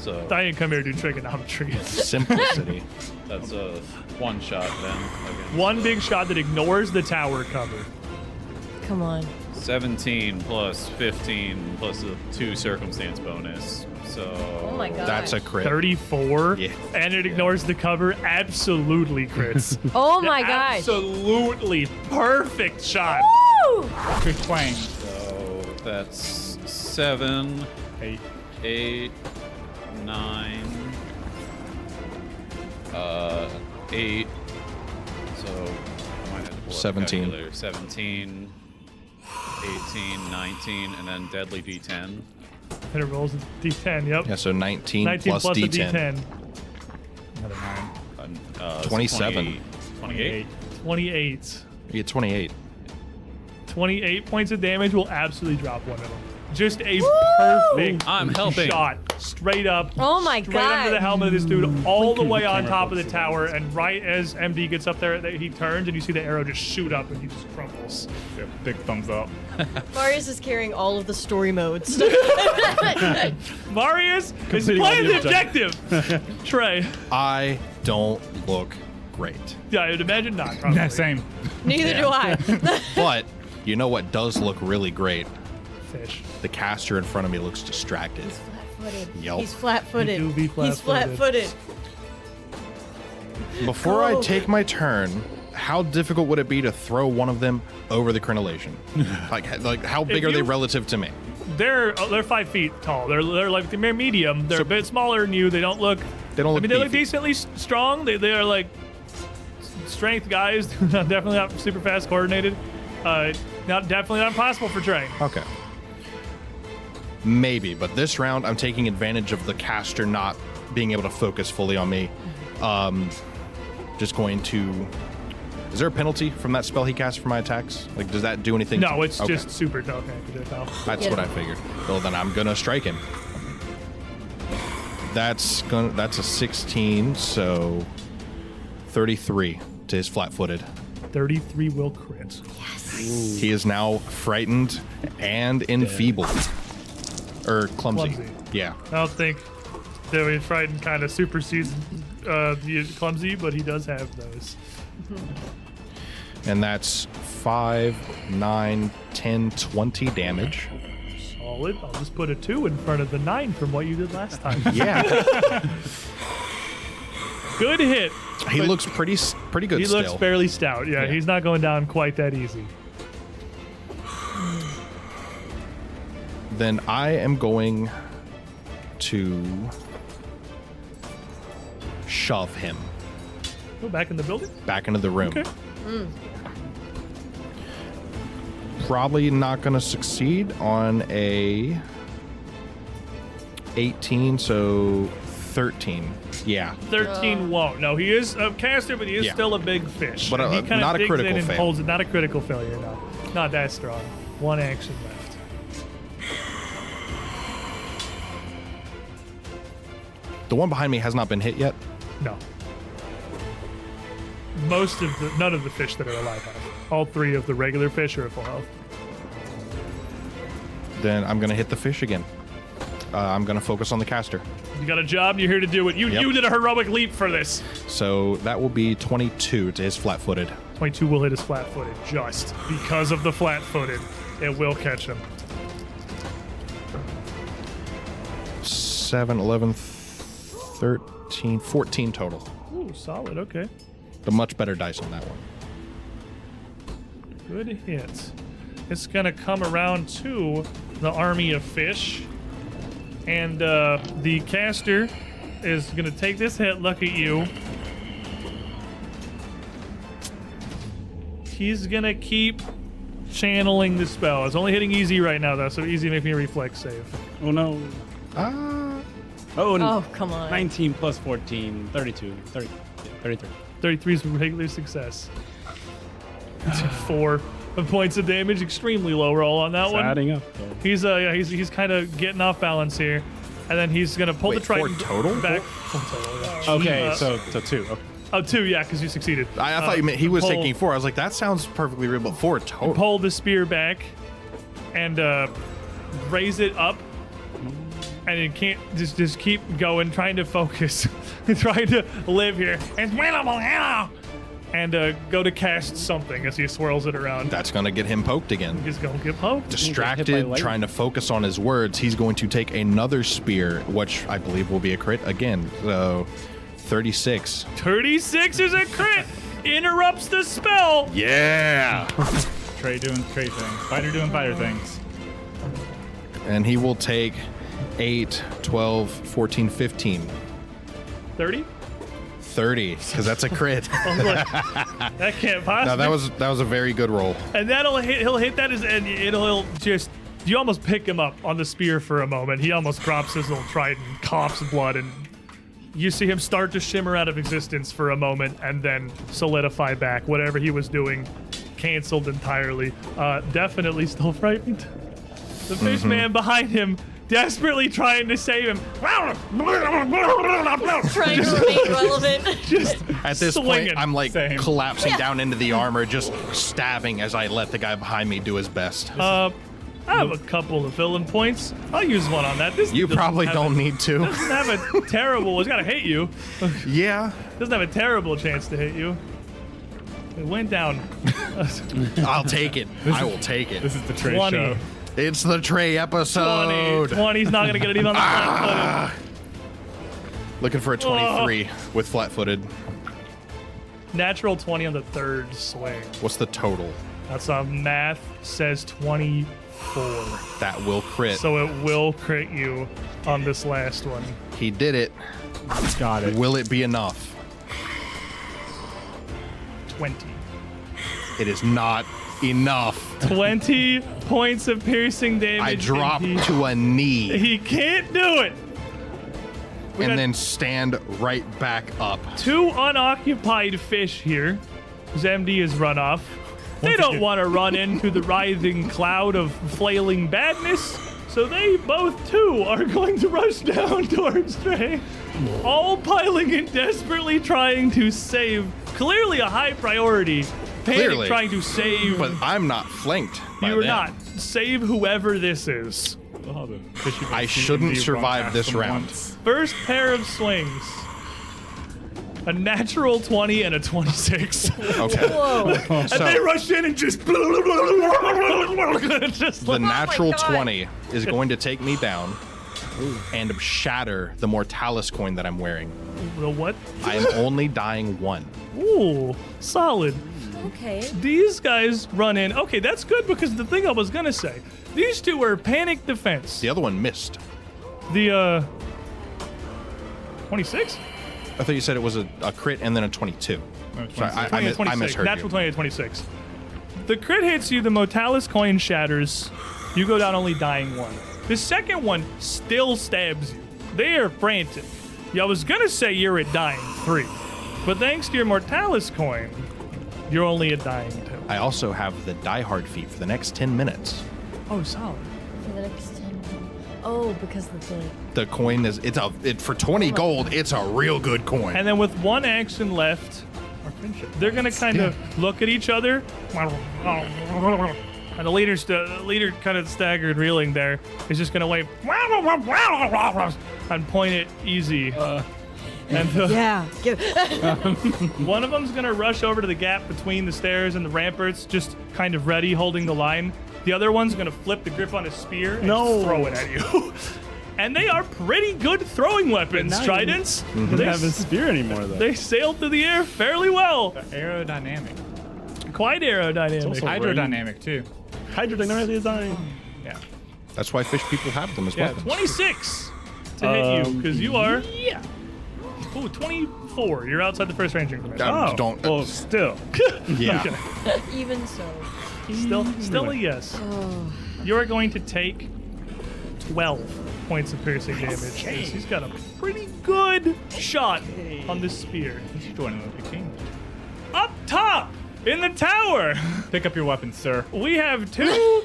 So I didn't come here to do trigonometry. Simplicity. that's a one shot then. Okay. One big shot that ignores the tower cover. Come on. 17 plus 15 plus a two circumstance bonus. So. Oh my god. That's a crit. 34. Yeah. And it ignores the cover. Absolutely crits. Oh my gosh. Absolutely perfect shot. Woo! Quick twang. So that's seven, Eight. eight, nine, uh, eight. So I might have to pull up the 17. calculator. 17, 18, 19, and then deadly d10. And it rolls a d10. Yep. Yeah, so 19, 19 plus, plus plus a D10. d10. Another nine. Um, Uh, so 27. 28. 28. 28. You get 28. 28 points of damage will absolutely drop one of them. Just a perfect I'm helping. shot. Straight up. Oh my straight under God. the helmet of this Mm, dude, all the way on top of the tower. And right as MD gets up there, they- he turns and you see the arrow just shoot up and he just crumbles. Yeah, big thumbs up. Marius is carrying all of the story modes. Marius is all playing the the objective. Trey. I don't look great. Yeah, I would imagine not. Probably. Yeah, same. Neither do I. But you know what does look really great? Fish. The caster in front of me looks distracted. Yelp. He's flat-footed. You do be He's flat-footed. Before I Go. take my turn, how difficult would it be to throw one of them over the crenellation? like, like how big If are they you- relative to me? They're oh, they're five feet tall. They're they're like they're medium. They're a bit smaller than you. They don't look. They don't I look mean, they look beefy. decently s- strong. They they are like s- strength guys. Not- definitely not super fast coordinated. Uh, not definitely not impossible for Trey. Okay. Maybe, but this round I'm taking advantage of the caster not being able to focus fully on me. Mm-hmm. Um, just going to. Is there a penalty from that spell he cast for my attacks? Like, does that do anything? No, to- it's Okay. just super tough. No. That's Yeah. what I figured. Well, then I'm gonna strike him. That's gonna. That's a 16, so 33 to his flat-footed. Thirty-three will crit. He is now frightened and enfeebled, or clumsy. Clumsy. Yeah. I don't think that we frightened kind of supersedes uh, the clumsy, but he does have those. And that's 5, 9, 10, 20 damage. Solid. I'll just put a two in front of the nine from what you did last time. Yeah. Good hit. he looks pretty s- pretty good He still. looks fairly stout. Yeah, he's not going down quite that easy. then I am going to shove him Go back in the building. back into the room. Mm. Okay. Probably not going to succeed on a 18, so 13. Yeah. 13 won't. No, he is a caster, but he is Yeah. still a big fish. But, uh, And he kinda not a digs critical in and fail. Holds it. Not a critical failure, no. Not that strong. One action left. The one behind me has not been hit yet. No. Most of the, none of the fish that are alive have. All three of the regular fish are at full health. Then I'm going to hit the fish again. Uh, I'm going to focus on the caster. You got a job, you're here to do it. You, Yep. you did a heroic leap for this. So that will be 22 to his flat footed. 22 will hit his flat footed just because of the flat footed. It will catch him. 7, 11, 13, 14 total. Ooh, solid. Okay. The much better dice on that one. Good hit. It's going to come around to the army of fish. And uh, the caster is going to take this hit. Look at you. He's gonna keep channeling the spell. It's only hitting easy right now though, so easy make me a reflex save. Oh no. Oh, and Oh, come on. 19 plus 14, 32, 30, yeah, 33. 33 is a regular success. That's Four points of damage, extremely low roll on that It's one. adding up. though. He's uh, yeah, he's he's kind of getting off balance here, and then he's gonna pull Wait, the triton four total? back. Four total, yeah. Okay, Uh, so so two. Okay. Oh, two, yeah, because you succeeded. I, I Uh, thought you meant he was pull- taking four. I was like, that sounds perfectly real, but four total. Pull the spear back, and uh, raise it up, and it can't just just keep going, trying to focus, trying to live here. It's winnable, yeah! and uh, go to cast something as he swirls it around. That's gonna get him poked again. He's gonna get Hit poked. by Distracted, lightning. trying to focus on his words, he's going to take another spear, which I believe will be a crit again. So, thirty-six. 36 is a crit. Interrupts the spell. Yeah. Trey doing Trey things. Fighter doing fighter things. and he will take 8 12 14 15 30. 30 because that's a crit That can't possibly. now that was that was a very good roll and that'll hit. He'll hit that as, and it'll he'll just. You almost pick him up on the spear for a moment. He almost drops his little trident, coughs blood, and you see him start to shimmer out of existence for a moment, and then solidify back. Whatever he was doing, canceled entirely. Uh, definitely still frightened. The fish man behind him, desperately trying to save him. Uh, Trying to remain relevant. Just at this swinging. point i'm like Same. collapsing down into the armor just stabbing as i let the guy behind me do his best Uh, I have a couple of villain points. I'll use one on that. This you doesn't probably have don't A, need to doesn't have a terrible. It's gotta hit you. yeah Doesn't have a terrible chance to hit you. It went down. i'll take it i will take it This is the Trey 20. show. it's the trey 20. episode 20's not gonna get it even on the flat footed. looking for a 23 with flat-footed Natural 20 on the third swing. what's the total That's uh, math says 24. that will crit So it will crit you on this last one. he did it Got it. will it be enough 20. it is not enough 20 points of piercing damage. I and drop he- to a knee He can't do it. We got and then stand right back up. two unoccupied fish here. Zemdi has run off. They don't want to run into the writhing cloud of flailing badness, so they both too are going to rush down towards Trey, all piling in desperately trying to save. Clearly a high priority. Panic Clearly. trying to save. But I'm not flanked. by you're them. not. Save whoever this is. Oh, the fishy I monkey shouldn't indeed survive won't this ask them round. once. First pair of swings. A natural 20 and a 26. Okay. Whoa. And they So rushed in and just. just the like, natural God. 20 is going to take me down and shatter the Mortalis coin that I'm wearing. the what? I am only dying one. Ooh, solid. Okay. These guys run in. Okay, that's good because the thing I was gonna say, these two were panic defense. The other one missed. The uh, 26, I thought you said it was a, a crit and then a 22. Oh, No, Sorry, I, 20 I, and mis- I 26, misheard natural you. 20 and 26. The crit hits you. The Motalis coin shatters. You go down only dying one. The second one still stabs you. They are frantic. Yeah, I was gonna say you're at dying three, but thanks to your Mortalis coin, you're only at dying two. I also have the diehard feat for the next 10 minutes. Oh, solid. For the next 10 Oh, because the thing. The coin is it's a it for 20 gold, it's a real good coin. And then with one action left, they're gonna kind of look at each other. And the leader's the leader kind of staggered, reeling there. He's just gonna wave and point at Easy. and uh, Yeah. Give, one of them's gonna rush over to the gap between the stairs and the ramparts, just kind of ready, holding the line. The other one's gonna flip the grip on his spear and No. just throw it at you. and they are pretty good throwing weapons, Nice. tridents. Doesn't They have his spear anymore, though. they sailed through the air fairly well. Aerodynamic. Quite aerodynamic. also- Hydrodynamic too. Hydrodynamic design. Yeah. That's why fish people have them as Yeah. weapons. 26 to hit you, Um, because you are. Yeah. Ooh, 20, four. You're outside the first ranging commission. Um, don't- Oh, Well, still. Yeah. Okay. Even so. Still, still a yes. You are going to take 12 points of piercing damage. 'cause He's got a pretty good shot on this spear. You join an Olympic team. Up top in the tower, Pick up your weapons, sir. we have two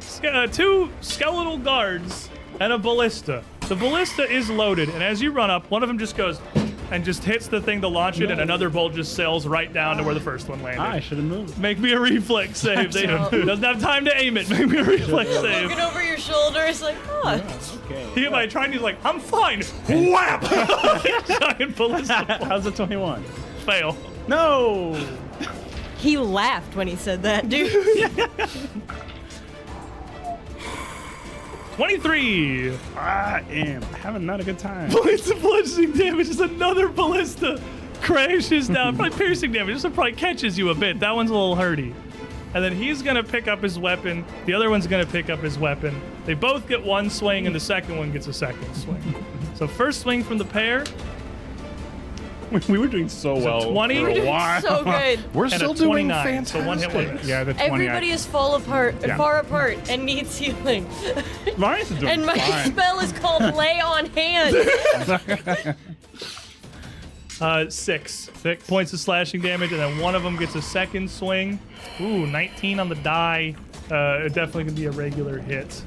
ske- uh, two skeletal guards and a ballista. The ballista is loaded, and as you run up, one of them just goes and just hits the thing to launch it, and another bolt just sails right down to where the first one landed. Ah, I should have moved. Make me a reflex save. They Oh. doesn't have time to aim it. Make me a reflex save. Looking over your shoulder, it's like, oh, He by trying, he's like, I'm fine. Whap! Giant ballista How's a 21? fail. No! he laughed when he said that, dude. 23 I am having not a good time. points of bludgeoning damage as another ballista crashes down. probably piercing damage. This one probably catches you a bit. That one's a little hurty. And then he's gonna pick up his weapon. The other one's gonna pick up his weapon. They both get one swing, and the second one gets a second swing. So first swing from the pair, we were doing so well. 20. for a while. so good. We're and still a doing 29. fantastic. So one hit one miss. Yeah, the 20. Everybody is fall apart, far apart, and needs healing. Marius is doing and my fine. spell is called Lay on Hand. Uh, six. Six points of slashing damage, and then one of them gets a second swing. Ooh, 19 on the die. Uh, it definitely gonna be a regular hit.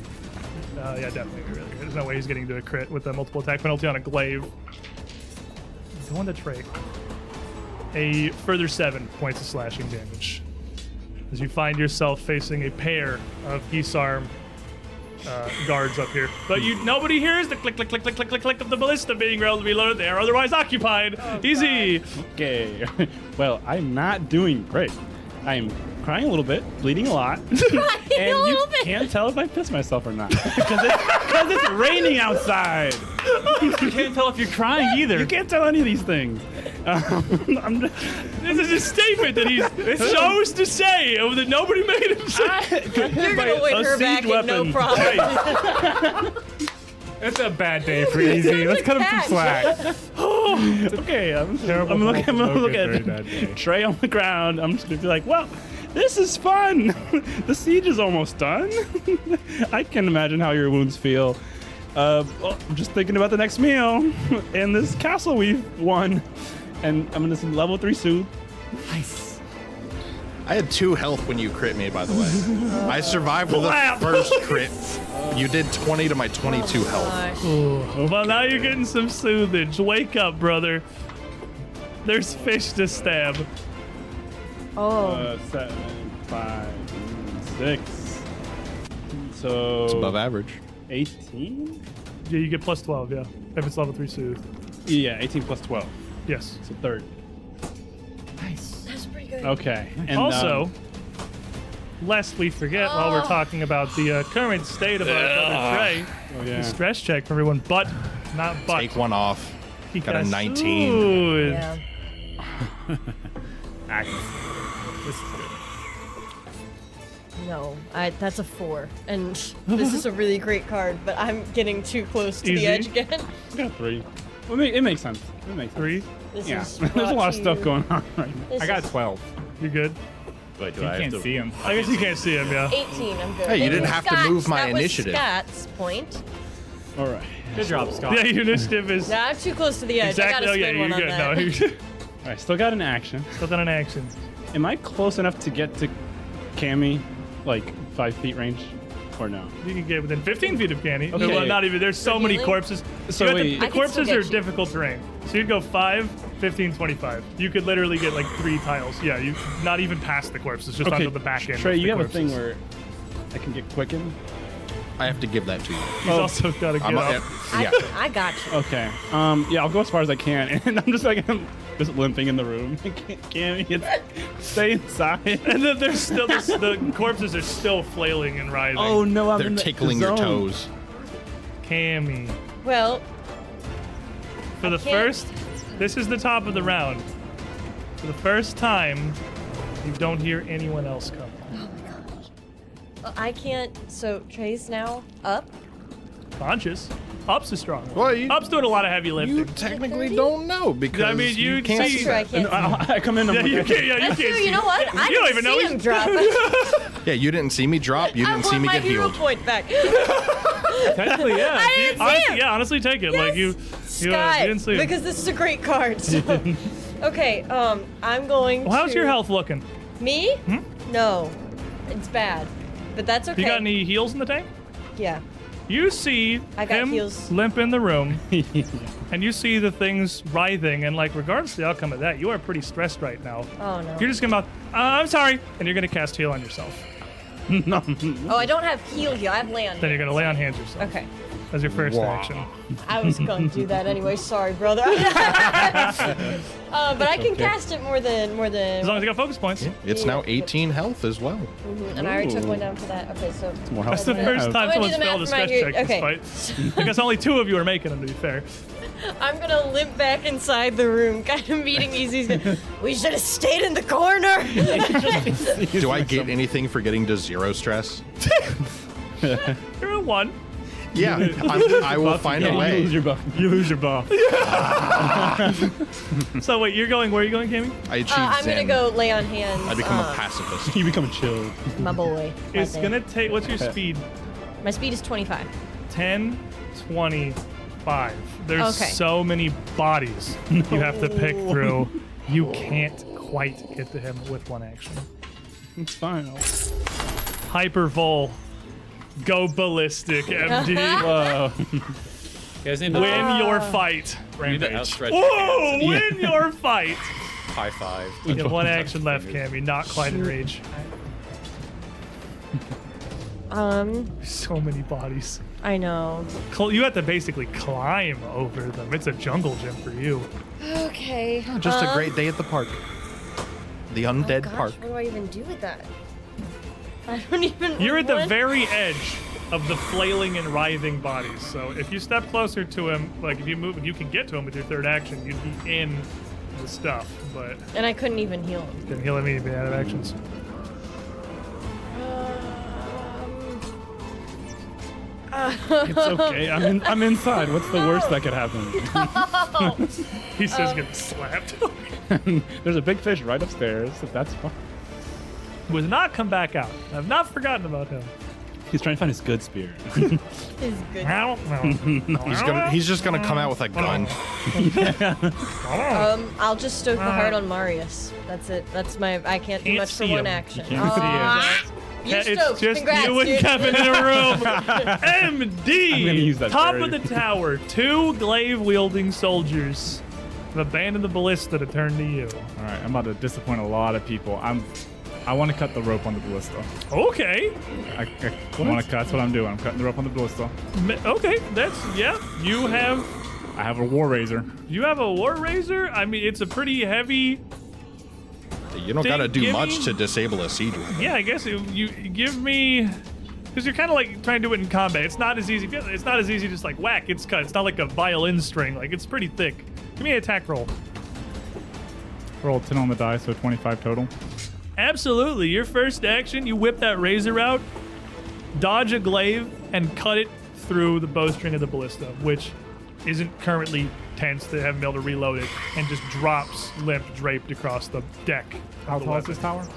Uh, yeah, definitely gonna be a regular. hit. There's no way he's getting to a crit with a multiple attack penalty on a glaive. The one that's right. A further seven points of slashing damage. As you find yourself facing a pair of Geesarm uh, guards up here. But you nobody hears the click, click, click, click, click, click, click of the ballista being reloaded. They are otherwise occupied. Easy. Okay. well, I'm not doing great. I'm crying a little bit, bleeding a lot. and a you little bit. can't tell if I piss myself or not. Because it's, 'cause it's raining outside. You can't tell if you're crying either. You can't tell any of these things. Um, I'm just, This is a statement that he chose to say uh, that nobody made him say. You're gonna a win her siege back, and no weapon. problem. It's a bad day for Easy. Let's cut him some catch. slack. okay, I'm, Terrible I'm looking, I'm focus, very looking bad day. at Trey on the ground. I'm just gonna be like, well, this is fun. the siege is almost done. I can imagine how your wounds feel. Uh, well, I'm just thinking about the next meal and this castle we've won. And I'm gonna some level three soup. I had two health when you crit me, by the way. I survived with the Clap. first crit. You did 20 to my 22 Oh health. Well, now you're getting some soothage. Wake up, brother. There's fish to stab. Oh, Uh, seven, five, six. So It's above average. 18? Yeah, you get plus 12, yeah. If it's level 3 soothe. Yeah, 18 plus 12. Yes. So third. that's pretty good. Okay. And, also, um, lest we forget while we're talking about the uh, current state of our brother Trey, oh, yeah. stress check from everyone, but not but. Take one off. He got a 19. sued. Yeah. No, I, that's a four, and this is a really great card, but I'm getting too close to Easy. the edge again. got three. Well, it ma- it makes sense. It makes sense. Three. This Yeah, is there's a lot of stuff going on right now. I got 12. You're good. Wait, do You I have can't to- see him. I guess you can't see him, yeah. 18. I'm good. Hey, you It didn't was have to Scott's, move my that was initiative. Scott's point. All right. Good job, Scott. Yeah, your initiative is Nah, I'm too close to the edge. I exactly. gotta Oh, yeah, spend you're one good. No, on that. you're All right, still got an action. something in action. Am I close enough to get to Cammy, like five feet range, or no? You can get within 15 feet of Canny. Okay. Well, not even. There's so many Really? corpses. So You have wait- the, I the can still corpses get are you. difficult terrain. So you'd go 5, 15, 25. You could literally get like three tiles. Yeah, you not even past the corpses, just onto the back end. Trey, of you the have corpses. a thing where I can get quickened. I have to give that to you. He's also got to get I'm, up. yeah. I, I got you. Okay. Um. Yeah, I'll go as far as I can, and I'm just like I'm just limping in the room. Cammy, it's, stay inside. And then there's still this, the corpses are still flailing and writhing. Oh no, I'm They're in the tickling your zone. toes. Cammy. Well, For the can't- first, this is the top of the round. For the first time, you don't hear anyone else come. I can't. So Trey's now up. conscious. Up's is strong. Well, you- Up's doing a lot of heavy lifting. You technically don't know because I mean, you you can't see- see Sure, I that. can't. I come in. I'm yeah, like, you can't. Yeah, you That's can't true. see- You know what? I You don't didn't even know see he's- him drop. I Yeah, you didn't see me drop. You didn't see want me my get hero healed. point back. Technically, yeah. I You- didn't see honestly, him. yeah, honestly, take it. Like you, you, uh, Sky, you didn't see him. because this is a great card. so- okay, um, I'm going. Well, how's to- your health looking? Me? No, it's bad, but that's okay. You got any heals in the tank? Yeah. You see I got him heals. limp in the room, and you see the things writhing. And like, regardless of the outcome of that, you are pretty stressed right now. Oh no. You're just gonna, mouth, uh, I'm sorry, and you're gonna cast heal on yourself. oh, I don't have heal heal. I have land. Then you're gonna lay on hands yourself Okay. as your first Wow. action. I was going to do that anyway. Sorry, brother. uh, but I can cast it more than more than. As long as you got focus points. It's now 18 health as well. and I already took one down for that. Okay, so it's more That's the helpful. first time I'm gonna someone's do the failed a math for my stress year- check this okay. fight. I guess only two of you are making them, to be fair. I'm gonna limp back inside the room, kind of meeting Easy's. gonna, we should have stayed in the corner. Uh, Do I get anything for getting to zero stress? You're a one. Yeah, I'm, I will find a Yeah, You lose way. your buff. You lose your buff. So wait, you're going? Where are you going, Cammy? I achieve Uh, I'm Zen. gonna go lay on hands. I become uh, a pacifist. You become chilled. My boy. my It's man. gonna take. What's your speed? My speed is 25. 10, 25. There's Okay. so many bodies you have to pick through. You can't quite get to him with one action. It's fine. I'll- Hypervol. Go ballistic, MD. Whoa. You guys need to Win your fight. You need to outstretch your Whoa! hands Win your fight. and high five. You have one action left, Cammy. Not quite in reach. Um, So many bodies. I know. Cl- You have to basically climb over them. It's a jungle gym for you. Okay. Just a um, great day at the park. The undead Oh Gosh, park. what do I even do with that? I don't even. You're at the want- very edge of the flailing and writhing bodies. So if you step closer to him, like if you move, if you can get to him with your third action, you'd be in the stuff. But And I couldn't even heal him. then he'll immediately be out of actions. It's okay. I'm in, I'm inside. What's the worst that could happen? Um, He says getting slapped. There's a big fish right upstairs. If that's fun. Would not come back out. I've not forgotten about him. He's trying to find his good spear. Is good. I don't know. He's gonna. He's just gonna come out with a gun. Um, I'll just stoke the heart on Marius. That's it. That's my. I can't do Uh, Can't much for see one him. action. You can't see him. Aw. You're Uh, it's stoked. just Congrats, you and dude. Kevin in a room. MD, I'm gonna use that top bird. of the tower, two glaive wielding soldiers have abandoned the ballista to turn to you. All right, I'm about to disappoint a lot of people. I'm. I want to cut the rope on the ballista. Okay. I, I want to cut. That's what I'm doing. I'm cutting the rope on the ballista. M- Okay, that's yeah. You have I have a war razor. you have a war razor. I mean, it's a pretty heavy. You don't gotta Ding, gimme. do much to disable a siege. weapon. Yeah, I guess it, you give me because you're kind of like trying to do it in combat. It's not as easy. It's not as easy just like whack. It's cut. It's not like a violin string. Like it's pretty thick. Give me an attack roll. Roll 10 on the die, so 25 total. Absolutely. Your first action, you whip that razor out, dodge a glaive, and cut it through the bowstring of the ballista, which isn't currently tense to have been able to reload it, and just drops limp, draped across the deck. of How the tall is this weapon.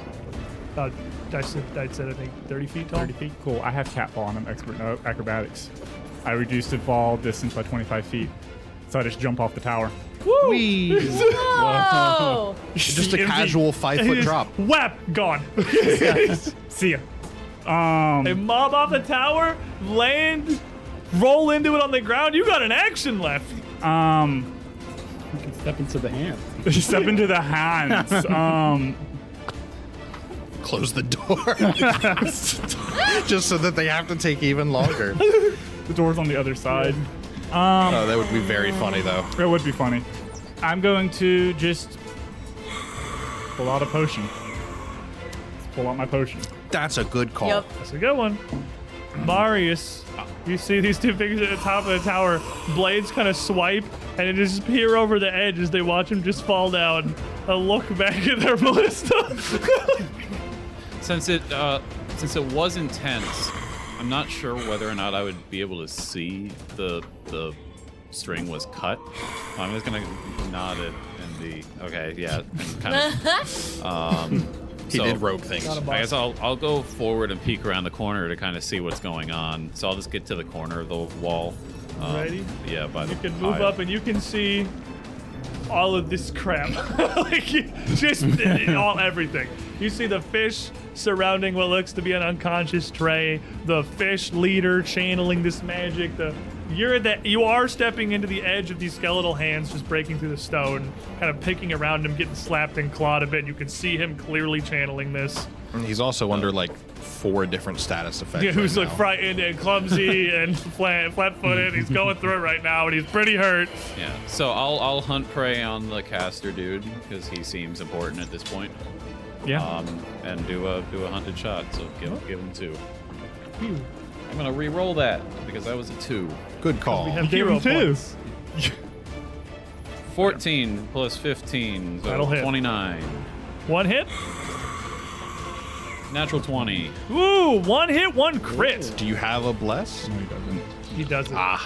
tower? Uh, I said, I said, I think 30 feet tall. 30 feet. Cool. I have cat fall and I'm expert in acrobatics. I reduced the fall distance by 25 feet, so I just jump off the tower. Whoa! Just a casual five He foot just drop. Whap! Gone. See ya. Um, they mob off the tower, land, roll into it on the ground. You got an action left. um, You can step into the hand. step into the hands. Um, Close the door. just so that they have to take even longer. the door's on the other side. Oh, that would be very funny though. It would be funny. I'm going to just pull out a potion. Let's pull out my potion. That's a good call. Yep. That's a good one. Marius, you see these two figures at the top of the tower. Blades kind of swipe and it just peer over the edge as they watch him just fall down. A look back at their ballista. Since it uh, since it was intense, I'm I'm not sure whether or not I would be able to see the the string was cut. I'm just gonna nod it and be okay. Yeah, and kind of He So- did rogue things. I guess I'll I'll go forward and peek around the corner to kind of see what's going on. So I'll just get to the corner of the wall. Um, Alrighty. Yeah, by You the can move pile. up and you can see all of this crap. like, you- just all everything. You see the fish surrounding what looks to be an unconscious tray, the fish leader channeling this magic, the you're that you are stepping into the edge of these skeletal hands just breaking through the stone, kind of picking around him, getting slapped and clawed a bit. You can see him clearly channeling this. And He's also under like four different status effects. Yeah, who's right like now. frightened and clumsy and flat flat footed. He's going through it right now and he's pretty hurt. Yeah. So I'll I'll hunt prey on the caster dude because he seems important at this point. Yeah. Um, and do a do a hunted shot. So give Oh. give him two. Hmm. I'm gonna re-roll that because that was a two. Good call. Have hero two. points. 14 plus 15, so That'll hit. 29. One hit. Natural 20. Ooh, one hit, one crit. Do you have a bless? No, he doesn't. He does it. Uh,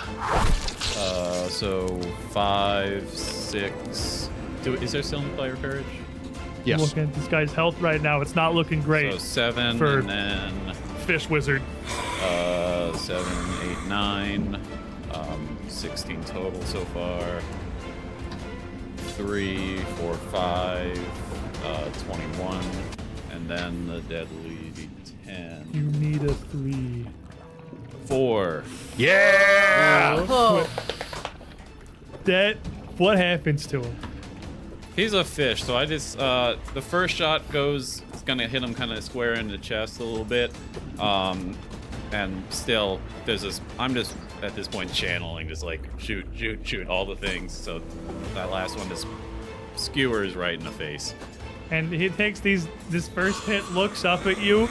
so five, six. Do, is there still any player courage? I'm Yes. Looking at this guy's health right now, it's not looking great. So seven, For- and then Fish wizard. uh, seven, eight, nine. Um, 16 total so far. Three, four, five, uh, 21. And then the deadly You 10. need a three. Four. Yeah. Oh, That. What happens to him? He's a fish, so I just uh, the first shot goes. It's gonna hit him kind of square in the chest a little bit, um, and still there's this. I'm just at this point channeling, just like shoot, shoot, shoot, all the things. So that last one just skewers right in the face. And he takes these. This first hit looks up at you,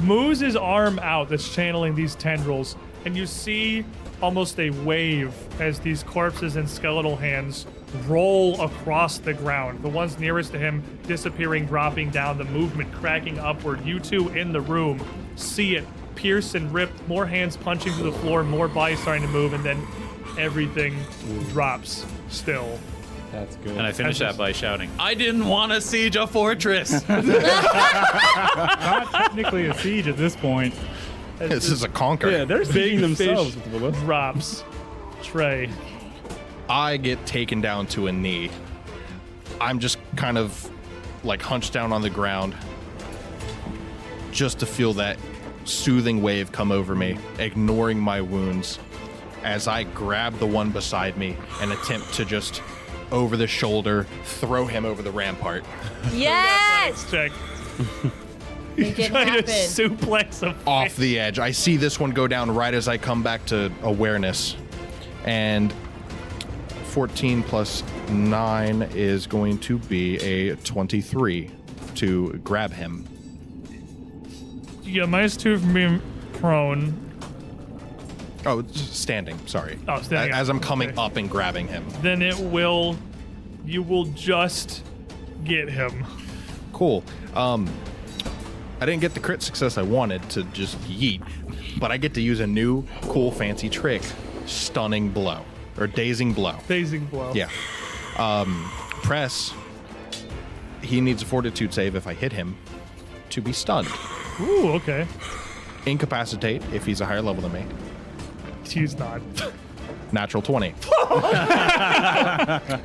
moves his arm out that's channeling these tendrils, and you see almost a wave as these corpses and skeletal hands roll across the ground. The ones nearest to him disappearing, dropping down, the movement cracking upward. You two in the room see it pierce and rip, more hands punching through the floor, more bodies starting to move, and then everything drops still. That's good. And I finish that by shouting, "I didn't want to siege a fortress." Not technically a siege at this point. As This is a conquer. yeah, they're seeing themselves fish with the ballista. drops. Trey. I get taken down to a knee. I'm just kind of like hunched down on the ground just to feel that soothing wave come over me, ignoring my wounds as I grab the one beside me and attempt to just over the shoulder throw him over the rampart. yes! Check. It did Trying to happen. suplex him. off the edge. I see this one go down right as I come back to awareness. And 14 plus 9 is going to be a 23 to grab him. Yeah, minus two from being prone. Oh, it's standing, sorry. Oh, standing A- As up, I'm coming okay. up and grabbing him. Then it will. You will just get him. Cool. Um, I didn't get the crit success I wanted to just yeet, but I get to use a new cool fancy trick stunning blow or dazing blow. Phasing blow. Yeah. Um, press. He needs a fortitude save if I hit him to be stunned. Ooh, okay. Incapacitate if he's a higher level than me. She's not. Natural 20.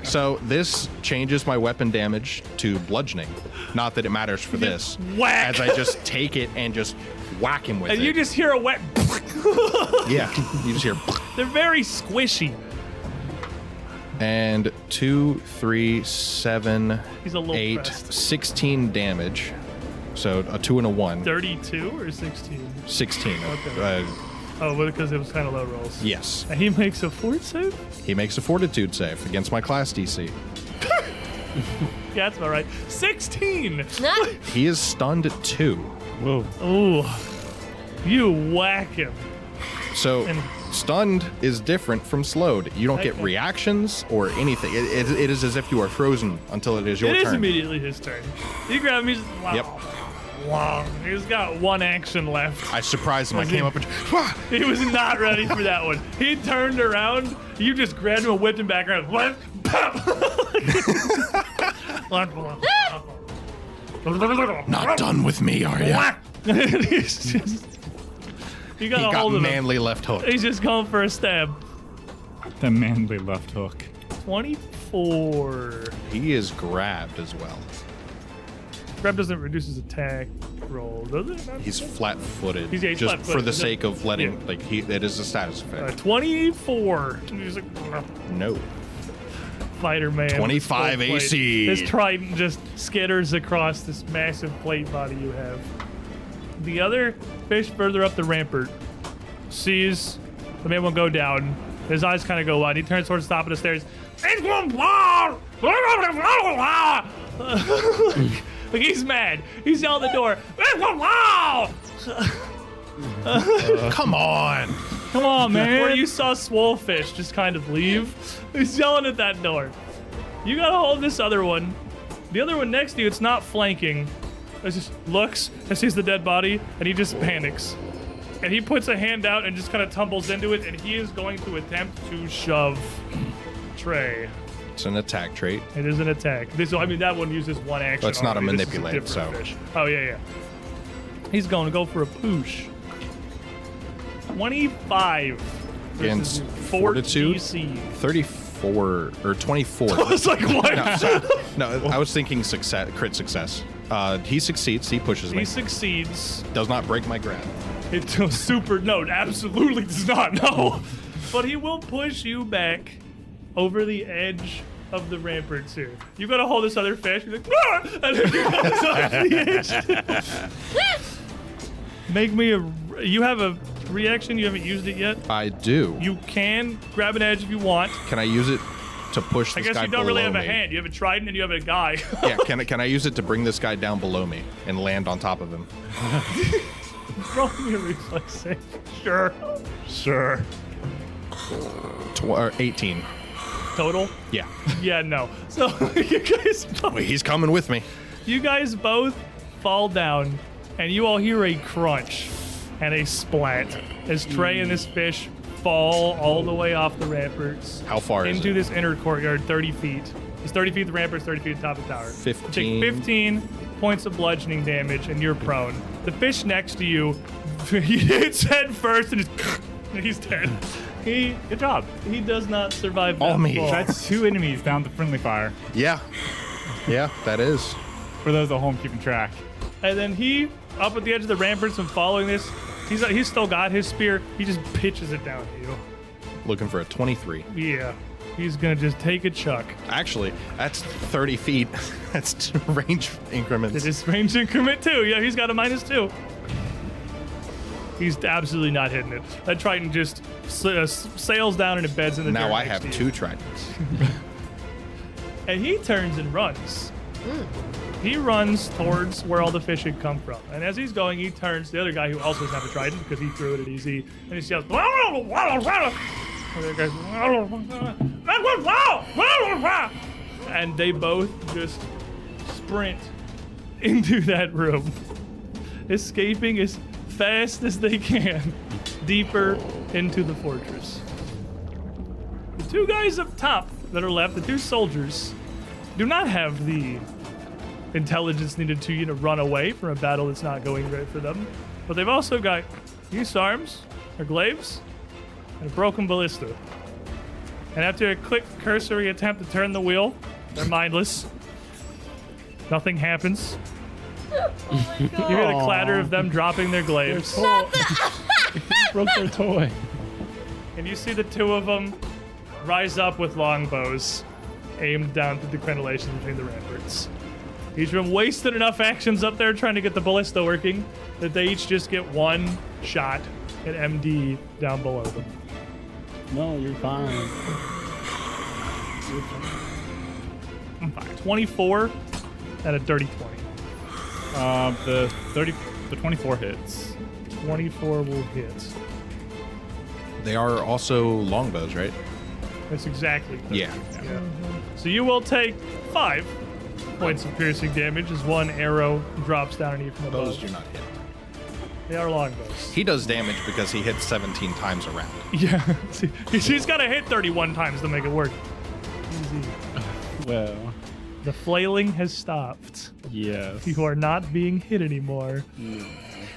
so this changes my weapon damage to bludgeoning. Not that it matters for this. whack. As I just take it and just whack him with And it. you just hear a wet. yeah. You just hear. They're very squishy. And two, three, seven, He's a little eight, pressed. 16 damage. So a two and a one. 32 or 16? 16. Okay. Uh, Oh, well, because it was kind of low rolls. Yes. And he makes a fort save? He makes a fortitude save against my class DC. Yeah, that's about right. 16! Not- He is stunned at two. Whoa. Ooh. You whack him. So And- stunned is different from slowed. You don't get Okay. reactions or anything. It, it, it is as if you are frozen until it is your It is turn. immediately his turn. You grab him, he's just, wow. Yep. He's got one action left. I surprised him. I came up and He was not ready for that one. He turned around. You just grabbed him and whipped him back around. What? Pop! not done with me, are you? He's just. He got He a got uh, hold of him. manly left hook. He's just going for a stab. The manly left hook. 24. He is grabbed as well. Grab doesn't reduce his attack roll, does it? Not- He's flat-footed. He's- yeah, he's just for flat-footed. the sake of letting, Yeah. like, he it is a status Uh, effect. 24. He's like, "Ugh, No, fighter man. with a 25 full plate." AC. This trident just skitters across this massive plate body you have. The other fish further up the rampart sees the man will go down. His eyes kind of go wide. He turns towards the top of the stairs. It's one wall! like, like he's mad. He's out the door. It's one wall! Uh, come on. Come on, man. Where you saw Swolefish just kind of leave. He's yelling at that door. You gotta hold this other one. The other one next to you, it's not flanking. It just looks and sees the dead body, and he just panics. And he puts a hand out and just kind of tumbles into it, and he is going to attempt to shove Trey. It's an attack trait. It is an attack. This, I mean, that one uses one action. That's not a already. This is manipulate, different so- fish. Oh yeah, yeah. He's going to go for a push. Twenty-five Against four fortitude? DC. Thirty-four or twenty-four. I was like, what? no, so- no, I was thinking success, crit success. Uh, he succeeds. He pushes He me. succeeds. Does not break my grab. It does super. No, it absolutely does not. No, but he will push you back over the edge of the ramparts here. You gotta hold this other fish. You're like, "Ah!" and then he goes over the edge. Make me a. You have a reaction. You haven't used it yet. I do. You can grab an edge if you want. Can I use it to push I this guess guy you don't really below have a me? hand. You have a trident and you have a guy. yeah, can I, can I use it to bring this guy down below me and land on top of him? Roll me a reflex save. Sure. Sure. Tw- or 18. Total. Yeah. Yeah, no. So you guys both, Wait, he's coming with me. you guys both fall down, and you all hear a crunch and a splat as Trey and this fish fall all the way off the ramparts How far is into it? this inner courtyard, 30 feet. It's 30 feet the ramparts, 30 feet the top of the tower. 15. Take 15 points of bludgeoning damage, and you're prone. The fish next to you, he hits head first, and, just, and he's dead. He good job. He does not survive. All that me. fall. That's two enemies down to friendly fire. Yeah. Yeah, that is. For those at home keeping track. And then he, up at the edge of the ramparts and following this, he's uh, he's still got his spear. He just pitches it down to Looking for a 23. you. Yeah. He's gonna just take a chuck. Actually, that's 30 feet. that's two range Did increments. his range increment too. Yeah, he's got a minus two. He's absolutely not hitting it. That Triton just s- uh, s- sails down and it beds in the Now dirt I next have to you. two tridents. and he turns and runs. He runs towards where all the fish had come from. And as he's going, he turns to the other guy who also doesn't have a trident because he threw it at easy. And he yells, "Wow, wow, wow, wow." And the other guy's, "Wow, wow, wow, wow, wow, wow." And they both just sprint into that room, escaping as fast as they can deeper into the fortress. The two guys up top that are left, the two soldiers, do not have the intelligence needed to, you know, run away from a battle that's not going right for them. But they've also got use arms, or glaives, and a broken ballista. And after a quick cursory attempt to turn the wheel, they're mindless. Nothing happens. Oh You hear the clatter of them dropping their glaives. Broke their toy. And you see the two of them rise up with longbows aimed down through the crenellation between the ramparts. Each of them wasted enough actions up there trying to get the ballista working that they each just get one shot at MD down below them. No, you're fine. 24 and a dirty 20. Uh, the 30, the 24 hits. 24 will hit. They are also longbows, right? That's exactly. 30. Yeah. So you will take five points of piercing damage as one arrow drops down on you from above. Those do not hit. They are longbows. He does damage because he hits 17 times around. Yeah, see, he's got to hit 31 times to make it work. Easy. Well, The flailing has stopped. yes. You are not being hit anymore.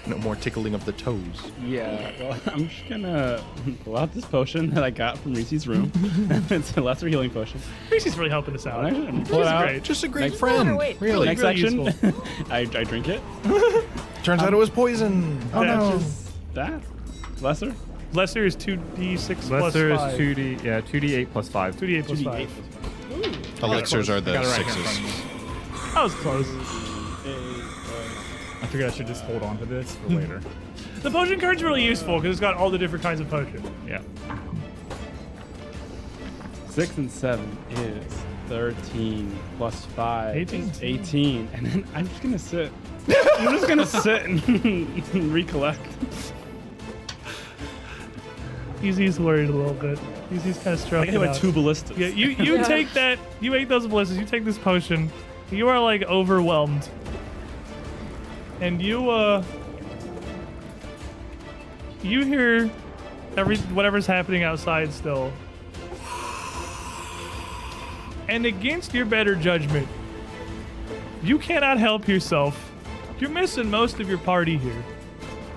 No more tickling of the toes. Yeah, well, I'm just gonna pull out this potion that I got from Reese's room. it's a lesser healing potion. Reese's really helping us out. And I just pull it out. great. Just a great Next- friend. Wait, really. Next really action, I, I drink it. Turns out it was poison. Oh Yeah, no. just- That lesser. Lesser is 2d6 plus Lesser is 5. 2d, yeah, 2d8 plus 5. 2d8 plus 5. Elixirs are the got it right here in sixes. front of me. That was close. I figured I should just hold on to this for later. The potion card's really useful because it's got all the different kinds of potion. yeah. Six and seven is thirteen plus five. is Eighteen. Eighteen, and then I'm just gonna sit. I'm just gonna sit and recollect. Easy's worried a little bit. Easy's kind of I struck hit by out. two ballistas. Yeah, you, you Yeah. take that, you ate those blisters, you take this potion, you are like overwhelmed. And you, uh. You hear every whatever's happening outside still. And against your better judgment, you cannot help yourself. You're missing most of your party here.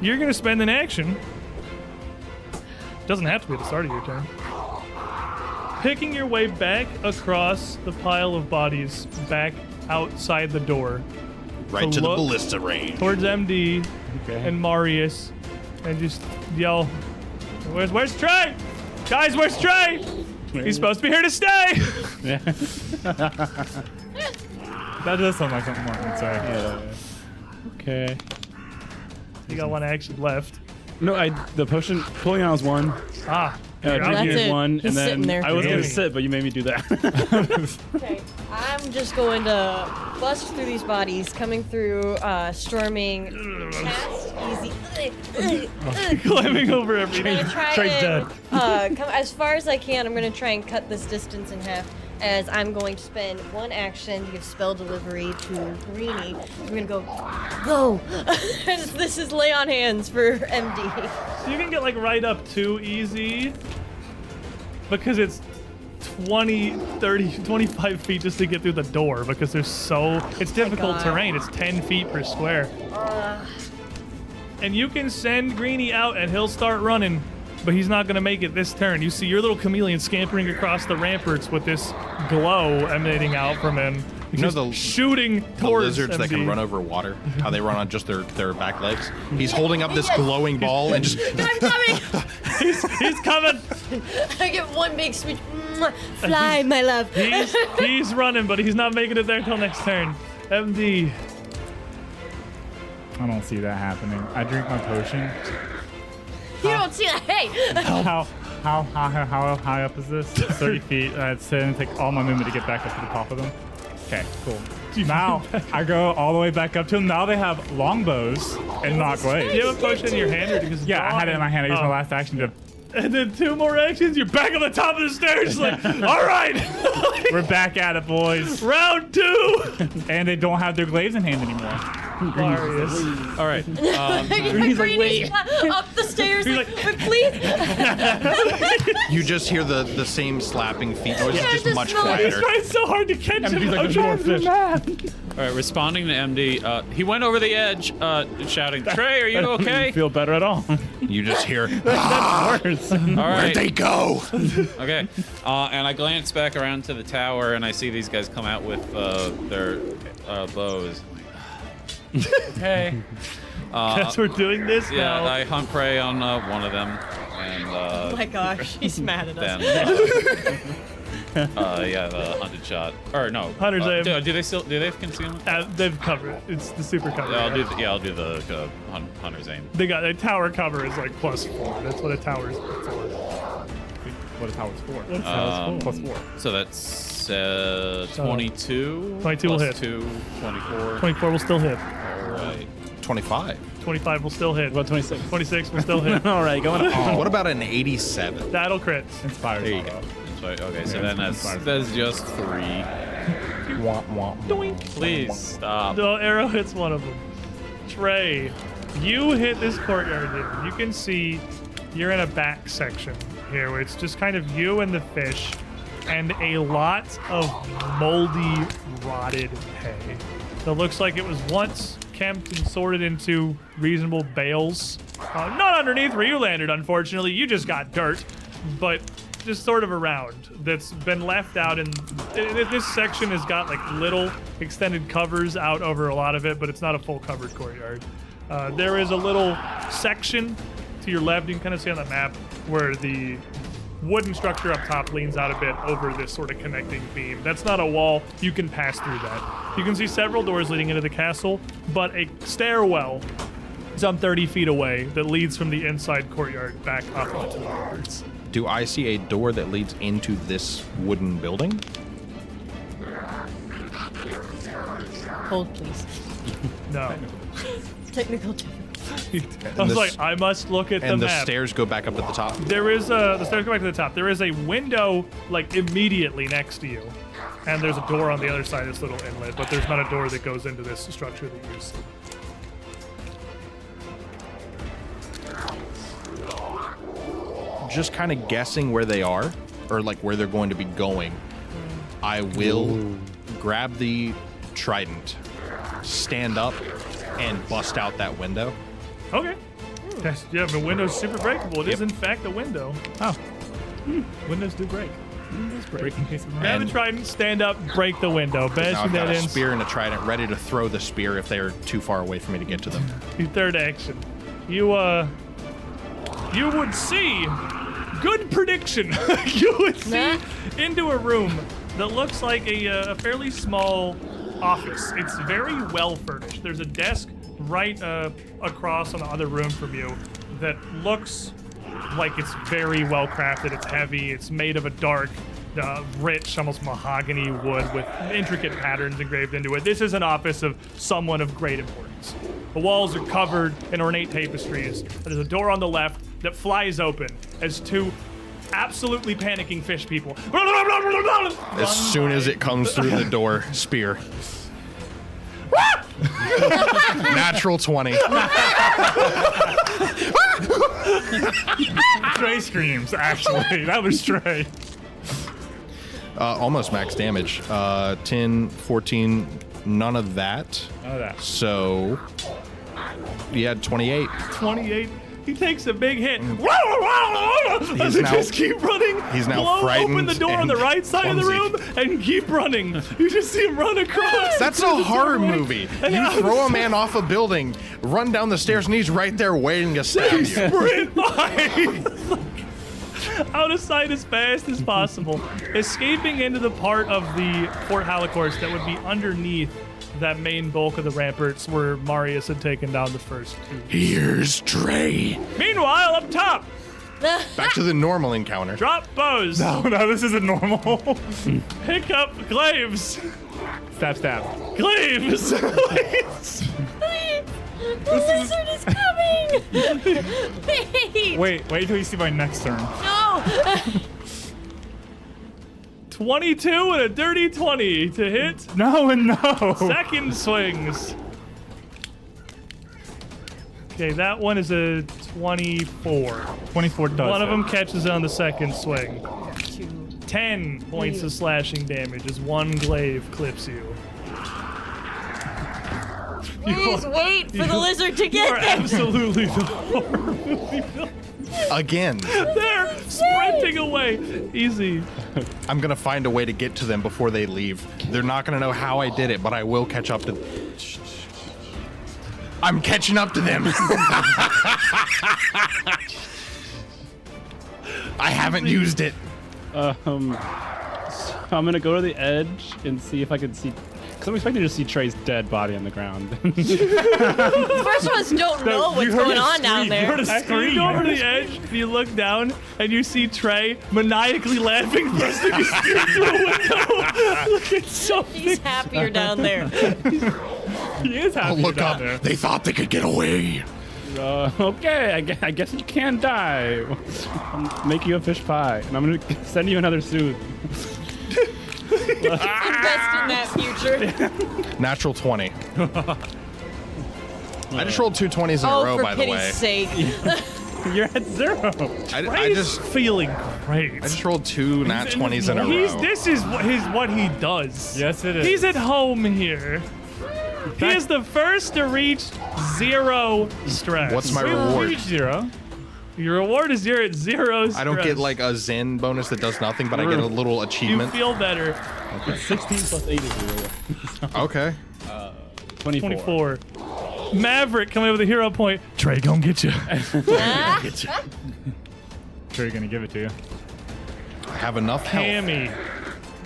You're gonna spend an action. Doesn't have to be at the start of your turn picking your way back across the pile of bodies back outside the door Right To to the look- ballista range. towards MD Okay. and Marius and just yell, Where's, where's Trey? Guys, where's Trey? He's supposed to be here to stay. That does sound like something Martin would say. okay. you got one action left. No, I the potion pulling out was one. Ah, Uh, you're out. That's drinking is it. one, He's and then sitting there. I was gonna Really? sit, but you made me do that. Okay, I'm just going to bust through these bodies, coming through, uh, storming past easy. Oh, climbing over I'm everything. gonna try Trey's and dead. uh, come as far as I can. I'm gonna try and cut this distance in half. As I'm going to spend one action to give spell delivery to Greeny. So we're gonna go, go. this is lay on hands for MD. So you can get like right up to easy because it's 20, 30, 25 feet just to get through the door because there's so, it's difficult God. terrain. It's 10 feet per square. And you can send Greeny out and he'll start running, but he's not going to make it this turn. You see your little chameleon scampering across the ramparts with this glow emanating out from him. You know Just the- shooting The towards lizards that can MD. run over water, how they run on just their, their back legs. He's holding up this glowing ball and just I'm coming. He's coming. I get one big switch. Mwah. Fly, my love. He's, he's running, but he's not making it there till next turn. MD, I don't see that happening. I drink my potion. You uh, don't see that? Hey, How how high how, how high up is this? 30 feet. Uh, it's gonna take all my movement to get back up to the top of them. Okay, cool. Now I go all the way back up to them. Now they have longbows and not Do you blades. have a potion in your hand or because it's Yeah, I had it in my hand. I used Oh. my last action to. And then two more actions, you're back on the top of the stairs. Like, all right, We're back at it, boys. round two. And they don't have their glaives in hand anymore. Marius. All right. Um, Greeny's up the stairs. He's like, like- "But please. you just hear the, the same slapping feet noise, Yeah, just just much smell it. He's quieter. trying so hard to catch him. MD's like, I'm "There's more trying to fish." mad. all right. Responding to MD, uh, he went over the edge, uh, shouting, "Trey, are you okay?" Feel better at all? You just hear, All where'd right. they go? Okay. Uh, and I glance back around to the tower, and I see these guys come out with uh, their uh, bows. okay. Guess we're doing this Yeah, now. I hunt prey on uh, one of them, and Oh uh, my gosh, he's mad at us. then uh, uh, yeah, the hunted shot. Or no, Hunter's uh, aim. Do, do they still do they have concealment? Uh, they've covered it. It's the super cover. Yeah, I'll do. The, yeah, I'll do the uh, hun- hunter's aim. They got a tower cover is like plus four. That's what a tower is for. What is how it's for? Um, Plus four. So that's uh, 22. 22 will plus hit. 2, 24. 24 will still hit. All right. 25. 25 will still hit. About 26. 26 will still hit. All right, going on. What about an 87? That'll crit. Inspired. There you go. That's right. Okay, so then it's that's, that's just three. You Womp, womp, womp. Please stop. The arrow hits one of them. Trey, you hit this courtyard here. You can see you're in a back section here where it's just kind of you and the fish and a lot of moldy, rotted hay that looks like it was once kempt and sorted into reasonable bales. Uh, not underneath where you landed, unfortunately. You just got dirt, but just sort of around that's been left out and this section has got like little extended covers out over a lot of it but it's not a full covered courtyard uh, there is a little section to your left you can kind of see on the map where the wooden structure up top leans out a bit over this sort of connecting beam that's not a wall you can pass through that you can see several doors leading into the castle but a stairwell some 30 feet away that leads from the inside courtyard back up onto the yards Do I see a door that leads into this wooden building? Hold, please. no Technical difficulty. I was the like, s- I must look at the and the map. stairs go back up to the top. there is a the stairs go back to the top. There is a window like immediately next to you, and there's a door on the other side of this little inlet. But there's not a door that goes into this structure that you see. Just kind of guessing where they are, or like where they're going to be going. I will grab the trident, stand up, and bust out that window. Okay. Hmm. Yes, yeah, the window's super breakable. It is in fact a window. Oh. Hmm. Windows do break. Windows break. Breaking case of Grab the And- trident, stand up, break the window. Now Bashing I've got that a in. spear and a trident ready to throw the spear if they are too far away for me to get to them. Your third action. You uh you would see good prediction. you would see Nah. into a room that looks like a, uh, a fairly small office. It's very well furnished. There's a desk right uh, across on the other room from you that looks like it's very well crafted. It's heavy. It's made of a dark, uh, rich, almost mahogany wood with intricate patterns engraved into it. This is an office of someone of great importance. The walls are covered in ornate tapestries. There's a door on the left that flies open as two absolutely panicking fish people. As soon as it comes through the door, spear. Natural 20. Trey screams, actually. That was Trey. Uh, almost max damage. Uh, 10, 14, none of that. None of that. So, yeah, 28. 28. He takes a big hit. Does Mm. He's he now- just keep running? he's now Blow open frightened the door on the and right side of the room clumsy. and keep running. You just see him run across. That's a horror movie. You I'm throw a man off a building, run down the stairs, and he's right there waiting to stab you. sprint by. Out of sight as fast as possible, escaping into the part of the Fort Halicourse that would be underneath that main bulk of the ramparts where Marius had taken down the first two. Here's Trey. Meanwhile, up top, Back to the normal encounter. drop bows, Oh no, this isn't normal. pick up glaives, stab, stab. glaives. Please. Please! The lizard is coming! Please! Wait, wait till you see my next turn. No! 22 and a dirty 20 to hit. No Oh, and no. Second swings. Okay, that one is a 24. 24 does. One of it. them catches on the second swing. Ten points of slashing damage as one glaive clips you. Please wait for the lizard to You are get there! absolutely the horror movie villain. Again, They're sprinting away. Easy. I'm going to find a way to get to them before they leave. They're not going to know how I did it, but I will catch up to I'm catching up to them. I haven't used it. Um, so I'm gonna go to the edge and see if I can see. Cause I'm expecting to see Trey's dead body on the ground. The first ones don't know what's going on down there. You go over the edge, you look down, and you see Trey maniacally laughing, thrusting his spear through a window. look at something. He's happier down there. He is happy Look down up. there. They thought they could get away. uh, okay, I guess, I guess you can die. I'll make you a fish pie, and I'm gonna send you another suit. Invest in that future. Natural 20. I just rolled two 20s in oh, a row, for by the pity's way. sake. You're at zero. I, I Ray's just feeling great. I just rolled two nat 20s in a He's, row. this is what, his, what he does. Yes, it He's is. at home here. He is the first to reach zero stress. What's my We- reward? Huge zero. Your reward is you're at zero stress. I don't get like a Zen bonus that does nothing, but I get a little You achievement. feel better. 16 plus 8 is zero. Okay. 24. 24. Maverick coming up with a hero point. Trey gonna get you. Sure, you're gonna give it to you. I have enough health. Tammy.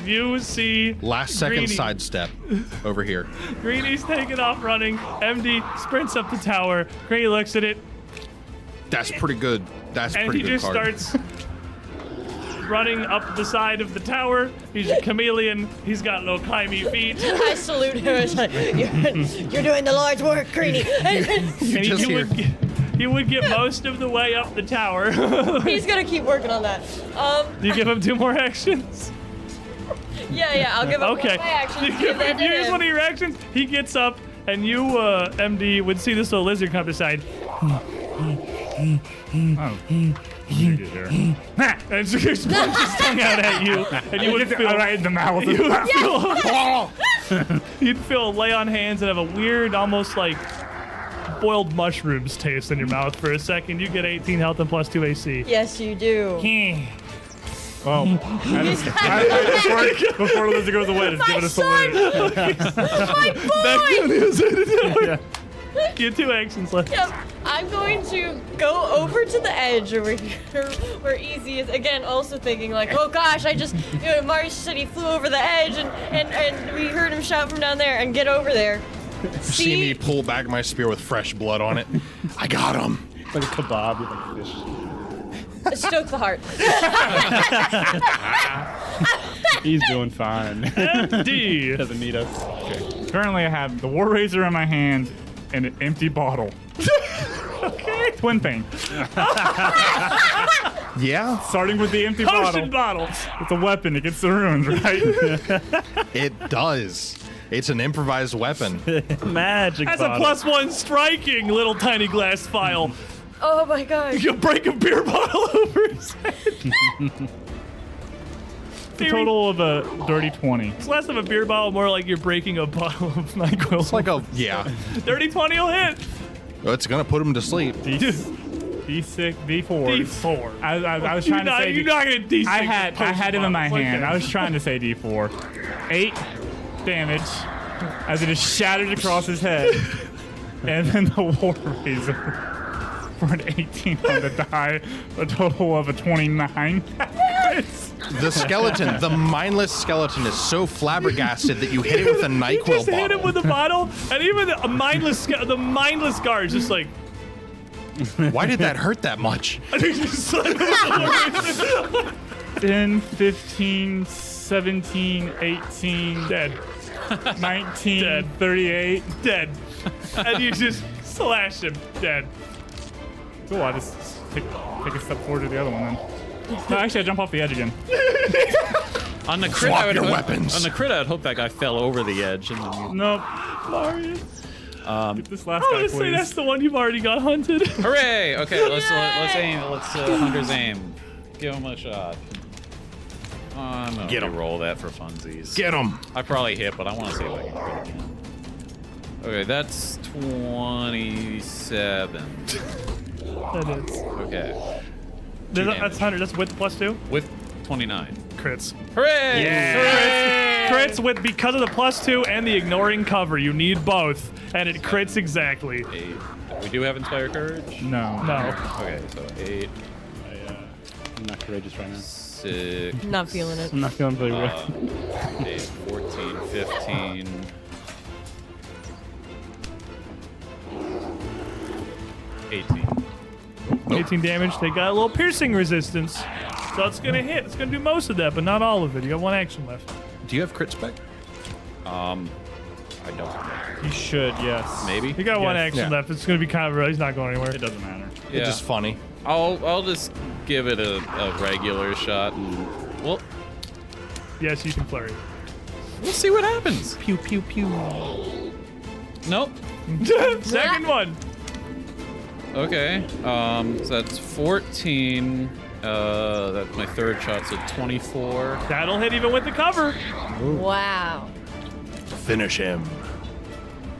You see Last second Greeny. sidestep over here. Greeny's taking off running. MD sprints up the tower. Greeny looks at it That's pretty good. That's and pretty he good just card. starts running up the side of the tower. He's a chameleon. He's got little climby feet. I salute her. It's like, you're, you're doing the Lord's work, Greeny. you And just he, hear, would get, he would get most of the way up the tower. Do He's gonna keep working on that. Um, you give him two more actions? yeah, yeah, I'll give him one Okay. of my actions. You to give give that him to use him. one of your actions. He gets up, and you, uh, MD, would see this little lizard come up the side. Oh. You did there. And she just punches his tongue out at you, and you would feel right in the mouth. You would feel, you'd feel a lay on hands and have a weird, almost like boiled mushrooms taste in your mouth for a second. You get 18 health and plus 2 AC. Yes, you do. Oh, I just, I, I just worked before Lizzie goes away. Just give My it a son! salute. My boy! You have two actions left. Yep, I'm going to go over to the edge over here where Easy is again also thinking like, oh gosh, I just you know Mars said he flew over the edge and, and, and we heard him shout from down there and get over there. see me pull back my spear with fresh blood on it. I got him. It's like a kebab. You like fish. Stoke the heart. He's doing fine. D. Doesn't need us. Currently, I have the War Razor in my hand and an empty bottle. okay. Twin thing. Yeah, Starting with the empty Potion bottle. bottle. It's a weapon against the ruins, right? it does. It's an improvised weapon. Magic. That's a bottle. plus one striking little tiny glass vial. Oh my gosh. You break a beer bottle over his head. a total of a dirty 20. It's less of a beer bottle, more like you're breaking a bottle of NyQuil. It's like a yeah. Dirty 20 will hit. It's gonna put him to sleep. D- D6, D4. D4. I, I, I was You're trying to not, say you're D- not gonna D6. I had I potion had him in my bottles. hand. Okay. I was trying to say D4. Eight damage as it is shattered across his head, and then the war razor for an 18 on the die, a total of a 29. The skeleton, the mindless skeleton, is so flabbergasted that you hit it with a He Nyquil just bottle. hit him with a bottle, and even the a mindless sca- the mindless guard's just like Why did that hurt that much? just like- 10, 15, 17, 18, dead, 19, Dead. 38. dead, and you just slash him dead. Cool, I just take, take a step forward to the other one then. No, actually, I jump off the edge again. On the crit, Swap I would your hope, weapons. On the crit, I'd hope that guy fell over the edge. And then you- Nope. Marius. Get this last I guy, want to say please. Um, that's the one you've already got hunted. hooray! Okay, let's let, let's Yay! aim. Let's uh, hunters aim. Give him a shot. Uh, I'm gonna Get 'em. roll that for funsies. Get him. I probably hit, but I want to see if I can crit again. Okay, that's twenty-seven. that is. Okay, damage. That's hundred. That's with plus two with twenty-nine. crits. Hooray! Crits with because of the plus two and the ignoring cover. You need both, and it crits exactly. Eight. We do have inspire courage. No. No. Okay, so eight, I'm not courageous right now. six, Not feeling it. I'm not feeling very well. eight, 14, 15. Eighteen. 18 damage. They got a little piercing resistance, so it's gonna hit. It's gonna do most of that, but not all of it. You got one action left. Do you have crit spec? Um, I don't. know. You should, yes. Maybe. You got one Yes. action Yeah. left. It's gonna be kind of. He's not going anywhere. It doesn't matter. Yeah. It's just funny. I'll I'll just give it a, a regular shot and well Yes, you can flurry. We'll see what happens. Pew pew pew. Nope. Second one. Okay. Um, so that's 14. Uh, that's my third shot, so 24. That'll hit even with the cover. Wow. Finish him.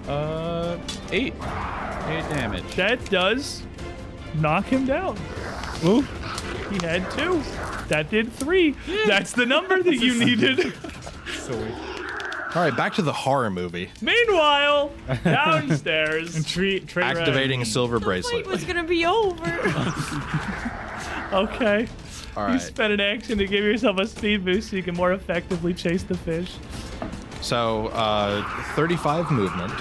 Uh, eight. Eight damage. That does knock him down. Ooh. He had two. That did three. That's the number that you needed. All right, back to the horror movie. Meanwhile, downstairs. Tre- Trey Red. Activating silver Fight bracelet. was gonna be over. Okay. All You right. spent an action to give yourself a speed boost so you can more effectively chase the fish. So, uh, 35 movement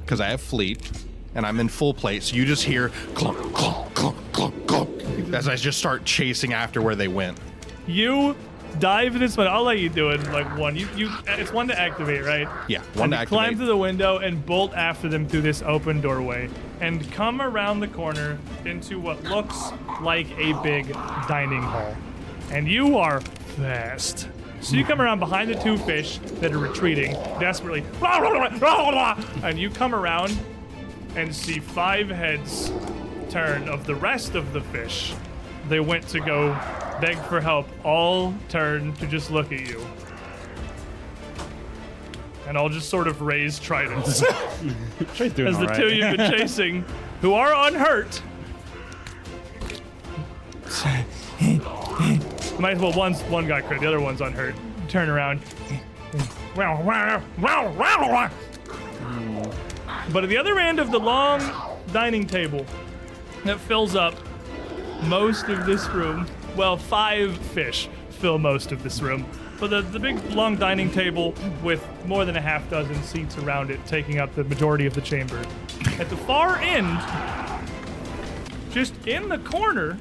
because I have fleet and I'm in full plate. So you just hear clunk, clunk, clunk, clunk, clunk as I just start chasing after where they went. You dive this one. I'll let you do it in like one. You, you. It's one to activate, right? Yeah, one and to you Climb activate. through the window and bolt after them through this open doorway, and come around the corner into what looks like a big dining hall. And you are fast. So you come around behind the two fish that are retreating desperately, and you come around and see five heads turn of the rest of the fish. They went to go beg for help, all turn to just look at you. And all just sort of raise tridents Trey's doing as the all two right. you've been chasing, who are unhurt. Might well one's one got crit, the other one's unhurt. Turn around. But at the other end of the long dining table that fills up most of this room, well, five fish fill most of this room. But the, the big long dining table with more than a half dozen seats around it taking up the majority of the chamber. At the far end, just in the corner,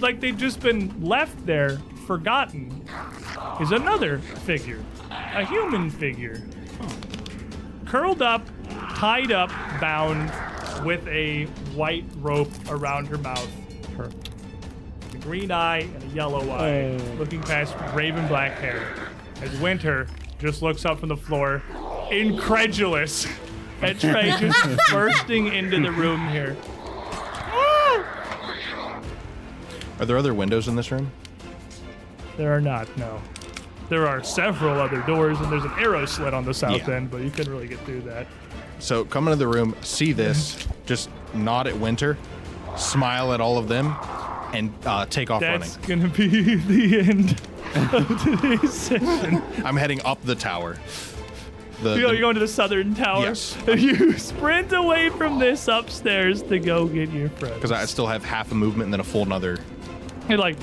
like they've just been left there, forgotten, is another figure. A human figure. Curled up, tied up, bound with a white rope around her mouth. Her. The green eye and a yellow eye, looking past raven black hair. As Winter just looks up from the floor, incredulous at Trey just bursting into the room here. Are there other windows in this room? There are not, no. There are several other doors, and there's an arrow slit on the south Yeah. end, but you couldn't really get through that. So come into the room, see this, Mhm. just nod at Winter, smile at all of them, and uh, take off That's gonna be the end of today's session. running. I'm heading up the tower. The, You the- go, you go into the southern tower. Yes. And you sprint away from this upstairs to go get your friend. because I still have half a movement and then a full another. You're like,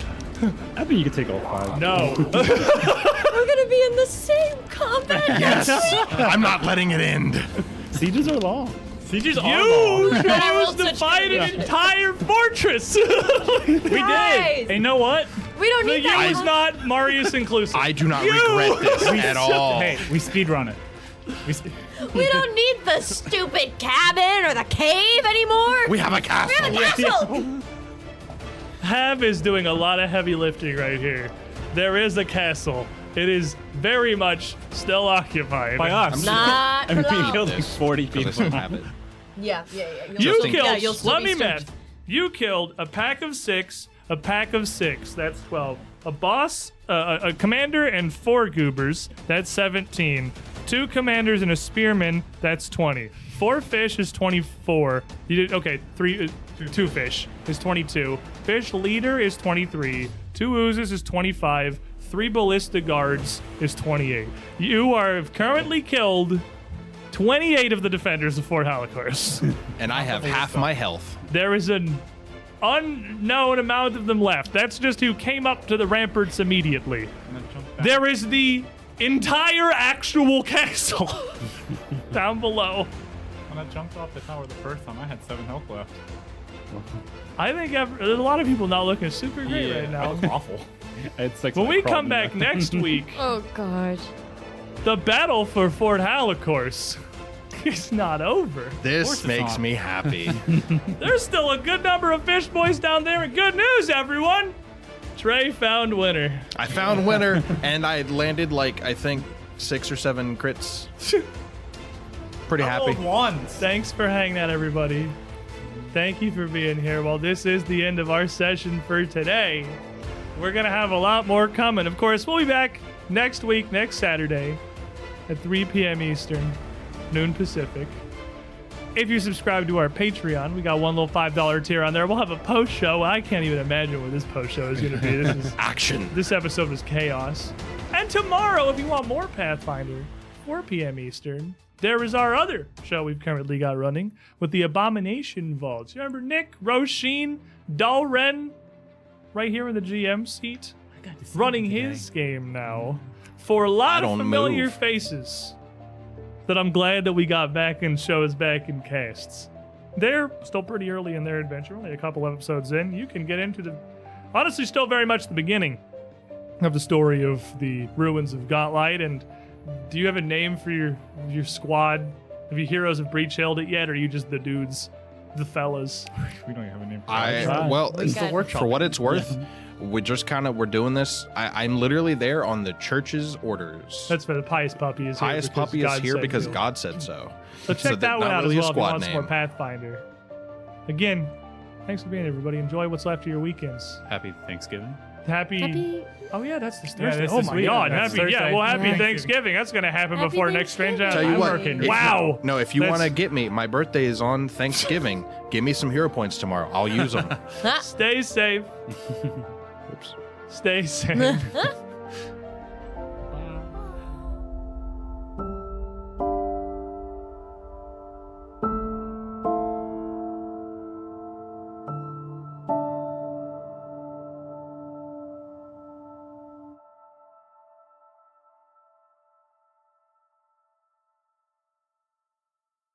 I think you could take all five. no. We're gonna be in the same combat. Yes, I'm not letting it end. Sieges are long. Sieges you chose That's to such fight good an entire fortress. we did. Guys, You know what? we don't The need you that. is not Marius inclusive. I do not regret this at all. Hey, we speedrun it. We sp- We don't need the stupid cabin or the cave anymore. We Oh, have a castle. have a castle. Hav is doing a lot of heavy lifting right here. There is a castle. It is very much still occupied. By us. Not for I'm being long. killed like 40 Because I people. still have it. Yeah, yeah, yeah. You Interesting. killed. Yeah, you'll still let be me stripped. math. You killed a pack of six. A pack of six. That's twelve. A boss, uh, a a commander, and four goobers. That's seventeen. Two commanders and a spearman. That's twenty. Four fish is twenty-four. You did okay. Three, uh, two fish is twenty-two. Fish leader is twenty-three. Two oozes is twenty-five. Three ballista guards is twenty-eight. You are currently killed. 28 of the defenders of Fort Holocaust. And I have half my health. There is an unknown amount of them left. That's just who came up to the ramparts immediately. There is the entire actual castle down below. when I jumped off the tower the first time, I had seven health left. I think ev there's a lot of people not looking super great right now. awful. It's like When we crawled come in back there. next week, Oh god. the battle for Fort Holocaust is not over. This it's makes not. me happy. There's still a good number of fish boys down there, and good news, everyone! Trey found winner. I found winter and I had landed like I think six or seven crits. Pretty happy. Rolled ones. Thanks for hanging out, everybody. Thank you for being here. Well, this is the end of our session for today. We're going to have a lot more coming. Of course, we'll be back next week, next Saturday at 3 p.m. Eastern, noon Pacific. If you subscribe to our Patreon, we got one little $5 tier on there. We'll have a post show. I can't even imagine what this post show is going to be. This is Action. this episode was chaos. And tomorrow, if you want more Pathfinder, 4 p.m. Eastern, there is our other show we've currently got running with the Abomination Vaults. You remember Nick, Roshin, Dalren, right here in the GM seat, running his game now for a lot of don't familiar move. faces that I'm glad that we got back in shows back in casts. They're still pretty early in their adventure, only a couple episodes in. You can get into the honestly still very much the beginning of the story of the ruins of Gauntlight. And do you have a name for your your squad? Have you heroes of Breach hailed it yet, or are you just the dudes, the fellas? We don't have a name. For it. I well, We got- for what it's worth, we just kind of we're doing this. I, I'm literally there on the church's orders. That's for the pious puppy is Highest here because puppy God is here said because so. God said so. So check they're that not one out really a as well if you squad want some more name. Pathfinder. Again, thanks for being here, everybody. Enjoy what's left of your weekends. Happy Thanksgiving. Happy. Happy Oh yeah, that's this Yeah, Thursday. that's oh this my weekend. God, That's happy. Yeah, Thursday. well, happy Thanksgiving. Thanksgiving. That's gonna happen Happy before next strange out. Thanksgiving. Tell I'm you what, working. if- Wow. No, if you That's- want to get me, my birthday is on Thanksgiving. give me some hero points tomorrow. I'll use them. Stay safe. Oops. Stay safe.